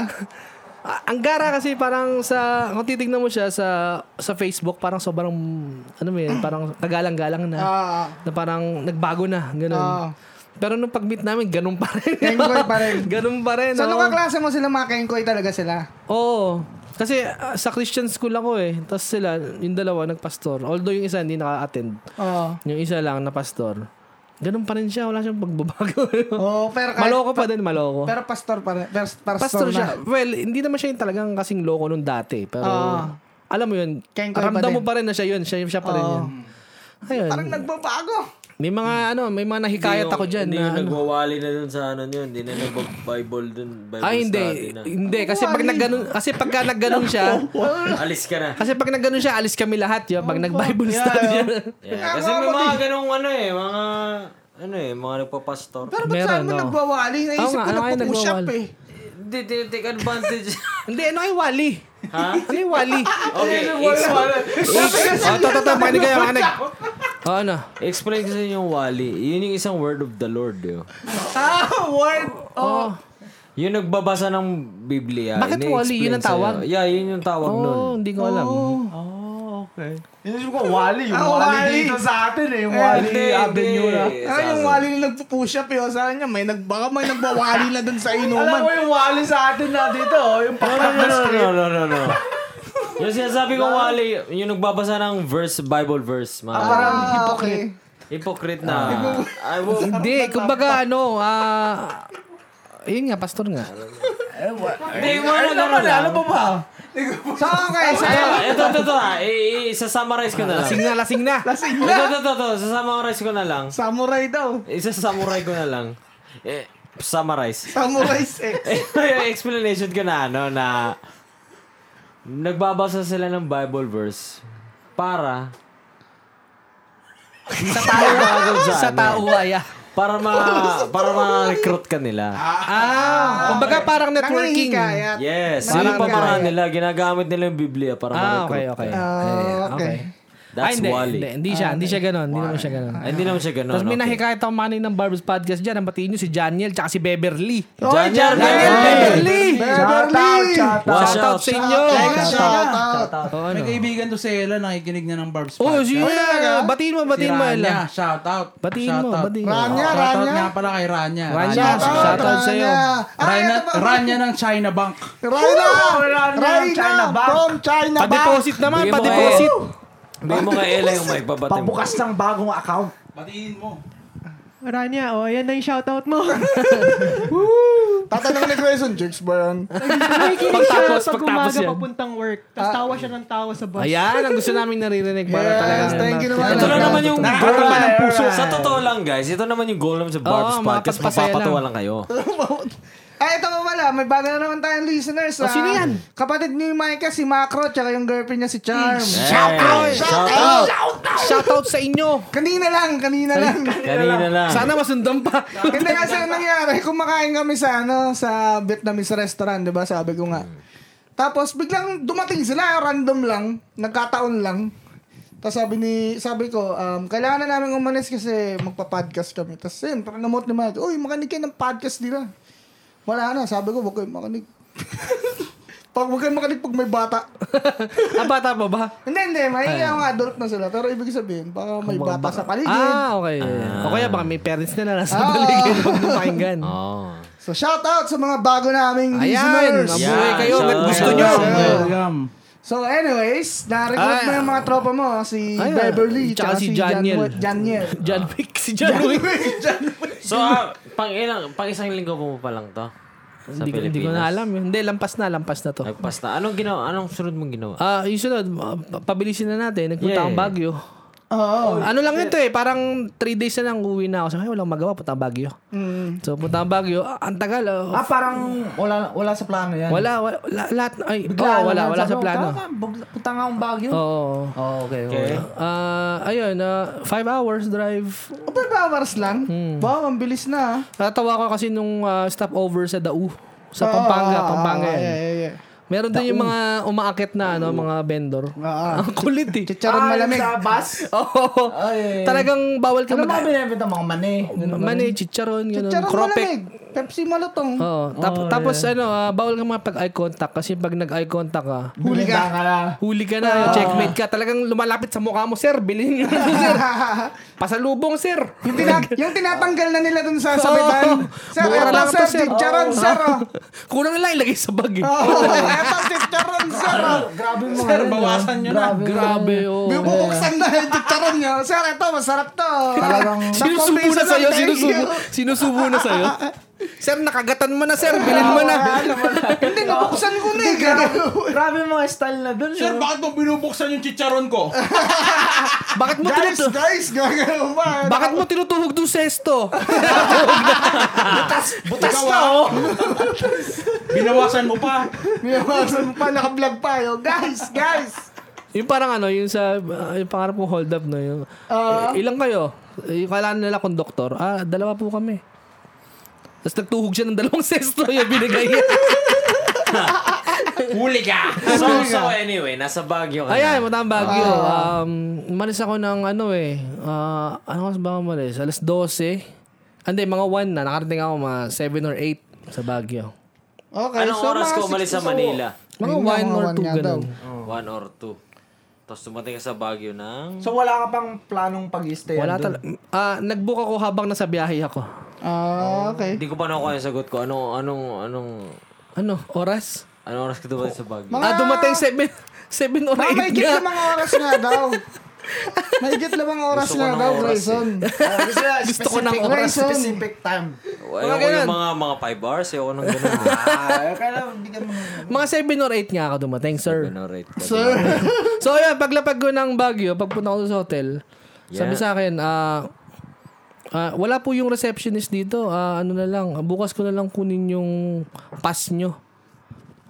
[SPEAKER 3] Ah, ang gara kasi parang sa, kung titignan mo siya sa sa Facebook, parang sobrang, ano mo yun, parang kagalang-galang na.
[SPEAKER 2] Ah,
[SPEAKER 3] na parang nagbago na, ganun.
[SPEAKER 2] Oo.
[SPEAKER 3] Pero nung pag-meet namin, ganun pa rin.
[SPEAKER 2] Kengkoy pa rin.
[SPEAKER 3] ganun pa rin.
[SPEAKER 2] so,
[SPEAKER 3] oo.
[SPEAKER 2] nung kaklase mo sila, mga kengkoy talaga sila.
[SPEAKER 3] Oo. Kasi ah, sa Christian school ako eh. Tapos sila, yung dalawa, nagpastor. Although yung isa hindi naka-attend.
[SPEAKER 2] Oo.
[SPEAKER 3] Yung isa lang na pastor. Ganun pa rin siya. Wala siyang pagbabago.
[SPEAKER 2] Oo, Oh, pero kahit...
[SPEAKER 3] maloko pa din, maloko.
[SPEAKER 2] Pero pastor pa rin. Pero pastor,
[SPEAKER 3] pastor
[SPEAKER 2] na.
[SPEAKER 3] siya. Well, hindi naman siya yung talagang kasing loko nung dati. Pero,
[SPEAKER 2] Oo.
[SPEAKER 3] alam mo yun,
[SPEAKER 2] Kengkoy pa
[SPEAKER 3] ramdam
[SPEAKER 2] din.
[SPEAKER 3] mo pa rin na siya yun. Siya, siya pa rin
[SPEAKER 2] Oo.
[SPEAKER 3] yun. Ayun.
[SPEAKER 2] Parang nagbabago.
[SPEAKER 3] May mga, ano, may mga nahikayat ako dyan.
[SPEAKER 1] Hindi na
[SPEAKER 3] na, ano,
[SPEAKER 1] nagwawali na dun sa ano yun. Hindi na nag-Bible dun. Bible
[SPEAKER 3] Ah, hindi.
[SPEAKER 1] study na.
[SPEAKER 3] Hindi. Kasi pag nagganon, kasi pagka nagganon siya,
[SPEAKER 1] Alis ka na.
[SPEAKER 3] kasi pag nagganon siya, alis kami lahat yun. Pag nag-Bible study yun.
[SPEAKER 1] Yeah. Kasi may mga ganong ano eh. Mga ano eh. Mga nagpapastor.
[SPEAKER 2] Pero ba't
[SPEAKER 3] Meron,
[SPEAKER 2] sabi mo
[SPEAKER 3] oo.
[SPEAKER 2] nagwawali? Naisip
[SPEAKER 3] nga,
[SPEAKER 2] ko
[SPEAKER 3] ano
[SPEAKER 2] na
[SPEAKER 3] kayo
[SPEAKER 2] pupush-up
[SPEAKER 3] nagwawali?
[SPEAKER 2] eh.
[SPEAKER 1] Hindi, hindi, take advantage.
[SPEAKER 3] Hindi, ano kay Wally?
[SPEAKER 1] ha?
[SPEAKER 3] Ano kay Wally?
[SPEAKER 1] Okay,
[SPEAKER 5] Ano
[SPEAKER 1] explain,
[SPEAKER 3] Oh, to, to, to, makinig kayo, makinig. Oh, ano?
[SPEAKER 1] explain ko sa inyo yung wali. Yun yung isang word of the Lord. eh. Yo.
[SPEAKER 3] Oh,
[SPEAKER 1] Yung nagbabasa ng Biblia.
[SPEAKER 3] Bakit
[SPEAKER 1] ini-explain
[SPEAKER 3] wali? Yun ang
[SPEAKER 1] sa'yo.
[SPEAKER 3] tawag?
[SPEAKER 1] Yeah, yun yung tawag nun.
[SPEAKER 3] oh hindi ko alam. Oh,
[SPEAKER 5] Inisip ko, Wally. Yung
[SPEAKER 2] Ah,
[SPEAKER 5] Wally,
[SPEAKER 2] Wally.
[SPEAKER 5] dito sa atin eh. Yung Wally
[SPEAKER 1] Hindi,
[SPEAKER 5] Avenue
[SPEAKER 1] hindi.
[SPEAKER 5] na.
[SPEAKER 2] Ano yung wali na nagpupush-up eh. O, Saan niya? May nag, baka may nagwawali na dun sa
[SPEAKER 5] Alam
[SPEAKER 2] inuman.
[SPEAKER 5] mo yung Wally sa atin na dito. oh, Yung
[SPEAKER 1] No, no, no, no, no, no, no. yung sinasabi kong wali, yung nagbabasa ng verse, Bible verse. Mga
[SPEAKER 5] parang
[SPEAKER 2] Ah, okay.
[SPEAKER 1] hypocrite
[SPEAKER 5] Ah.
[SPEAKER 1] na. I will,
[SPEAKER 3] Hindi, kumbaga ano, ah... Ayun nga, pastor nga.
[SPEAKER 1] Hindi, wala na lang.
[SPEAKER 5] Ano ba ba?
[SPEAKER 2] So, okay. So,
[SPEAKER 1] Ito, ito, ito. ah. I- i- Isasummarize ko na lang.
[SPEAKER 3] Lasing na, lasing na.
[SPEAKER 2] lasing
[SPEAKER 1] Ito,
[SPEAKER 2] na.
[SPEAKER 1] ito, ito, ito. Isasummarize ko na lang.
[SPEAKER 2] Samurai daw.
[SPEAKER 1] Isasummarize ko na lang. Eh, summarize.
[SPEAKER 2] Samurai sex.
[SPEAKER 1] yung explanation ko na ano na nagbabasa sila ng Bible verse para sa tao
[SPEAKER 3] Sa tao ah, waya.
[SPEAKER 1] eh. para ma para ma-recruit ka nila.
[SPEAKER 3] Ah, kumbaga parang networking.
[SPEAKER 2] Nangihikayat.
[SPEAKER 1] Yes,
[SPEAKER 2] Parang
[SPEAKER 5] eh.
[SPEAKER 1] yun yung paparaan
[SPEAKER 2] kaya.
[SPEAKER 1] nila, ginagamit nila yung Biblia para
[SPEAKER 3] Ah,
[SPEAKER 1] ma-recruit.
[SPEAKER 3] okay, Ah, okay.
[SPEAKER 2] Ah, okay.
[SPEAKER 3] Ay,
[SPEAKER 1] That's
[SPEAKER 3] hindi,
[SPEAKER 1] Wally.
[SPEAKER 3] Hindi, hindi siya. Hindi siya ganun. Hindi naman siya ganun.
[SPEAKER 1] Ay, Hindi naman siya ganun.
[SPEAKER 3] Tapos may
[SPEAKER 1] Ano, okay.
[SPEAKER 3] nahikayat akong manay ng Barbers Podcast dyan. Ang batiin nyo si Janiel tsaka si Beverly.
[SPEAKER 1] Janiel,
[SPEAKER 3] Daniel
[SPEAKER 1] Beverly!
[SPEAKER 3] Beverly!
[SPEAKER 5] Shout out, shout out.
[SPEAKER 1] Wash
[SPEAKER 3] Shout out
[SPEAKER 1] out.
[SPEAKER 3] sa inyo!
[SPEAKER 2] Oh, Shout out.
[SPEAKER 3] Oo, ano?
[SPEAKER 4] May kaibigan to si Ella, nakikinig niya ng Barb's
[SPEAKER 3] Oo, Oh,
[SPEAKER 2] Ay,
[SPEAKER 3] si
[SPEAKER 2] talaga?
[SPEAKER 3] Yuna. Batiin mo, batiin mo,
[SPEAKER 4] Rania,
[SPEAKER 3] Ella.
[SPEAKER 4] shout out.
[SPEAKER 3] Batiin
[SPEAKER 4] Shout
[SPEAKER 3] mo,
[SPEAKER 4] out.
[SPEAKER 3] batiin mo.
[SPEAKER 2] Rania,
[SPEAKER 4] Shout out
[SPEAKER 2] Rania.
[SPEAKER 4] nga pala kay Rania.
[SPEAKER 3] Rania,
[SPEAKER 2] Shout out,
[SPEAKER 3] shout out sa'yo.
[SPEAKER 2] Rania. Ay, ano
[SPEAKER 4] Rania,
[SPEAKER 2] ba?
[SPEAKER 4] Rania ng China Bank.
[SPEAKER 2] Raina!
[SPEAKER 5] Woo! Wala na yung China
[SPEAKER 2] Raina!
[SPEAKER 5] Bank.
[SPEAKER 2] From China Bank!
[SPEAKER 3] Pa-deposit naman,
[SPEAKER 1] Bigyan mo
[SPEAKER 3] pa-deposit.
[SPEAKER 1] Bigyan mo kay Ella yung mic pabatin mo.
[SPEAKER 5] Pabukas ng bagong account.
[SPEAKER 4] Batiin mo.
[SPEAKER 7] Rania, oh, yan na yung shoutout mo.
[SPEAKER 2] Tatanong ni Grayson, Jigs ba yan?
[SPEAKER 5] Ah,
[SPEAKER 7] Nakikinig siya
[SPEAKER 3] Pagtapos-
[SPEAKER 7] pag
[SPEAKER 3] pagtapos
[SPEAKER 7] umaga
[SPEAKER 3] yan.
[SPEAKER 7] papuntang work. Tapos tawa siya ng tawa sa bus.
[SPEAKER 3] Ayan, ang gusto namin naririnig para
[SPEAKER 2] Yes,
[SPEAKER 3] talaga.
[SPEAKER 2] thank you naman.
[SPEAKER 1] Ito lang naman yung
[SPEAKER 5] Nakakatawa
[SPEAKER 1] goal
[SPEAKER 5] ng puso.
[SPEAKER 1] Sa totoo lang guys, ito naman yung goal naman sa Barb's
[SPEAKER 3] Oo,
[SPEAKER 1] Podcast.
[SPEAKER 3] mapagpasaya lang.
[SPEAKER 1] Mapapatawa lang kayo.
[SPEAKER 2] Ay, ito pa pala. May bago na naman tayong listeners.
[SPEAKER 3] O,
[SPEAKER 2] ah.
[SPEAKER 3] sino yan?
[SPEAKER 2] Kapatid ni Micah, si Macro, tsaka yung girlfriend niya si Charm.
[SPEAKER 1] Shout out! Shout out!
[SPEAKER 3] Shoutout sa inyo.
[SPEAKER 2] Kanina lang, kanina lang.
[SPEAKER 1] Kanina lang.
[SPEAKER 3] Sana masundan pa.
[SPEAKER 2] Hindi kasi ang nangyari, kumakain kami sa ano, sa Vietnamese restaurant, 'di ba? Sabi ko nga. Tapos biglang dumating sila, random lang, nagkataon lang. Tapos sabi ni, sabi ko, um, kailangan na namin umalis kasi magpa-podcast kami. Tapos yun, parang namote ni Mike, uy, makinig kayo ng podcast nila. Wala na, sabi ko, huwag kayong makinig. pag huwag kayong makinig pag may bata.
[SPEAKER 3] Ah, bata pa ba?
[SPEAKER 2] hindi, hindi, may mga adult na sila. Pero ibig sabihin, baka may bata sa paligid.
[SPEAKER 3] Ah, okay. O kaya baka may parents na na nasa paligid. Huwag mo pakinggan.
[SPEAKER 1] Oh.
[SPEAKER 2] So shout out sa mga bago naming
[SPEAKER 3] Ayan,
[SPEAKER 2] listeners.
[SPEAKER 3] mabuhay
[SPEAKER 1] Yan,
[SPEAKER 3] kayo.
[SPEAKER 1] shout
[SPEAKER 3] hanggat
[SPEAKER 1] out.
[SPEAKER 3] Gusto nyo.
[SPEAKER 2] Shout out.
[SPEAKER 4] Welcome.
[SPEAKER 2] So anyways, na-recruit
[SPEAKER 3] Ay,
[SPEAKER 2] mo yung mga tropa mo, ah, si
[SPEAKER 3] Ay,
[SPEAKER 2] Beverly, tsaka
[SPEAKER 3] tsaka si
[SPEAKER 2] si
[SPEAKER 3] Janiel.
[SPEAKER 2] Janwell- Janiel.
[SPEAKER 3] John Wick. Si John Wick.
[SPEAKER 1] So, ah, pang ilang, pang isang linggo po pa lang to? Sa
[SPEAKER 3] Hindi ko-
[SPEAKER 1] Pilipinas.
[SPEAKER 3] Hindi ko na alam. yun. Hindi, lampas na. Lampas na to.
[SPEAKER 1] Nagpas na. Anong ginawa? Anong sunod mong ginawa?
[SPEAKER 3] Ah, yung sunod, ah, pa- pabilisin na natin. Nagpunta
[SPEAKER 1] Yeah.
[SPEAKER 3] akong Baguio.
[SPEAKER 2] Oo.
[SPEAKER 5] Oh.
[SPEAKER 3] ano lang ito eh, parang 3 days na lang uwi na ako. Sabi, "Ay, walang magawa, punta akong Baguio. So, punta akong Baguio. Ah, ang tagal. oh.
[SPEAKER 5] Ah, parang wala wala sa plano yan.
[SPEAKER 3] wala, wala, la- lahat. Ay,
[SPEAKER 5] Bigla
[SPEAKER 3] oh, wala,
[SPEAKER 5] lang
[SPEAKER 3] wala
[SPEAKER 5] sabi
[SPEAKER 3] sa
[SPEAKER 5] mo,
[SPEAKER 3] plano.
[SPEAKER 5] "Tama, bug- Punta nga akong Baguio.
[SPEAKER 3] Oo.
[SPEAKER 5] Oh, okay. okay.
[SPEAKER 3] Ah, ayun, 5 hours drive.
[SPEAKER 2] O ba Oh, hours lang?
[SPEAKER 3] Hmm.
[SPEAKER 2] Wow, ang bilis na. ah.
[SPEAKER 3] Natawa ko kasi nung ah, stopover sa Dau. Sa Pampanga,
[SPEAKER 2] Oo,
[SPEAKER 3] Pampanga
[SPEAKER 2] oo,
[SPEAKER 3] yan.
[SPEAKER 2] Yeah, yeah, yeah.
[SPEAKER 3] Meron doon yung mga umaakit na ano, mga vendor.
[SPEAKER 2] Oo.
[SPEAKER 3] Ang kulit eh.
[SPEAKER 2] Ah, Chicharon
[SPEAKER 5] Ah,
[SPEAKER 2] malamig.
[SPEAKER 5] Sa bus.
[SPEAKER 3] Oo.
[SPEAKER 5] Ay.
[SPEAKER 3] Talagang bawal ka
[SPEAKER 5] Ano
[SPEAKER 3] mag-
[SPEAKER 5] mga binibenta mga mani?
[SPEAKER 3] Mani, chicharon, ganun,
[SPEAKER 2] Chicharon
[SPEAKER 3] kropek.
[SPEAKER 2] malamig. Oh, Pepsi malutong.
[SPEAKER 3] Oo. Tap- tapos ano, ah, bawal ka mga pag-eye contact kasi pag nag-eye contact ka,
[SPEAKER 2] Huli ka.
[SPEAKER 3] huli ka na,
[SPEAKER 2] Ah.
[SPEAKER 3] checkmate ka. Talagang lumalapit sa mukha mo, sir. Bilhin nyo na to, sir. Pasalubong, sir.
[SPEAKER 2] yung, tina- yung tinatanggal na nila dun sa sabitan. Sir,
[SPEAKER 3] Oh. Mura
[SPEAKER 2] eto
[SPEAKER 3] lang to,
[SPEAKER 2] sir,
[SPEAKER 3] sir.
[SPEAKER 2] chicharon sir. oh.
[SPEAKER 3] Kulang lang ilagay sa bag eh.
[SPEAKER 2] Oo, eto chicharon sir. oh.
[SPEAKER 5] Grabe mo.
[SPEAKER 4] Sir, bawasan nyo na.
[SPEAKER 3] Grabe, oh. oo.
[SPEAKER 2] May bubuksan na yung chicharon nyo. Sir, eto masarap to.
[SPEAKER 5] Talagang-
[SPEAKER 2] Sampung
[SPEAKER 3] Sinusubo na
[SPEAKER 2] piso lang,
[SPEAKER 3] sa'yo,
[SPEAKER 2] thank
[SPEAKER 3] sinusubo.
[SPEAKER 2] you.
[SPEAKER 3] Sinusubo na sa'yo. Sir, nakagatan mo na, sir. Bilhin mo na.
[SPEAKER 2] Ah, Hindi, nabuksan ko na eh. ganun.
[SPEAKER 5] Grabe mga style na dun.
[SPEAKER 4] Sir,
[SPEAKER 5] no?
[SPEAKER 4] bakit mo binubuksan yung chicharon ko?
[SPEAKER 3] Bakit mo
[SPEAKER 2] Guys,
[SPEAKER 3] tinutu...
[SPEAKER 2] guys, gagawin ba?
[SPEAKER 3] Bakit mo tinutuhog doon sesto? ah.
[SPEAKER 4] Butas
[SPEAKER 2] oh.
[SPEAKER 4] na ako. Binawasan mo pa.
[SPEAKER 2] Niyawasan mo pa, naka-vlog pa. Yo. Guys, guys.
[SPEAKER 3] Yung parang ano, yung sa, ah, yung pangarap kong hold up na yun.
[SPEAKER 2] Ah.
[SPEAKER 3] Eh, ilang kayo? Eh, Yung kailangan nila konduktor. Ah, dalawa po kami. Tapos nagtuhog siya ng dalawang sesto yung binigay niya.
[SPEAKER 4] Huli ka.
[SPEAKER 1] So, so anyway, nasa Baguio ka
[SPEAKER 3] Ayan,
[SPEAKER 1] na.
[SPEAKER 3] matang bagyo.
[SPEAKER 2] Ah.
[SPEAKER 3] Um, umalis ako ng ano eh. Ah, ano kasi ba ako umalis? Alas 12. Hindi, mga 1 na. Nakarating ako mga 7 or 8 sa Baguio.
[SPEAKER 2] Okay,
[SPEAKER 1] Anong oras
[SPEAKER 2] mga
[SPEAKER 1] ka umalis sa
[SPEAKER 2] six-
[SPEAKER 1] Manila?
[SPEAKER 3] Mga
[SPEAKER 2] Ayun nga,
[SPEAKER 3] 1
[SPEAKER 2] mga
[SPEAKER 3] or
[SPEAKER 2] one
[SPEAKER 3] 2
[SPEAKER 2] nga daw.
[SPEAKER 3] ganun.
[SPEAKER 5] Oh.
[SPEAKER 1] One or two. Tapos dumating ka sa Baguio ng...
[SPEAKER 5] So wala ka pang planong pag-stay.
[SPEAKER 3] Wala
[SPEAKER 5] dun?
[SPEAKER 3] talaga. Ah, nag-book ako habang nasa biyahe ako.
[SPEAKER 2] Ah, okay.
[SPEAKER 1] Hindi ko pa nakuha yung sagot ko. Anong, anong, anong...
[SPEAKER 3] Ano? Oras?
[SPEAKER 1] Anong oras ka dumating sa Baguio?
[SPEAKER 3] Ah, dumating 7, 7 or 8
[SPEAKER 2] Mga mahigit
[SPEAKER 3] nga.
[SPEAKER 2] lamang oras nga daw. Mahigit lamang oras
[SPEAKER 1] Gusto ko
[SPEAKER 2] nga
[SPEAKER 1] ng
[SPEAKER 2] daw,
[SPEAKER 1] oras, eh.
[SPEAKER 2] Grayson.
[SPEAKER 5] Ah, gusto,
[SPEAKER 3] Gusto ko ng
[SPEAKER 5] specific-
[SPEAKER 2] oras.
[SPEAKER 5] Specific time.
[SPEAKER 1] Ayoko
[SPEAKER 3] ganun.
[SPEAKER 1] yung mga, mga five hours. Ayoko nang ganun.
[SPEAKER 5] Ah, kaya hindi ka mo-
[SPEAKER 3] Mga 7 or 8 nga ako dumating, sir.
[SPEAKER 1] Ganun rate ko.
[SPEAKER 2] Sir.
[SPEAKER 3] So, ayun, paglapag ko ng Baguio, pagpunta ko sa hotel,
[SPEAKER 1] Yeah.
[SPEAKER 3] sabi sa akin, ah, ah, wala po yung receptionist dito. Ah, ano na lang, bukas ko na lang kunin yung pass nyo.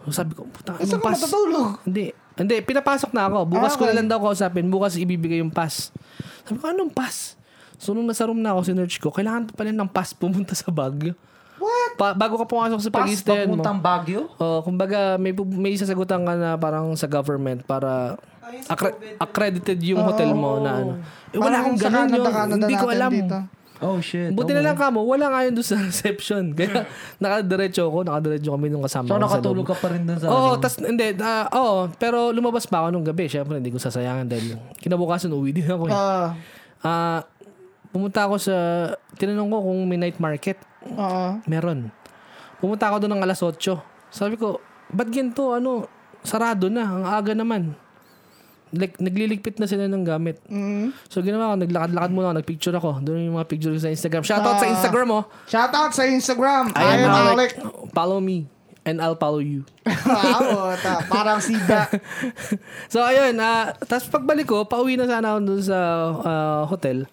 [SPEAKER 3] So, sabi ko, puta,
[SPEAKER 2] Saan
[SPEAKER 3] anong
[SPEAKER 2] ka
[SPEAKER 3] pass?
[SPEAKER 2] matutulog?
[SPEAKER 3] Hindi. Hindi, pinapasok na ako. Bukas
[SPEAKER 2] Ah,
[SPEAKER 3] ko na
[SPEAKER 2] okay.
[SPEAKER 3] lang daw kausapin. Bukas ibibigay yung pass. Sabi ko, anong pass? So, nung nasa room na ako, sinerch ko, kailangan pa pala ng pass pumunta sa Baguio.
[SPEAKER 2] What?
[SPEAKER 3] pa- bago ka pumasok sa
[SPEAKER 5] Pas,
[SPEAKER 3] pag-stay mo.
[SPEAKER 5] papuntang Baguio?
[SPEAKER 3] Oh, kumbaga may pu- may sasagutan ka na parang sa government para accre- accredited yung hotel mo na ano. Eh, wala
[SPEAKER 2] Parang
[SPEAKER 3] akong
[SPEAKER 2] sa
[SPEAKER 3] ganun yun.
[SPEAKER 2] Canada, Canada
[SPEAKER 3] Hindi ko
[SPEAKER 2] natin
[SPEAKER 3] alam.
[SPEAKER 2] dito.
[SPEAKER 5] Oh, shit.
[SPEAKER 3] Buti na lang kamo, wala nga yun doon sa reception. Kaya nakadiretso ako, nakadiretso kami nung kasama ko
[SPEAKER 5] So,
[SPEAKER 3] sa
[SPEAKER 5] nakatulog
[SPEAKER 3] loob.
[SPEAKER 5] ka pa rin dun sa... ano?
[SPEAKER 3] Oo, tas hindi, ah, oo, pero lumabas pa ako nung gabi. Syempre hindi ko sasayangan dahil kinabukasan uwi din ako. eh.
[SPEAKER 2] Ah,
[SPEAKER 3] Ah, pumunta ako sa tinanong ko kung may night market.
[SPEAKER 2] oo.
[SPEAKER 3] Meron. Pumunta ako doon ng alas 8. Sabi ko, ba't ganito? Ano? Sarado na. Ang aga naman. Like, nagliligpit na sila ng gamit.
[SPEAKER 2] Mm.
[SPEAKER 3] So, ginawa ko, naglakad-lakad muna ako, nagpicture ako. Doon yung mga picture ko sa Instagram.
[SPEAKER 2] Ah.
[SPEAKER 3] Shoutout sa Instagram, oh. uh,
[SPEAKER 2] Shout out sa Instagram. I, am Alec.
[SPEAKER 3] Follow me, and I'll follow you.
[SPEAKER 2] Wow, ta- parang sida.
[SPEAKER 3] so, ayun. ah Tapos pagbalik ko, pauwi na sana ako dun sa ah, hotel.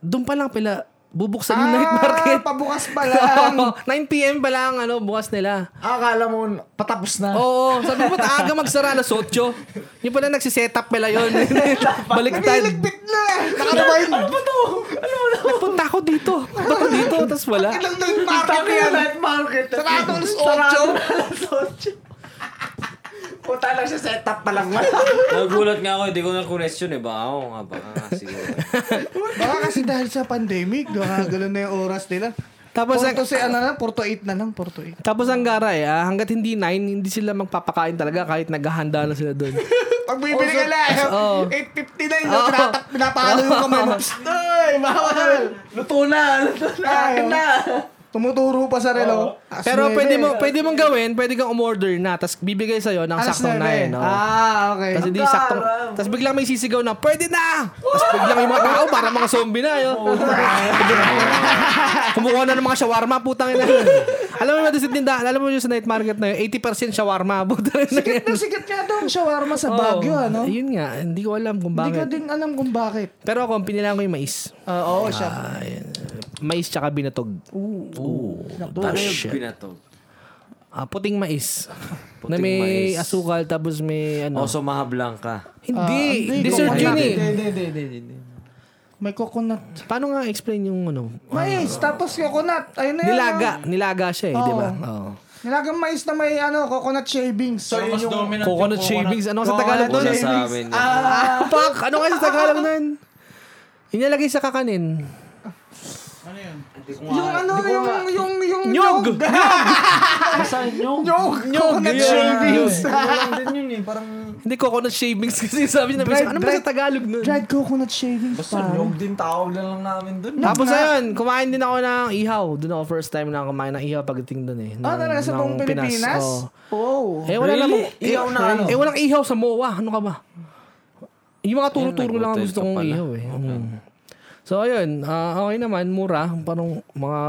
[SPEAKER 3] Doon pa lang pala, bubuksan yung night market.
[SPEAKER 2] Pabukas Ah, pa lang.
[SPEAKER 3] Oo, 9 p.m. pa lang, ano, bukas nila.
[SPEAKER 5] Ah, Akala mo, patapos na.
[SPEAKER 3] Oo, sabi mo, aga magsara na sotyo. Yung pala nagsiset up pala yun. Baliktad.
[SPEAKER 2] Niligpit na. Nakatabay.
[SPEAKER 3] Nagpunta ako dito. Ba't ako dito? Tapos wala.
[SPEAKER 2] Ilang na yung market na yan.
[SPEAKER 5] night market.
[SPEAKER 2] Sarado alas
[SPEAKER 5] Sarado
[SPEAKER 2] 8.
[SPEAKER 5] alas 8. Puta lang siya, setup pa lang.
[SPEAKER 1] diba? Nagulat nga ako, hindi ko na-question eh. Baka ako nga, baka nga siguro.
[SPEAKER 2] Baka kasi dahil sa pandemic, baka ganun na yung oras nila.
[SPEAKER 3] Tapos, ang,
[SPEAKER 2] Porto si ano na, Porto 8 na lang, Porto 8.
[SPEAKER 3] tapos ang garay, ah, hanggat hindi 9, hindi sila magpapakain talaga kahit naghahanda na sila doon.
[SPEAKER 2] Pag bibili ka na,
[SPEAKER 3] Oo.
[SPEAKER 2] 8.50 na yun, oh. pinapalo yung kamay mo. Psst, Ay, bawal!
[SPEAKER 5] Luto na, luto
[SPEAKER 2] Ay,
[SPEAKER 5] na.
[SPEAKER 2] oh.
[SPEAKER 5] akin na.
[SPEAKER 2] Tumuturo pa sa relo.
[SPEAKER 3] Pero pwede mo pwede mong gawin, pwede kang umorder na tapos bibigay sa ng
[SPEAKER 2] Alas
[SPEAKER 3] saktong oh.
[SPEAKER 2] 9.
[SPEAKER 3] 9.
[SPEAKER 2] Ah, okay.
[SPEAKER 3] Tapos hindi saktong Tapos biglang may sisigaw na, pwede na! Tapos biglang yung mga tao, para mga zombie na, yun. Kumukuha na ng mga shawarma, putang ina. alam mo yung sa tindahan, alam mo yung sa night market na yun, 80% shawarma, putang ina.
[SPEAKER 2] Sikat na sikat nga daw ang shawarma sa Baguio,
[SPEAKER 3] Oo.
[SPEAKER 2] ano?
[SPEAKER 3] Yun nga, hindi ko alam kung
[SPEAKER 2] Hindi ko
[SPEAKER 3] Oh. bakit.
[SPEAKER 2] din alam kung bakit.
[SPEAKER 3] Pero ako, ang pinilaan ko yung mais.
[SPEAKER 2] Ah, Oo, siya.
[SPEAKER 3] Mais tsaka binatog.
[SPEAKER 5] Oh,
[SPEAKER 1] Parang pinatog.
[SPEAKER 3] Ah, puting mais. na may
[SPEAKER 1] mais.
[SPEAKER 3] asukal, tapos may ano.
[SPEAKER 1] Oso Oh, mahablang ka.
[SPEAKER 3] Ah, hindi,
[SPEAKER 2] hindi,
[SPEAKER 3] dessert yun
[SPEAKER 2] coconut.
[SPEAKER 3] eh.
[SPEAKER 5] Hindi, hindi, hindi, hindi.
[SPEAKER 2] May coconut.
[SPEAKER 3] Paano nga explain yung ano?
[SPEAKER 2] Mais, tapos coconut. Ayun na yun. oh.
[SPEAKER 3] Nilaga, nilaga siya eh, di ba? Oo.
[SPEAKER 2] ah. Nilagang mais na may ano, coconut shavings.
[SPEAKER 4] So, mas dominant yung
[SPEAKER 3] Coconut shavings. Ano ka sa Tagalog
[SPEAKER 1] Wala
[SPEAKER 3] nun?
[SPEAKER 1] sa amin. yun.
[SPEAKER 3] Ah, fuck! Ano ka sa Tagalog nun? Inalagay sa kakanin.
[SPEAKER 2] yung ano, yung, yung, yung,
[SPEAKER 3] Nyog!
[SPEAKER 2] Nyog! Coconut shavings.
[SPEAKER 5] Parang din yun eh, parang...
[SPEAKER 3] Hindi, coconut shavings kasi sabi niya.
[SPEAKER 2] Dried-
[SPEAKER 3] ano ba sa
[SPEAKER 2] dried-
[SPEAKER 3] Tagalog nun?
[SPEAKER 2] Dried coconut shavings.
[SPEAKER 5] Basta nyog din tawag na lang namin dun.
[SPEAKER 3] Tapos ayun, kumain din ako ng ihaw. Doon ako first time na kumain ng ihaw pagdating doon eh.
[SPEAKER 2] Ah,
[SPEAKER 3] Ng-
[SPEAKER 2] talaga sa
[SPEAKER 3] ng
[SPEAKER 2] buong
[SPEAKER 3] Pinas.
[SPEAKER 2] Pilipinas? Oh.
[SPEAKER 3] Oo. Eh, wala namang... Eh,
[SPEAKER 5] Ihaw na ano?
[SPEAKER 3] eh, walang ihaw sa MOA. Ano ka ba? Yung mga turo-turo
[SPEAKER 1] Ayun,
[SPEAKER 3] lang ang
[SPEAKER 1] nag-hotel
[SPEAKER 3] gusto
[SPEAKER 1] ka
[SPEAKER 3] kong
[SPEAKER 1] pala.
[SPEAKER 3] ihaw eh. Mm. So, ayun. ah, okay naman. Mura. Parang mga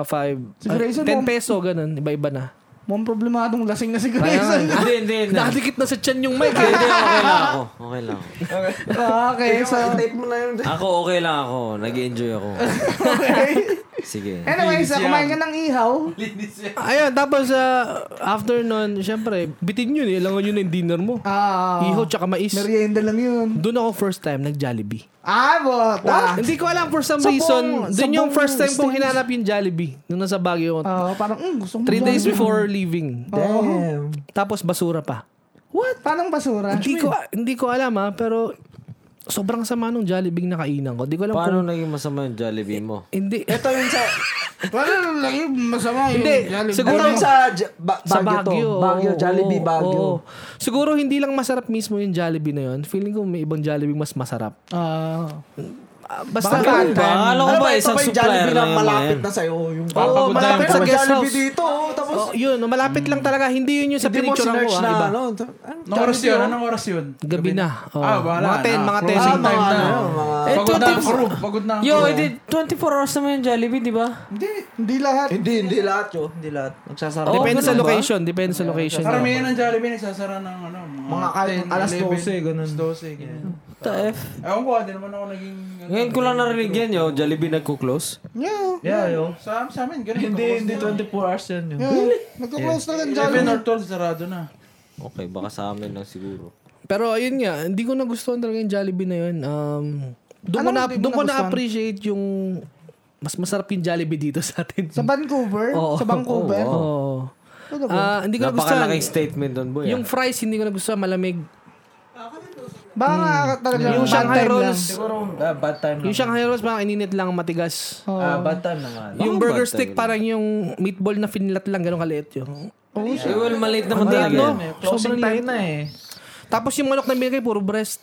[SPEAKER 2] Si
[SPEAKER 3] 5...
[SPEAKER 2] Grayson,
[SPEAKER 3] 10
[SPEAKER 2] mom-
[SPEAKER 3] peso, ganun. Iba-iba na.
[SPEAKER 2] Mukhang problemadong lasing na si
[SPEAKER 3] Ayun.
[SPEAKER 2] Grayson.
[SPEAKER 1] Hindi, hindi. hindi.
[SPEAKER 3] Nakadikit na sa tiyan yung mic eh.
[SPEAKER 1] Hindi, okay
[SPEAKER 5] Ah.
[SPEAKER 1] lang ako. Okay lang ako.
[SPEAKER 2] Ah, okay, so...
[SPEAKER 5] Tape mo na yun.
[SPEAKER 1] Ako, okay lang ako. Nag-enjoy ako. Sige.
[SPEAKER 2] Anyway, so kumain ka ng ihaw.
[SPEAKER 4] eh.
[SPEAKER 3] Ayun, tapos ah, after nun, syempre, bitin yun eh. Langon yun yung dinner mo.
[SPEAKER 2] Ah,
[SPEAKER 3] Ihaw tsaka mais.
[SPEAKER 2] merienda lang yun.
[SPEAKER 3] Doon ako first time nag-Jollibee.
[SPEAKER 2] Ah, bota.
[SPEAKER 3] Hindi ko alam for some
[SPEAKER 2] Sa
[SPEAKER 3] reason.
[SPEAKER 2] buong-
[SPEAKER 3] Doon
[SPEAKER 2] sa
[SPEAKER 3] yung
[SPEAKER 2] buong
[SPEAKER 3] first time
[SPEAKER 2] stage.
[SPEAKER 3] kong hinanap yung Jollibee. Nung nasa Baguio. ako.
[SPEAKER 2] Ah, parang, mm, gusto ko
[SPEAKER 3] Three
[SPEAKER 2] mag-
[SPEAKER 3] days before leaving.
[SPEAKER 5] Damn.
[SPEAKER 3] Tapos basura pa.
[SPEAKER 2] What? Parang basura.
[SPEAKER 3] Hindi ko, hindi ko alam ha, pero sobrang sama nung Jollibee na kainan ko. Hindi ko alam
[SPEAKER 1] Paano
[SPEAKER 3] kung...
[SPEAKER 1] naging masama yung Jollibee mo?
[SPEAKER 3] Hindi.
[SPEAKER 5] Ito yung sa...
[SPEAKER 2] Wala lang lagi masama yun.
[SPEAKER 3] Hindi,
[SPEAKER 5] Ito
[SPEAKER 3] siguro
[SPEAKER 5] yung sa... J- Ba-
[SPEAKER 3] sa
[SPEAKER 5] Baguio to.
[SPEAKER 3] Baguio.
[SPEAKER 5] Baguio,
[SPEAKER 3] oo,
[SPEAKER 5] Jollibee,
[SPEAKER 3] oo,
[SPEAKER 5] Baguio.
[SPEAKER 3] oo. Siguro hindi lang masarap mismo yung Jollibee na yun. Feeling ko may ibang Jollibee mas masarap.
[SPEAKER 2] Ah.
[SPEAKER 3] Ah, basta
[SPEAKER 2] Baka
[SPEAKER 1] Ano ba? Akala ko
[SPEAKER 5] Ano
[SPEAKER 1] ba
[SPEAKER 5] ito
[SPEAKER 1] isang
[SPEAKER 5] ba yung
[SPEAKER 1] supplier
[SPEAKER 5] Jollibee
[SPEAKER 1] lang
[SPEAKER 5] na
[SPEAKER 1] yung mga
[SPEAKER 5] malapit
[SPEAKER 1] yan?
[SPEAKER 5] na sa'yo? Yung
[SPEAKER 3] Oo,
[SPEAKER 5] papagod na
[SPEAKER 3] malapit
[SPEAKER 5] yung
[SPEAKER 3] sa guest
[SPEAKER 5] Jollibee
[SPEAKER 3] house.
[SPEAKER 5] dito. oh, Tapos,
[SPEAKER 3] Oh, yun, malapit lang talaga. Hindi yun yung sa
[SPEAKER 5] hindi mo
[SPEAKER 3] pinicture
[SPEAKER 5] sinerch
[SPEAKER 3] ko.
[SPEAKER 5] na
[SPEAKER 3] ah, iba.
[SPEAKER 5] ano.
[SPEAKER 4] Anong oras yun? Anong oras yun?
[SPEAKER 3] Gabi na. Oo.
[SPEAKER 4] Ah,
[SPEAKER 3] Oh,
[SPEAKER 4] wala
[SPEAKER 3] mga 10,
[SPEAKER 4] na.
[SPEAKER 3] mga 10.
[SPEAKER 4] Closing
[SPEAKER 3] Ah, mga
[SPEAKER 4] time na.
[SPEAKER 3] ano.
[SPEAKER 5] Mga...
[SPEAKER 1] Eh,
[SPEAKER 4] Pagod
[SPEAKER 1] 20
[SPEAKER 4] na ang crew. Pagod na ang
[SPEAKER 1] Yo,
[SPEAKER 4] crew.
[SPEAKER 1] eh, di- 24 hours naman yung Jollibee, di ba?
[SPEAKER 2] Hindi, hindi lahat.
[SPEAKER 5] Hindi, hindi lahat yun. Hindi lahat. Nagsasarap.
[SPEAKER 3] Depende
[SPEAKER 1] ganun
[SPEAKER 3] sa
[SPEAKER 1] ba?
[SPEAKER 3] location. Depende sa location.
[SPEAKER 4] Karamihan ng Jollibee nagsasara ng ano, mga
[SPEAKER 5] Mga kahit
[SPEAKER 4] 10,
[SPEAKER 5] alas
[SPEAKER 4] 11,
[SPEAKER 5] 12, ganun.
[SPEAKER 4] 12, ganun.
[SPEAKER 1] What the F?
[SPEAKER 4] Ewan ko, hindi naman ako naging...
[SPEAKER 1] Ngayon ko lang narinig yan, yo. Jollibee nagko-close.
[SPEAKER 2] Yeah.
[SPEAKER 5] Yeah, yo.
[SPEAKER 4] Sa, sa amin, ganun.
[SPEAKER 5] Hindi,
[SPEAKER 4] Kapos
[SPEAKER 5] hindi
[SPEAKER 4] na.
[SPEAKER 5] 24 hours yan yun.
[SPEAKER 2] Yeah. Nagka-close na lang
[SPEAKER 4] 11
[SPEAKER 2] Jollibee.
[SPEAKER 4] or 12, sarado na.
[SPEAKER 1] Okay, baka sa amin lang siguro.
[SPEAKER 3] Pero ayun nga, hindi ko nagustuhan talaga yung Jollibee na yun. Um, doon ko
[SPEAKER 2] Anong
[SPEAKER 3] na
[SPEAKER 2] hindi mo
[SPEAKER 3] doon ko
[SPEAKER 2] nagustuhan?
[SPEAKER 3] na appreciate yung mas masarap yung Jollibee dito sa atin.
[SPEAKER 2] Sa Vancouver?
[SPEAKER 3] Oo.
[SPEAKER 2] sa Vancouver?
[SPEAKER 1] Oo.
[SPEAKER 3] Oo.
[SPEAKER 2] Ano ba?
[SPEAKER 3] Ah, hindi ko nagustuhan.
[SPEAKER 1] Napakalaking ah. statement doon, boy.
[SPEAKER 3] Yung fries, hindi ko nagustuhan. Malamig.
[SPEAKER 2] Baka nga talaga
[SPEAKER 3] Hmm. Yung
[SPEAKER 2] bad
[SPEAKER 3] Shanghai
[SPEAKER 2] time
[SPEAKER 3] rolls.
[SPEAKER 2] lang.
[SPEAKER 5] Siguro, ah, bad time
[SPEAKER 3] Yung Shanghai rolls, parang ininit lang, matigas.
[SPEAKER 2] Oo.
[SPEAKER 5] Ah, bad time naman.
[SPEAKER 1] Bakit
[SPEAKER 3] yung burger
[SPEAKER 1] bad
[SPEAKER 3] stick,
[SPEAKER 1] tayo?
[SPEAKER 3] parang yung meatball na finilat lang, ganun kaliit yun.
[SPEAKER 1] oh, eh, well, maliit naman talaga.
[SPEAKER 3] no?
[SPEAKER 1] yun.
[SPEAKER 5] Closing time na eh.
[SPEAKER 3] Tapos yung manok na binigay, puro breast.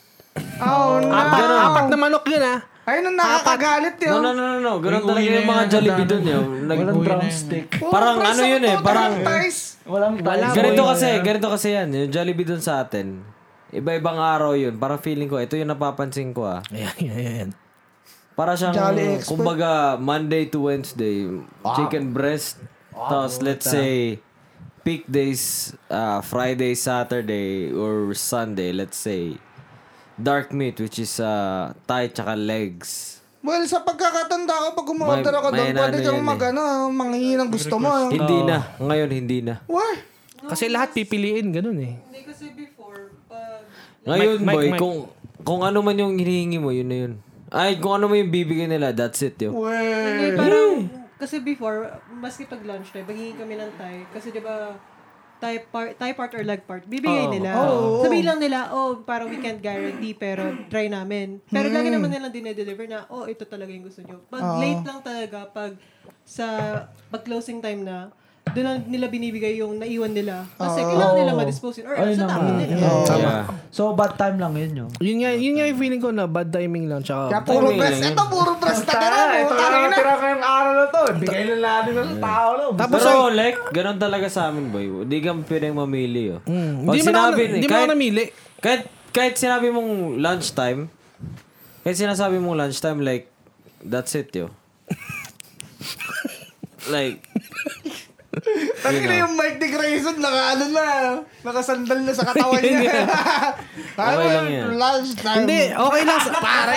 [SPEAKER 2] Oh, no.
[SPEAKER 3] Apat, apat na manok yun, ah.
[SPEAKER 2] Ayun ang nakakagalit yun.
[SPEAKER 1] No, no, no, no, no. Ganun talaga yung mga Jollibee doon yun. Nag-
[SPEAKER 5] Walang drumstick.
[SPEAKER 2] Puro
[SPEAKER 1] Parang ano
[SPEAKER 2] preso
[SPEAKER 1] yun
[SPEAKER 2] to,
[SPEAKER 1] eh, parang-
[SPEAKER 2] tarantais.
[SPEAKER 5] Walang
[SPEAKER 3] Wala,
[SPEAKER 5] ties.
[SPEAKER 1] ganito kasi,
[SPEAKER 2] ah.
[SPEAKER 1] ganito kasi yan. Yung Jollibee doon sa atin. Iba-ibang araw yun. Para feeling ko, ito yung napapansin ko ah.
[SPEAKER 3] Ayan, ayan, ayan.
[SPEAKER 1] Para siyang,
[SPEAKER 2] Jolly Expert.
[SPEAKER 1] kumbaga, Monday to Wednesday, chicken breast. Tapos, let's say, peak days, uh, Friday, Saturday, or Sunday, let's say, dark meat, which is uh, thigh tsaka legs.
[SPEAKER 2] Well, sa pagkakatanda ko, pag umorder
[SPEAKER 1] May-
[SPEAKER 2] ako doon,
[SPEAKER 1] may ano
[SPEAKER 2] pwede kang
[SPEAKER 1] yun
[SPEAKER 2] mag,
[SPEAKER 1] eh.
[SPEAKER 2] ano, manghingi ng gusto mo.
[SPEAKER 1] Hindi na. Ngayon, hindi na.
[SPEAKER 2] Why?
[SPEAKER 3] Kasi lahat pipiliin, ganun eh.
[SPEAKER 7] Hindi kasi before, pag...
[SPEAKER 1] Ngayon,
[SPEAKER 3] Mike,
[SPEAKER 1] boy,
[SPEAKER 3] Mike.
[SPEAKER 1] kung kung ano man yung hinihingi mo, yun na yun. Ay, kung ano man yung bibigyan nila, that's it, yo.
[SPEAKER 2] Well,
[SPEAKER 7] Hindi, parang... Kasi before, maski pag lunch time, maghingi kami ng Thai. Kasi di ba, Thai part, Thai part or leg part, bibigay nila.
[SPEAKER 2] Oo.
[SPEAKER 7] Sabihin lang nila, oh, parang we can't guarantee, pero try namin. Pero lagi
[SPEAKER 2] Hmm.
[SPEAKER 7] naman nilang dinedeliver na, oh, ito talaga yung gusto nyo. Pag late lang talaga, pag sa pag closing time na, doon lang nila binibigay yung naiwan nila. Kasi kailangan nila ma-dispose yun. Or else, natapon nila.
[SPEAKER 1] Yeah.
[SPEAKER 5] So, bad time lang yun yun.
[SPEAKER 3] Yun nga, yun nga yung feeling ko na bad timing lang.
[SPEAKER 2] kaya
[SPEAKER 3] Tsaka,
[SPEAKER 2] puro breast.
[SPEAKER 1] ano
[SPEAKER 2] Ito, puro breast na gano'n.
[SPEAKER 5] Ah, Ito
[SPEAKER 2] Ito na
[SPEAKER 5] lang ang tira ngayong araw na to. Bigay na natin ng tao lang.
[SPEAKER 3] tapos
[SPEAKER 1] Pero, like, ganun talaga sa amin, boy. Hindi ka pwedeng mamili, yo. Pag
[SPEAKER 3] Hmm, hindi mo na ako,
[SPEAKER 1] sinabi-
[SPEAKER 3] hindi mo
[SPEAKER 1] kahit-
[SPEAKER 3] ako namili.
[SPEAKER 1] Kahit, kahit sinabi mong lunchtime, kahit sinasabi mong lunchtime, like, that's it, yo. like,
[SPEAKER 2] Tangina yung Mike Dick Grayson, naka ano na, nakasandal na sa katawan niya.
[SPEAKER 1] Okay lang yan.
[SPEAKER 2] Lunch time.
[SPEAKER 3] Hindi, okay lang. Sa, pare.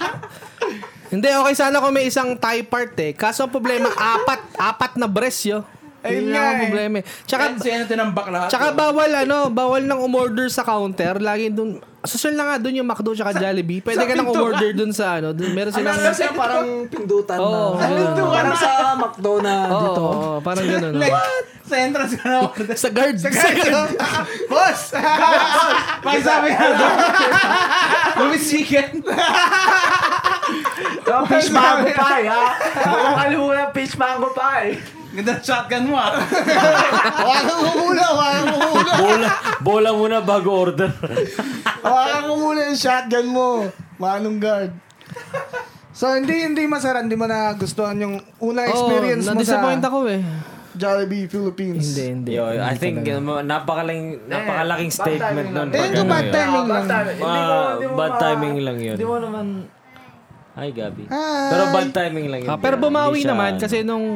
[SPEAKER 3] Hindi, okay sana kung may isang Thai part eh. Kaso ang problema, apat, apat na breast yo.
[SPEAKER 2] Ayun nga
[SPEAKER 3] Yun lang ang
[SPEAKER 2] eh.
[SPEAKER 3] problema eh. Tsaka,
[SPEAKER 4] Kahit siya natin ang bakla.
[SPEAKER 3] tsaka bawal ano, bawal nang umorder sa counter. Lagi dun, social na nga dun yung McDo tsaka Jollibee. Pwede ka nang umorder dun sa ano. Dun, meron silang...
[SPEAKER 5] Kasi parang pindutan
[SPEAKER 3] Oo,
[SPEAKER 5] na. Parang sa McDo na
[SPEAKER 3] Oo,
[SPEAKER 5] dito.
[SPEAKER 3] oo, parang ganun. oh.
[SPEAKER 4] Sa entrance ka na.
[SPEAKER 3] Sa guard. Sa guard.
[SPEAKER 2] Boss!
[SPEAKER 4] Pag sabi ka doon. Lumis chicken.
[SPEAKER 5] Oh, fish mango pie, ha? Huwag kalimutan, fish mango pie.
[SPEAKER 4] Ganda ng shotgun mo ah.
[SPEAKER 2] Wala kang humula, wala kang humula.
[SPEAKER 1] bola, bola muna bago order.
[SPEAKER 2] Wala kang humula yung shotgun mo. Manong guard. So, hindi, hindi masarap. Hindi mo nagustuhan yung una experience
[SPEAKER 3] Oo,
[SPEAKER 2] mo sa
[SPEAKER 3] Oh, Na-disappoint ako eh.
[SPEAKER 2] Jollibee Philippines.
[SPEAKER 3] Hindi, hindi.
[SPEAKER 1] yo, I think, um, napakalaking, napakalaking
[SPEAKER 5] Eh, bad
[SPEAKER 1] statement
[SPEAKER 5] timing
[SPEAKER 1] nun.
[SPEAKER 5] lang.
[SPEAKER 1] pag
[SPEAKER 2] Tingin ko
[SPEAKER 1] ano,
[SPEAKER 2] bad
[SPEAKER 1] yo.
[SPEAKER 2] timing
[SPEAKER 5] Ah,
[SPEAKER 2] lang.
[SPEAKER 5] bad timing. Hindi mo-
[SPEAKER 1] Ah,
[SPEAKER 5] hindi mo
[SPEAKER 1] bad
[SPEAKER 5] ma-
[SPEAKER 1] timing lang yun.
[SPEAKER 5] Hindi mo naman...
[SPEAKER 1] Hi, Gabi.
[SPEAKER 2] Hi.
[SPEAKER 1] Pero bad timing lang yun.
[SPEAKER 3] Ah, pero
[SPEAKER 1] Hindi
[SPEAKER 3] bumawi
[SPEAKER 1] siya-
[SPEAKER 2] ano.
[SPEAKER 3] naman kasi nung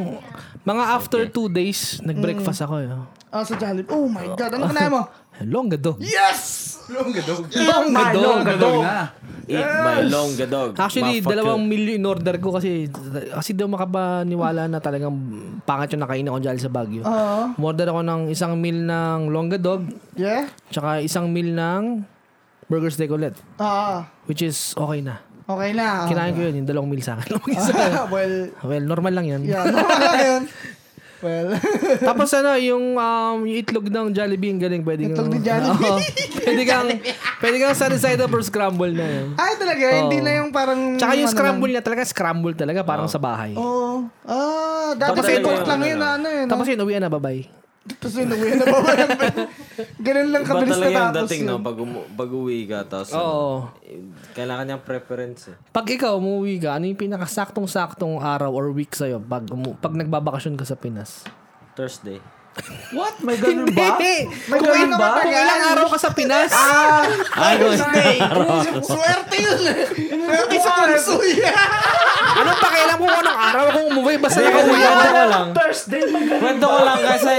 [SPEAKER 3] mga after two days, nag-breakfast ako. eh. Yo.
[SPEAKER 2] Ah, sa Jollibee. Oh my God, ano kanahin mo?
[SPEAKER 3] Long dog.
[SPEAKER 2] Yes!
[SPEAKER 3] Long
[SPEAKER 4] Gadog na.
[SPEAKER 1] Eat my longa dog.
[SPEAKER 3] Actually,
[SPEAKER 1] Motherfucker.
[SPEAKER 3] dalawang milyo in order ko kasi kasi daw makapaniwala na talagang pangat yung nakain ako dyan sa Baguio.
[SPEAKER 2] Oo.
[SPEAKER 3] Umorder ako ng isang meal ng longa dog
[SPEAKER 2] Yeah?
[SPEAKER 3] tsaka isang meal ng burger steak ulit
[SPEAKER 2] Ah,
[SPEAKER 3] which is okay na.
[SPEAKER 2] okay na.
[SPEAKER 3] Kinain ko yun, yung dalawang meal sa akin.
[SPEAKER 2] well,
[SPEAKER 3] well, normal lang yan.
[SPEAKER 2] Yeah, normal lang yun. Well,
[SPEAKER 3] Tapos ano, yung, um, yung itlog ng Jollibee, ang galing. Pwede
[SPEAKER 2] Itlog
[SPEAKER 3] kang-
[SPEAKER 2] ng Jollibee.
[SPEAKER 3] Oo. pwede kang, pwede kang sunny side up or scramble na yun.
[SPEAKER 2] ay Ah, talaga, hindi na yung parang...
[SPEAKER 3] Oh. Tsaka yung
[SPEAKER 2] ano
[SPEAKER 3] scramble niya talaga, scramble talaga, parang sa bahay.
[SPEAKER 2] lang. Oo. Ah, dapat
[SPEAKER 1] Tapos
[SPEAKER 2] sa
[SPEAKER 1] yun,
[SPEAKER 2] court lang
[SPEAKER 1] ano,
[SPEAKER 2] yun, ano yun.
[SPEAKER 3] Tapos yun, uwi na, bye-bye.
[SPEAKER 2] Tapos yun, uwi na ba? Walang- Ganun lang
[SPEAKER 1] Iba
[SPEAKER 2] kabilis
[SPEAKER 1] talaga yung
[SPEAKER 2] na tapos
[SPEAKER 1] dating, no?
[SPEAKER 2] yun.
[SPEAKER 1] Pag, umu- pag uwi ka, tapos...
[SPEAKER 3] Oo.
[SPEAKER 1] eh, Kailangan niyang preference, eh.
[SPEAKER 3] Pag ikaw umuwi ka, ano yung pinakasaktong-saktong araw or week sa'yo pag, umu- pag nagbabakasyon ka sa Pinas?
[SPEAKER 1] Thursday.
[SPEAKER 5] What? May ganun ba?
[SPEAKER 2] May
[SPEAKER 3] Kung,
[SPEAKER 2] ganun
[SPEAKER 3] il-
[SPEAKER 2] ba?
[SPEAKER 3] kung ilang araw ka sa Pinas?
[SPEAKER 1] Ay,
[SPEAKER 2] Swerte yun eh. Swerte sa konsuy.
[SPEAKER 3] anong pakialam kung anong araw kung umuwi? Basta nakauwi ka.
[SPEAKER 1] Kwento ko lang.
[SPEAKER 5] Thursday, may ganun.
[SPEAKER 1] Kwento ko lang kasi...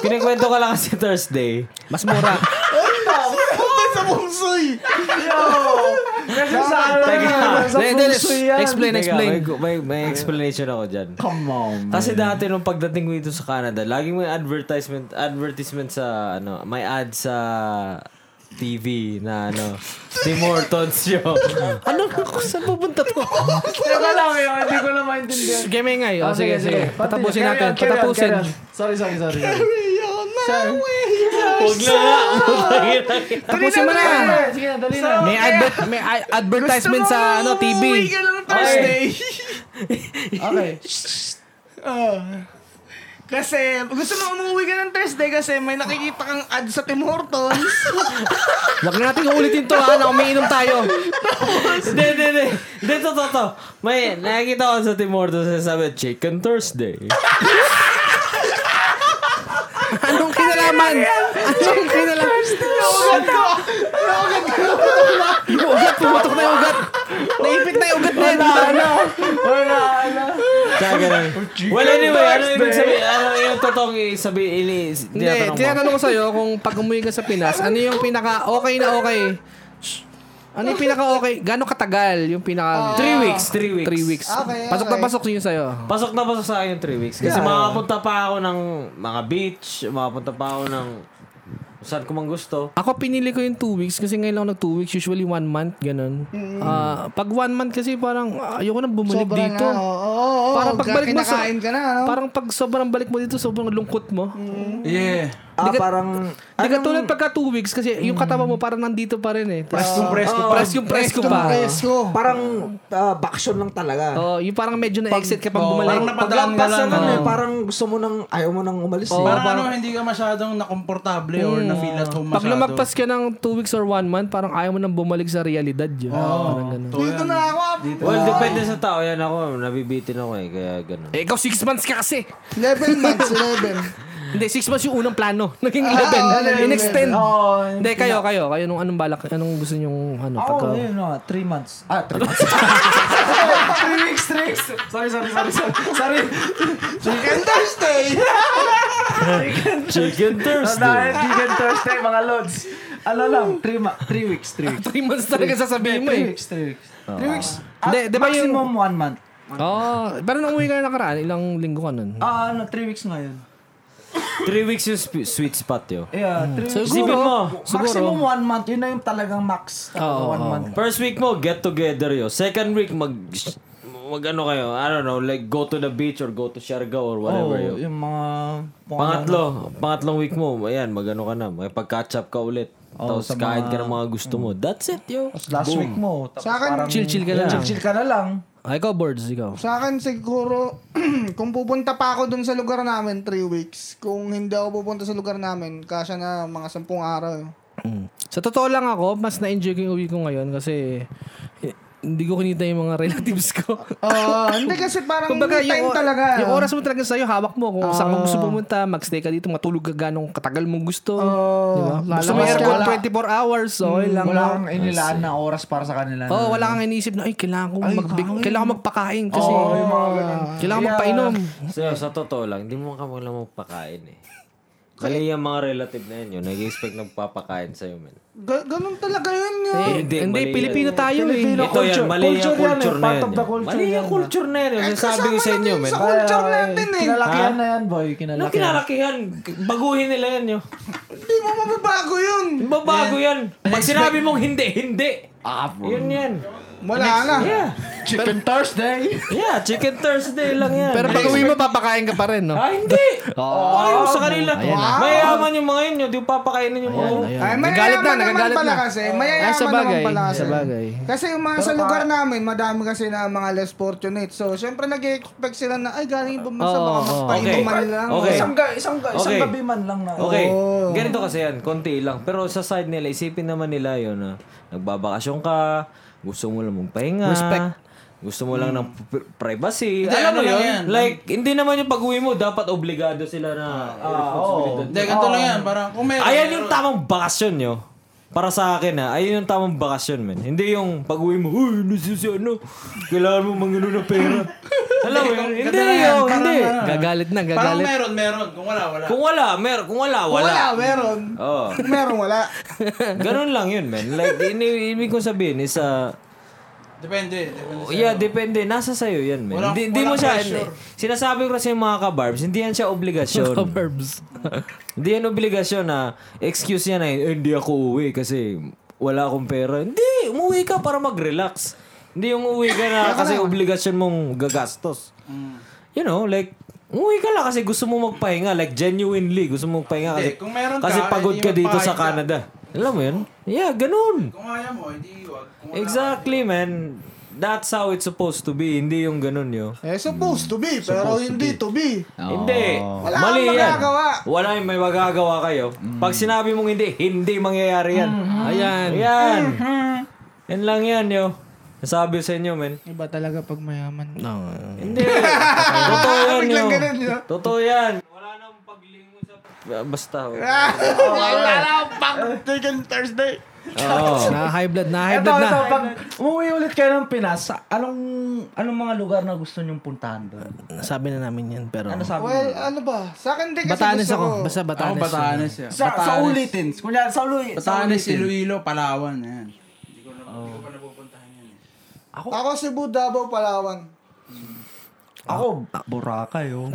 [SPEAKER 1] Kinikwento ko lang kasi Thursday.
[SPEAKER 3] Mas mura.
[SPEAKER 2] Swerte sa konsuy.
[SPEAKER 5] Kasi sa ano na, sa
[SPEAKER 3] Hindi,
[SPEAKER 5] feng
[SPEAKER 3] hindi,
[SPEAKER 5] shui yan.
[SPEAKER 3] Explain,
[SPEAKER 1] Teka,
[SPEAKER 3] explain.
[SPEAKER 1] May, may, may explanation ako dyan.
[SPEAKER 5] Come on.
[SPEAKER 1] Kasi dati nung pagdating ko dito sa Canada, laging may advertisement advertisement sa ano, may ad sa TV na ano, Tim Hortons show.
[SPEAKER 3] Ano? Saan pupunta to?
[SPEAKER 5] Teka lang yun, hindi ko na maintindihan.
[SPEAKER 3] Sige, Mengay. O, Ah, Oh, sige, sige.
[SPEAKER 5] Continue.
[SPEAKER 3] Patapusin
[SPEAKER 5] Carry
[SPEAKER 3] natin.
[SPEAKER 5] on, carry on,
[SPEAKER 3] Patapusin.
[SPEAKER 5] carry on. Sorry, sorry, sorry. sorry.
[SPEAKER 1] Huwag na nga.
[SPEAKER 3] Tapusin mo na.
[SPEAKER 5] Sige na, dali na.
[SPEAKER 3] May, adver- may a- advertisement sa ano TV.
[SPEAKER 2] Thursday.
[SPEAKER 5] Okay.
[SPEAKER 2] Ah. Kasi gusto mo umuwi ka ng Thursday kasi may nakikita kang ad sa Tim Hortons.
[SPEAKER 3] Huwag na natin ulitin to ha. Na umiinom tayo.
[SPEAKER 1] Hindi, hindi, hindi. Hindi, totoo to. May, nakikita ko sa Tim Hortons na sabi, Chicken Thursday.
[SPEAKER 3] Anong kinalaman? Anong kinalaman? Yung ugat, pumutok na yung ugat. Naipit na yung ugat na yun.
[SPEAKER 1] Kaya ganun. Well, anyway, ano ibig sabihin? Ano yung totoong sabihin? Ini,
[SPEAKER 3] Hindi, tinatanong ko sa'yo kung pag umuwi ka sa Pinas, ano yung pinaka okay na okay? Shh. Ano yung pinaka okay? Gano'ng katagal yung pinaka...
[SPEAKER 1] Three weeks, three weeks.
[SPEAKER 3] Three weeks.
[SPEAKER 2] Okay,
[SPEAKER 3] pasok na
[SPEAKER 2] okay.
[SPEAKER 3] pasok yun sa'yo.
[SPEAKER 1] Pasok na pasok sa akin yung 3 weeks. Kasi makapunta pa ako ng mga beach, makapunta pa ako ng saan ko mang gusto.
[SPEAKER 3] Ako pinili ko yung two weeks kasi ngayon lang ako nag two weeks. Usually one month, ganun. Ah, pag one month kasi parang ah, ayoko na bumalik
[SPEAKER 2] Sobra
[SPEAKER 3] dito.
[SPEAKER 2] na, oo, oo, oo.
[SPEAKER 3] parang pagbalik mo sa...
[SPEAKER 2] Kinakain ka na, ano? Mm. no?
[SPEAKER 3] Parang pag sobrang balik mo dito, sobrang lungkot mo.
[SPEAKER 5] Yeah. Ah, parang...
[SPEAKER 3] Hindi ka tulad pagka two weeks kasi yung
[SPEAKER 2] Mm.
[SPEAKER 3] katawan mo parang nandito pa rin eh. Parang-
[SPEAKER 5] Presko, presko.
[SPEAKER 3] Oh, press yung press ko pa.
[SPEAKER 2] Presko.
[SPEAKER 5] ano, Parang ah, baction lang talaga.
[SPEAKER 3] Oh, yung parang medyo na-exit ka pag
[SPEAKER 4] parang
[SPEAKER 3] bumalik.
[SPEAKER 4] napadaan ka
[SPEAKER 5] Paglampas
[SPEAKER 4] lang. ah.
[SPEAKER 5] naman
[SPEAKER 3] oh.
[SPEAKER 5] eh, parang gusto mo nang, ayaw mo nang umalis eh.
[SPEAKER 4] ano, Parang ano, hindi ka masyadong nakomportable or na-feel at home
[SPEAKER 3] Pag
[SPEAKER 4] masyado.
[SPEAKER 3] lumagpas ka ng 2 weeks or 1 month, parang ayaw mo nang bumalik sa realidad yun. Parang ganun.
[SPEAKER 2] Dito na ako.
[SPEAKER 1] Well, depende sa tao. Yan ako, nabibitin ako eh. Kaya ganun.
[SPEAKER 3] Eh, ikaw 6 months ka kasi.
[SPEAKER 2] 11 months, 11.
[SPEAKER 3] Hindi, 6 months yung unang plano. Naging
[SPEAKER 2] Ah,
[SPEAKER 3] 11.
[SPEAKER 2] eleven.
[SPEAKER 3] In-extend.
[SPEAKER 5] Oo,
[SPEAKER 3] Hindi, kayo, kayo. Kayo, nung anong balak, anong gusto nyong, ano, pagka...
[SPEAKER 5] oh, yun no, three months. Ah, three months. three weeks, three weeks. Sorry, sorry, sorry, sorry. Sorry.
[SPEAKER 2] Chicken Thursday.
[SPEAKER 1] Chicken Thursday.
[SPEAKER 5] Vegan Thursday, mga lods. Ano lang, Ah, three, ma- three weeks, three weeks.
[SPEAKER 3] 3 months talaga sasabihin mo
[SPEAKER 5] Three
[SPEAKER 3] eh.
[SPEAKER 5] weeks, three weeks.
[SPEAKER 2] 3 weeks.
[SPEAKER 5] At
[SPEAKER 3] Hindi, di ba yung...
[SPEAKER 5] maximum one month.
[SPEAKER 3] Oh, pero nung umuwi ka na nakaraan, ilang linggo ka nun?
[SPEAKER 5] Ah, ano, three weeks ngayon.
[SPEAKER 1] 3 weeks yung sp- sweet spot yun.
[SPEAKER 5] Yeah, three weeks.
[SPEAKER 1] Isipin
[SPEAKER 3] Hmm. Siguro. Oh,
[SPEAKER 1] mo,
[SPEAKER 5] Maximum one month. Yun na yung talagang max.
[SPEAKER 3] Oo,
[SPEAKER 5] one
[SPEAKER 3] oo.
[SPEAKER 5] month.
[SPEAKER 1] First week mo, get together yo. Second week, mag... Mag ano kayo, I don't know, like go to the beach or go to Siargao or whatever yo.
[SPEAKER 5] Oo, Oh, yung mga...
[SPEAKER 1] Pangatlo, pangatlong week mo, ayan, magano ka na, may pag-catch up ka ulit. Tapos kain ka ng Oh, mga gusto mo. That's it, yo.
[SPEAKER 5] Last week mo. Tapos
[SPEAKER 2] Sa akin,
[SPEAKER 5] parang
[SPEAKER 3] Chill-chill ka lang.
[SPEAKER 5] chill ka na lang.
[SPEAKER 3] Ah, ikaw, boards, ikaw.
[SPEAKER 2] Sa akin siguro, kung pupunta pa ako dun sa lugar namin, 3 weeks. Kung hindi ako pupunta sa lugar namin, kasya na mga 10 araw. eh.
[SPEAKER 3] Mm. Sa totoo lang ako, mas na-enjoy ko yung uwi ko ngayon kasi eh, hindi ko kinita yung mga relatives ko.
[SPEAKER 2] Oo, hindi kasi parang Kumbaga, time
[SPEAKER 3] o-
[SPEAKER 2] talaga.
[SPEAKER 3] yung oras mo talaga sa'yo, hawak mo. Kung saan mo gusto pumunta, magstay ka dito, matulog ka ganong katagal mong gusto.
[SPEAKER 2] Oo.
[SPEAKER 3] Di ba? Gusto mo
[SPEAKER 2] Lalakas
[SPEAKER 3] aircon
[SPEAKER 2] ka.
[SPEAKER 3] 24 hours, so okay lang.
[SPEAKER 5] Wala kang inilaan na oras para sa kanila.
[SPEAKER 3] Oo, oh, wala kang iniisip na, ay, kailangan ko, magbig, kailangan ko magpakain kasi kailangan ko magpainom.
[SPEAKER 1] So, sa totoo lang, hindi mo ka wala magpakain eh. Kali yung mga relative na yun, yun nag-expect na papakain sa'yo, man.
[SPEAKER 2] Ga- ganun talaga yun yun.
[SPEAKER 3] Eh,
[SPEAKER 1] Hindi,
[SPEAKER 3] hindi,
[SPEAKER 1] mali
[SPEAKER 3] Pilipino tayo eh.
[SPEAKER 1] Ito yan, mali yung culture na yan.
[SPEAKER 5] Part of the culture
[SPEAKER 1] Mali yung
[SPEAKER 5] yan.
[SPEAKER 1] culture na yan. Yung sabi ko sa inyo, man.
[SPEAKER 2] Sa culture natin eh.
[SPEAKER 5] Kinalakihan na yan, boy.
[SPEAKER 1] Ano
[SPEAKER 5] Kinalakihan.
[SPEAKER 1] kinalakihan? Baguhin nila yan, yo.
[SPEAKER 2] Hindi mo mababago yun.
[SPEAKER 1] Babago yan. Pag sinabi mong hindi, hindi. Yun yan.
[SPEAKER 2] Wala na.
[SPEAKER 1] Yeah.
[SPEAKER 5] Chicken Thursday.
[SPEAKER 1] Yeah, Chicken Thursday lang yan.
[SPEAKER 3] Pero pag uwi mo, papakain ka pa rin, no?
[SPEAKER 1] Ah, hindi! Oh, Ayaw sa kanila. Mayaman yung mga yun, yun. Di ko papakainin yung mga yun.
[SPEAKER 2] Ay,
[SPEAKER 3] Ayan.
[SPEAKER 2] mayayaman
[SPEAKER 3] Nagalit na,
[SPEAKER 2] naman
[SPEAKER 3] nagagalit
[SPEAKER 2] pala
[SPEAKER 3] na.
[SPEAKER 2] kasi. Mayayaman
[SPEAKER 3] Ay, sa bagay,
[SPEAKER 2] naman pala kasi.
[SPEAKER 3] sa bagay.
[SPEAKER 2] Kasi yung mga sa lugar namin, madami kasi na mga less fortunate. So, syempre nag-expect sila na, ay, galing ibang bansa,
[SPEAKER 3] Oo,
[SPEAKER 2] baka
[SPEAKER 3] oo.
[SPEAKER 1] Okay.
[SPEAKER 2] magpainuman lang.
[SPEAKER 1] Okay.
[SPEAKER 5] Isang, ga, isang, ga, isang
[SPEAKER 1] Okay.
[SPEAKER 5] gabi man lang na.
[SPEAKER 1] Okay, ganito kasi yan, konti lang. Pero sa side nila, isipin naman nila yun na nagbabakasyon ka, gusto mo lang magpahinga.
[SPEAKER 3] Respect.
[SPEAKER 1] Gusto mo lang ng pri- privacy.
[SPEAKER 4] Hindi,
[SPEAKER 1] Alam mo
[SPEAKER 4] ano
[SPEAKER 1] yun?
[SPEAKER 4] lang yan.
[SPEAKER 1] Like, hindi naman yung pag-uwi mo, dapat obligado sila na ah, responsibilidad.
[SPEAKER 4] Hindi, ganito lang yan. Parang kung meron.
[SPEAKER 1] Ayan yung tamang bakasyon nyo. Para sa akin ha, ayun yung tamang bakasyon men. Hindi yung pag-uwi mo, uy, nasa si ano, kailangan mo mangano ng pera. Alam mo yun? Hindi
[SPEAKER 4] Ganun yan.
[SPEAKER 1] yun, hindi.
[SPEAKER 4] Parang- ano.
[SPEAKER 3] Gagalit na,
[SPEAKER 4] Parang
[SPEAKER 3] gagalit.
[SPEAKER 4] meron, meron. Kung wala, wala.
[SPEAKER 1] Kung wala, mer, kung wala,
[SPEAKER 2] Wala,
[SPEAKER 1] wala.
[SPEAKER 2] meron.
[SPEAKER 1] Oo.
[SPEAKER 2] Meron, wala.
[SPEAKER 1] Ganun lang yun, man. Like, ini ibig ko sabihin is, ah,
[SPEAKER 4] Depende. depende
[SPEAKER 1] Oh,
[SPEAKER 4] sa-
[SPEAKER 1] yeah, depende. Nasa sa'yo yan, man.
[SPEAKER 4] Walang-
[SPEAKER 1] Hindi, hindi mo
[SPEAKER 4] walang
[SPEAKER 1] siya...
[SPEAKER 4] pressure.
[SPEAKER 1] Sinasabi ko kasi yung mga kabarbs, hindi yan siya obligasyon.
[SPEAKER 3] Suburbs.
[SPEAKER 1] Hindi yan obligasyon na excuse niya na "Eh, hindi ako uwi kasi wala akong pera. Hindi, umuwi ka para mag-relax. Hindi yung uwi ka na kasi obligasyon mong gagastos.
[SPEAKER 4] Mm.
[SPEAKER 1] You know, like, umuwi ka lang kasi gusto mo magpahinga. Like, genuinely, gusto mo magpahinga kasi,
[SPEAKER 4] Hindi, kung meron ka,
[SPEAKER 1] kasi pagod
[SPEAKER 4] hindi
[SPEAKER 1] ka dito sa
[SPEAKER 4] magpahinga.
[SPEAKER 1] Canada. Alam mo yun? Yeah, ganun.
[SPEAKER 4] Kung kaya mo, hindi wag. Kung wala-
[SPEAKER 1] Exactly, man. That's how it's supposed to be. Hindi yung ganun yo.
[SPEAKER 2] Eh, supposed to be, pero hindi to be.
[SPEAKER 1] Hindi.
[SPEAKER 2] Wala
[SPEAKER 1] Mali
[SPEAKER 2] kang
[SPEAKER 1] yan.
[SPEAKER 2] magagawa.
[SPEAKER 1] Wala yung may magagawa kayo. Pag
[SPEAKER 2] Mm.
[SPEAKER 1] sinabi mong hindi, hindi mangyayari yan.
[SPEAKER 2] Mm-hmm.
[SPEAKER 3] Ayan.
[SPEAKER 1] Ayan. Yan lang yan, yo. Nasabi sa inyo, men.
[SPEAKER 2] Iba talaga pag mayaman.
[SPEAKER 1] Hindi. Totoo yan, yo.
[SPEAKER 2] Biglang ganun, yo.
[SPEAKER 1] Totoo yan. Wala nang paglingon sa... Ah, Basta. oh.
[SPEAKER 2] Wala na ang pag-taken Thursday.
[SPEAKER 1] Oo.
[SPEAKER 3] Na high blood na, high
[SPEAKER 5] Ito,
[SPEAKER 3] blood na.
[SPEAKER 5] ito, pag umuwi ulit kayo ng Pinas, sa- anong, anong mga lugar na gusto nyong puntahan doon?
[SPEAKER 3] Sabi na namin yan, pero...
[SPEAKER 5] Ano sabi
[SPEAKER 2] Well,
[SPEAKER 5] well,
[SPEAKER 2] ano ba? Sa akin din kasi
[SPEAKER 3] Batanes
[SPEAKER 2] gusto
[SPEAKER 3] ako.
[SPEAKER 2] ko.
[SPEAKER 3] Basta
[SPEAKER 4] Ako
[SPEAKER 3] Batanes.
[SPEAKER 4] Batanes yan.
[SPEAKER 5] sa, sa ulitin. Kunya, sa uli. sa
[SPEAKER 4] Batanes,
[SPEAKER 5] ulitin.
[SPEAKER 4] Iloilo, Palawan. Yan. Hindi ko na, hindi ko pa napupuntahan yan. eh.
[SPEAKER 2] Ako Cebu, Davao, Palawan.
[SPEAKER 5] Ako, Boracay, oh.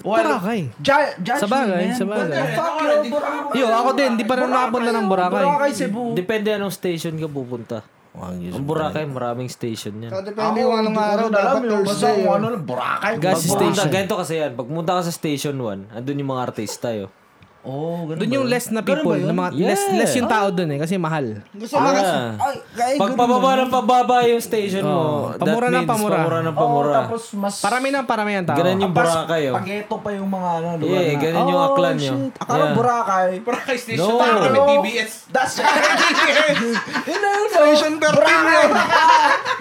[SPEAKER 3] Boracay?
[SPEAKER 5] Ju- judge
[SPEAKER 3] Sabagay,
[SPEAKER 5] me, man.
[SPEAKER 3] sabagay.
[SPEAKER 5] What the fuck, yo, Boracay.
[SPEAKER 3] Yo, ako din, di pa rin nakapunta ng Boracay.
[SPEAKER 5] Boracay, Cebu.
[SPEAKER 1] Depende anong station ka pupunta. Ang Boracay, maraming station yan.
[SPEAKER 2] So, depende kung anong araw, dapat
[SPEAKER 5] dapat
[SPEAKER 2] Thursday. eh.
[SPEAKER 5] Basta kung ano
[SPEAKER 2] yun.
[SPEAKER 5] lang, Boracay.
[SPEAKER 3] Gas
[SPEAKER 5] Boracay.
[SPEAKER 1] Pagpunta,
[SPEAKER 3] station.
[SPEAKER 1] ganito kasi yan. Pagpunta ka sa station 1, andun yung mga artista, yo.
[SPEAKER 5] Oh, ganun
[SPEAKER 3] Doon
[SPEAKER 5] ba
[SPEAKER 3] yung
[SPEAKER 5] yun?
[SPEAKER 3] less na
[SPEAKER 5] Ganun ba
[SPEAKER 3] people,
[SPEAKER 5] yun?
[SPEAKER 3] na mga,
[SPEAKER 1] Yeah.
[SPEAKER 3] less, less yung tao doon eh, kasi mahal.
[SPEAKER 2] Gusto mo kasi.
[SPEAKER 1] Ah.
[SPEAKER 5] Ay, kaya
[SPEAKER 1] Pag
[SPEAKER 5] ganun
[SPEAKER 1] pababa
[SPEAKER 5] yun.
[SPEAKER 1] ng pababa yung station mo,
[SPEAKER 3] Oo. Pamura
[SPEAKER 1] that
[SPEAKER 3] ng
[SPEAKER 1] means
[SPEAKER 3] pamura.
[SPEAKER 1] pamura ng
[SPEAKER 5] Oo,
[SPEAKER 1] pamura.
[SPEAKER 5] Oh, tapos mas...
[SPEAKER 3] Parami na parami ang tao.
[SPEAKER 1] Ganun yung
[SPEAKER 5] Mas
[SPEAKER 1] Boracay, oh.
[SPEAKER 5] Pageto pa yung mga ano, lugar
[SPEAKER 1] Yeah,
[SPEAKER 5] na.
[SPEAKER 1] ganun yung
[SPEAKER 5] Oh,
[SPEAKER 1] aklan nyo.
[SPEAKER 5] shit. Akala
[SPEAKER 1] Yeah.
[SPEAKER 5] Boracay.
[SPEAKER 4] Boracay Station,
[SPEAKER 1] No.
[SPEAKER 4] tama kami,
[SPEAKER 5] No.
[SPEAKER 4] TBS.
[SPEAKER 5] That's Yun na yun, no?
[SPEAKER 2] Station 13
[SPEAKER 5] Boracay!
[SPEAKER 2] yun.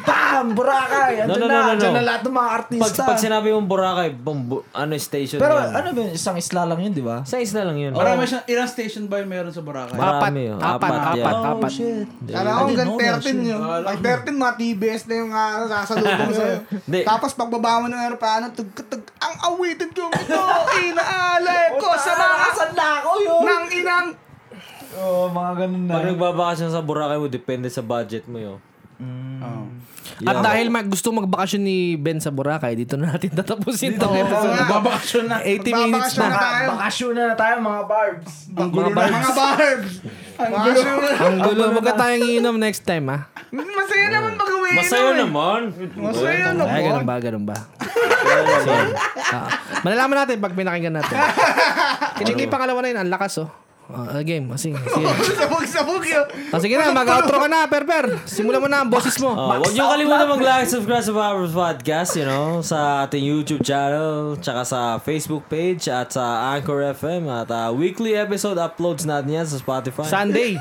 [SPEAKER 5] Bam! Boracay!
[SPEAKER 1] No, no,
[SPEAKER 5] Andyan
[SPEAKER 1] no,
[SPEAKER 5] na,
[SPEAKER 1] no,
[SPEAKER 5] andyan
[SPEAKER 1] no.
[SPEAKER 5] na lahat ng mga
[SPEAKER 1] Pag,
[SPEAKER 5] artista.
[SPEAKER 1] pag sinabi mong Boracay, bumbu, ano station
[SPEAKER 5] Pero
[SPEAKER 1] yun?
[SPEAKER 5] ano ba yun? Isang isla lang yun, di ba?
[SPEAKER 1] Sa isla lang yun.
[SPEAKER 4] Marami siya, ilang station ba yung meron sa Boracay?
[SPEAKER 3] apat,
[SPEAKER 1] Marami, oh.
[SPEAKER 3] apat,
[SPEAKER 1] Apat yan.
[SPEAKER 3] apat,
[SPEAKER 5] Oh,
[SPEAKER 3] apat.
[SPEAKER 5] shit.
[SPEAKER 2] Kala ko hanggang 13 yun. Pag 13, mga TBS na yung uh, sasalubong sa'yo.
[SPEAKER 1] Hindi.
[SPEAKER 2] Tapos pagbaba mo ng aeroplano, tug-tug, ang awitin ko ito, inaalay ko sa mga
[SPEAKER 5] Saan na ako yun?
[SPEAKER 2] nang inang.
[SPEAKER 5] Oo, mga ganun na.
[SPEAKER 1] Pag nagbabakasyon sa Boracay mo, depende sa budget mo yun.
[SPEAKER 4] Oo.
[SPEAKER 3] At dahil mag, gusto magbakasyon ni Ben sa Boracay, dito na natin tatapusin tong episode.
[SPEAKER 4] Nagbabakasyon na.
[SPEAKER 3] 80 minutes
[SPEAKER 2] Magbabakasyon
[SPEAKER 3] na.
[SPEAKER 2] na tayo.
[SPEAKER 5] Bakasyon na na tayo, mga barbs.
[SPEAKER 2] Ang gulo na mga barbs. Ang gulo na.
[SPEAKER 3] Ang gulo, huwag ka tayong iinom next time, ah. ha?
[SPEAKER 2] Masaya naman mag-uwi.
[SPEAKER 1] Masaya
[SPEAKER 3] eh.
[SPEAKER 1] naman.
[SPEAKER 2] Masaya
[SPEAKER 3] Ay,
[SPEAKER 2] naman.
[SPEAKER 3] Ah, ganun ba, ganun ba? Ah, malalaman natin pag pinakinggan natin.
[SPEAKER 2] Ano?
[SPEAKER 3] Kinikli pangalawa na yun, ang lakas, oh. Ah, game, ah, sige. sige.
[SPEAKER 2] Sabog-sabog yun.
[SPEAKER 3] Ah, sige na, mag-outro ka na, Perper. Simulan mo na ang boses mo.
[SPEAKER 1] Oh, huwag niyo kalimutan mag-like, subscribe sa Barbers Podcast, you know, sa ating YouTube channel, tsaka sa Facebook page, at sa Anchor FM, at ah, weekly episode uploads natin yan sa Spotify.
[SPEAKER 3] Sunday.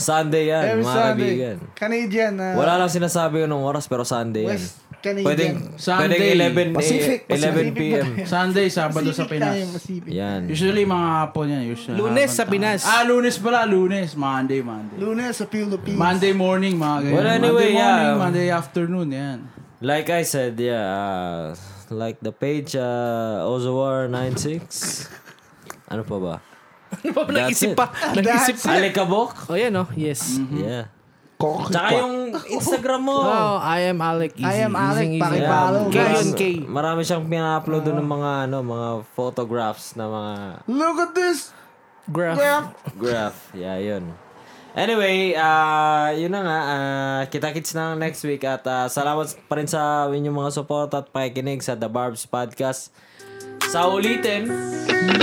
[SPEAKER 1] Sunday yan,
[SPEAKER 2] Every
[SPEAKER 1] mga
[SPEAKER 2] Sunday.
[SPEAKER 1] kaibigan.
[SPEAKER 2] Canadian. ah,
[SPEAKER 1] Wala lang sinasabi ko nung oras, pero Sunday yan.
[SPEAKER 2] West Canadian.
[SPEAKER 1] Pwedeng, eh,
[SPEAKER 4] Sunday.
[SPEAKER 1] pwedeng 11,
[SPEAKER 5] Pacific,
[SPEAKER 1] Pacific, 11 p.m.
[SPEAKER 4] Sunday, Sabado sa
[SPEAKER 2] Pacific tayo,
[SPEAKER 4] Pinas.
[SPEAKER 2] Pacific.
[SPEAKER 1] Yan.
[SPEAKER 4] Usually mga hapon yan. Usually,
[SPEAKER 3] Lunes
[SPEAKER 4] habang
[SPEAKER 3] sa
[SPEAKER 4] taon.
[SPEAKER 3] Pinas.
[SPEAKER 4] Ah, lunes pala. Lunes. Monday, Monday.
[SPEAKER 2] Lunes sa Philippines.
[SPEAKER 4] Monday morning, mga ganyan.
[SPEAKER 1] Well, anyway, um,
[SPEAKER 4] Monday morning,
[SPEAKER 1] yeah.
[SPEAKER 4] Monday afternoon, yan.
[SPEAKER 1] Like I said, yeah, uh, like the page, uh, Ozawar96. ano pa ba?
[SPEAKER 3] Ano ba,
[SPEAKER 1] Ah,
[SPEAKER 3] nag-isip
[SPEAKER 1] it.
[SPEAKER 3] pa? Nag-isip pa.
[SPEAKER 1] Alikabok?
[SPEAKER 3] Oh, yan, oh.
[SPEAKER 2] Mm.
[SPEAKER 3] Yes.
[SPEAKER 1] Yeah. Tsaka yung Instagram mo.
[SPEAKER 3] Oh, I am Alec. Easy,
[SPEAKER 2] I am Alec,
[SPEAKER 3] easy, easy.
[SPEAKER 2] pakipollow,
[SPEAKER 3] K
[SPEAKER 2] guys.
[SPEAKER 3] yun, K.
[SPEAKER 1] Marami siyang pina-upload doon ng mga ano, mga photographs na mga
[SPEAKER 2] Look at this.
[SPEAKER 3] Graph.
[SPEAKER 2] Graph.
[SPEAKER 1] graph. Yeah, yun. Anyway, ah yun na nga. ah, kita-kits na lang next week. At ah, salamat pa rin sa inyong mga support at pakikinig sa The Barbs Podcast. Sa ulitin,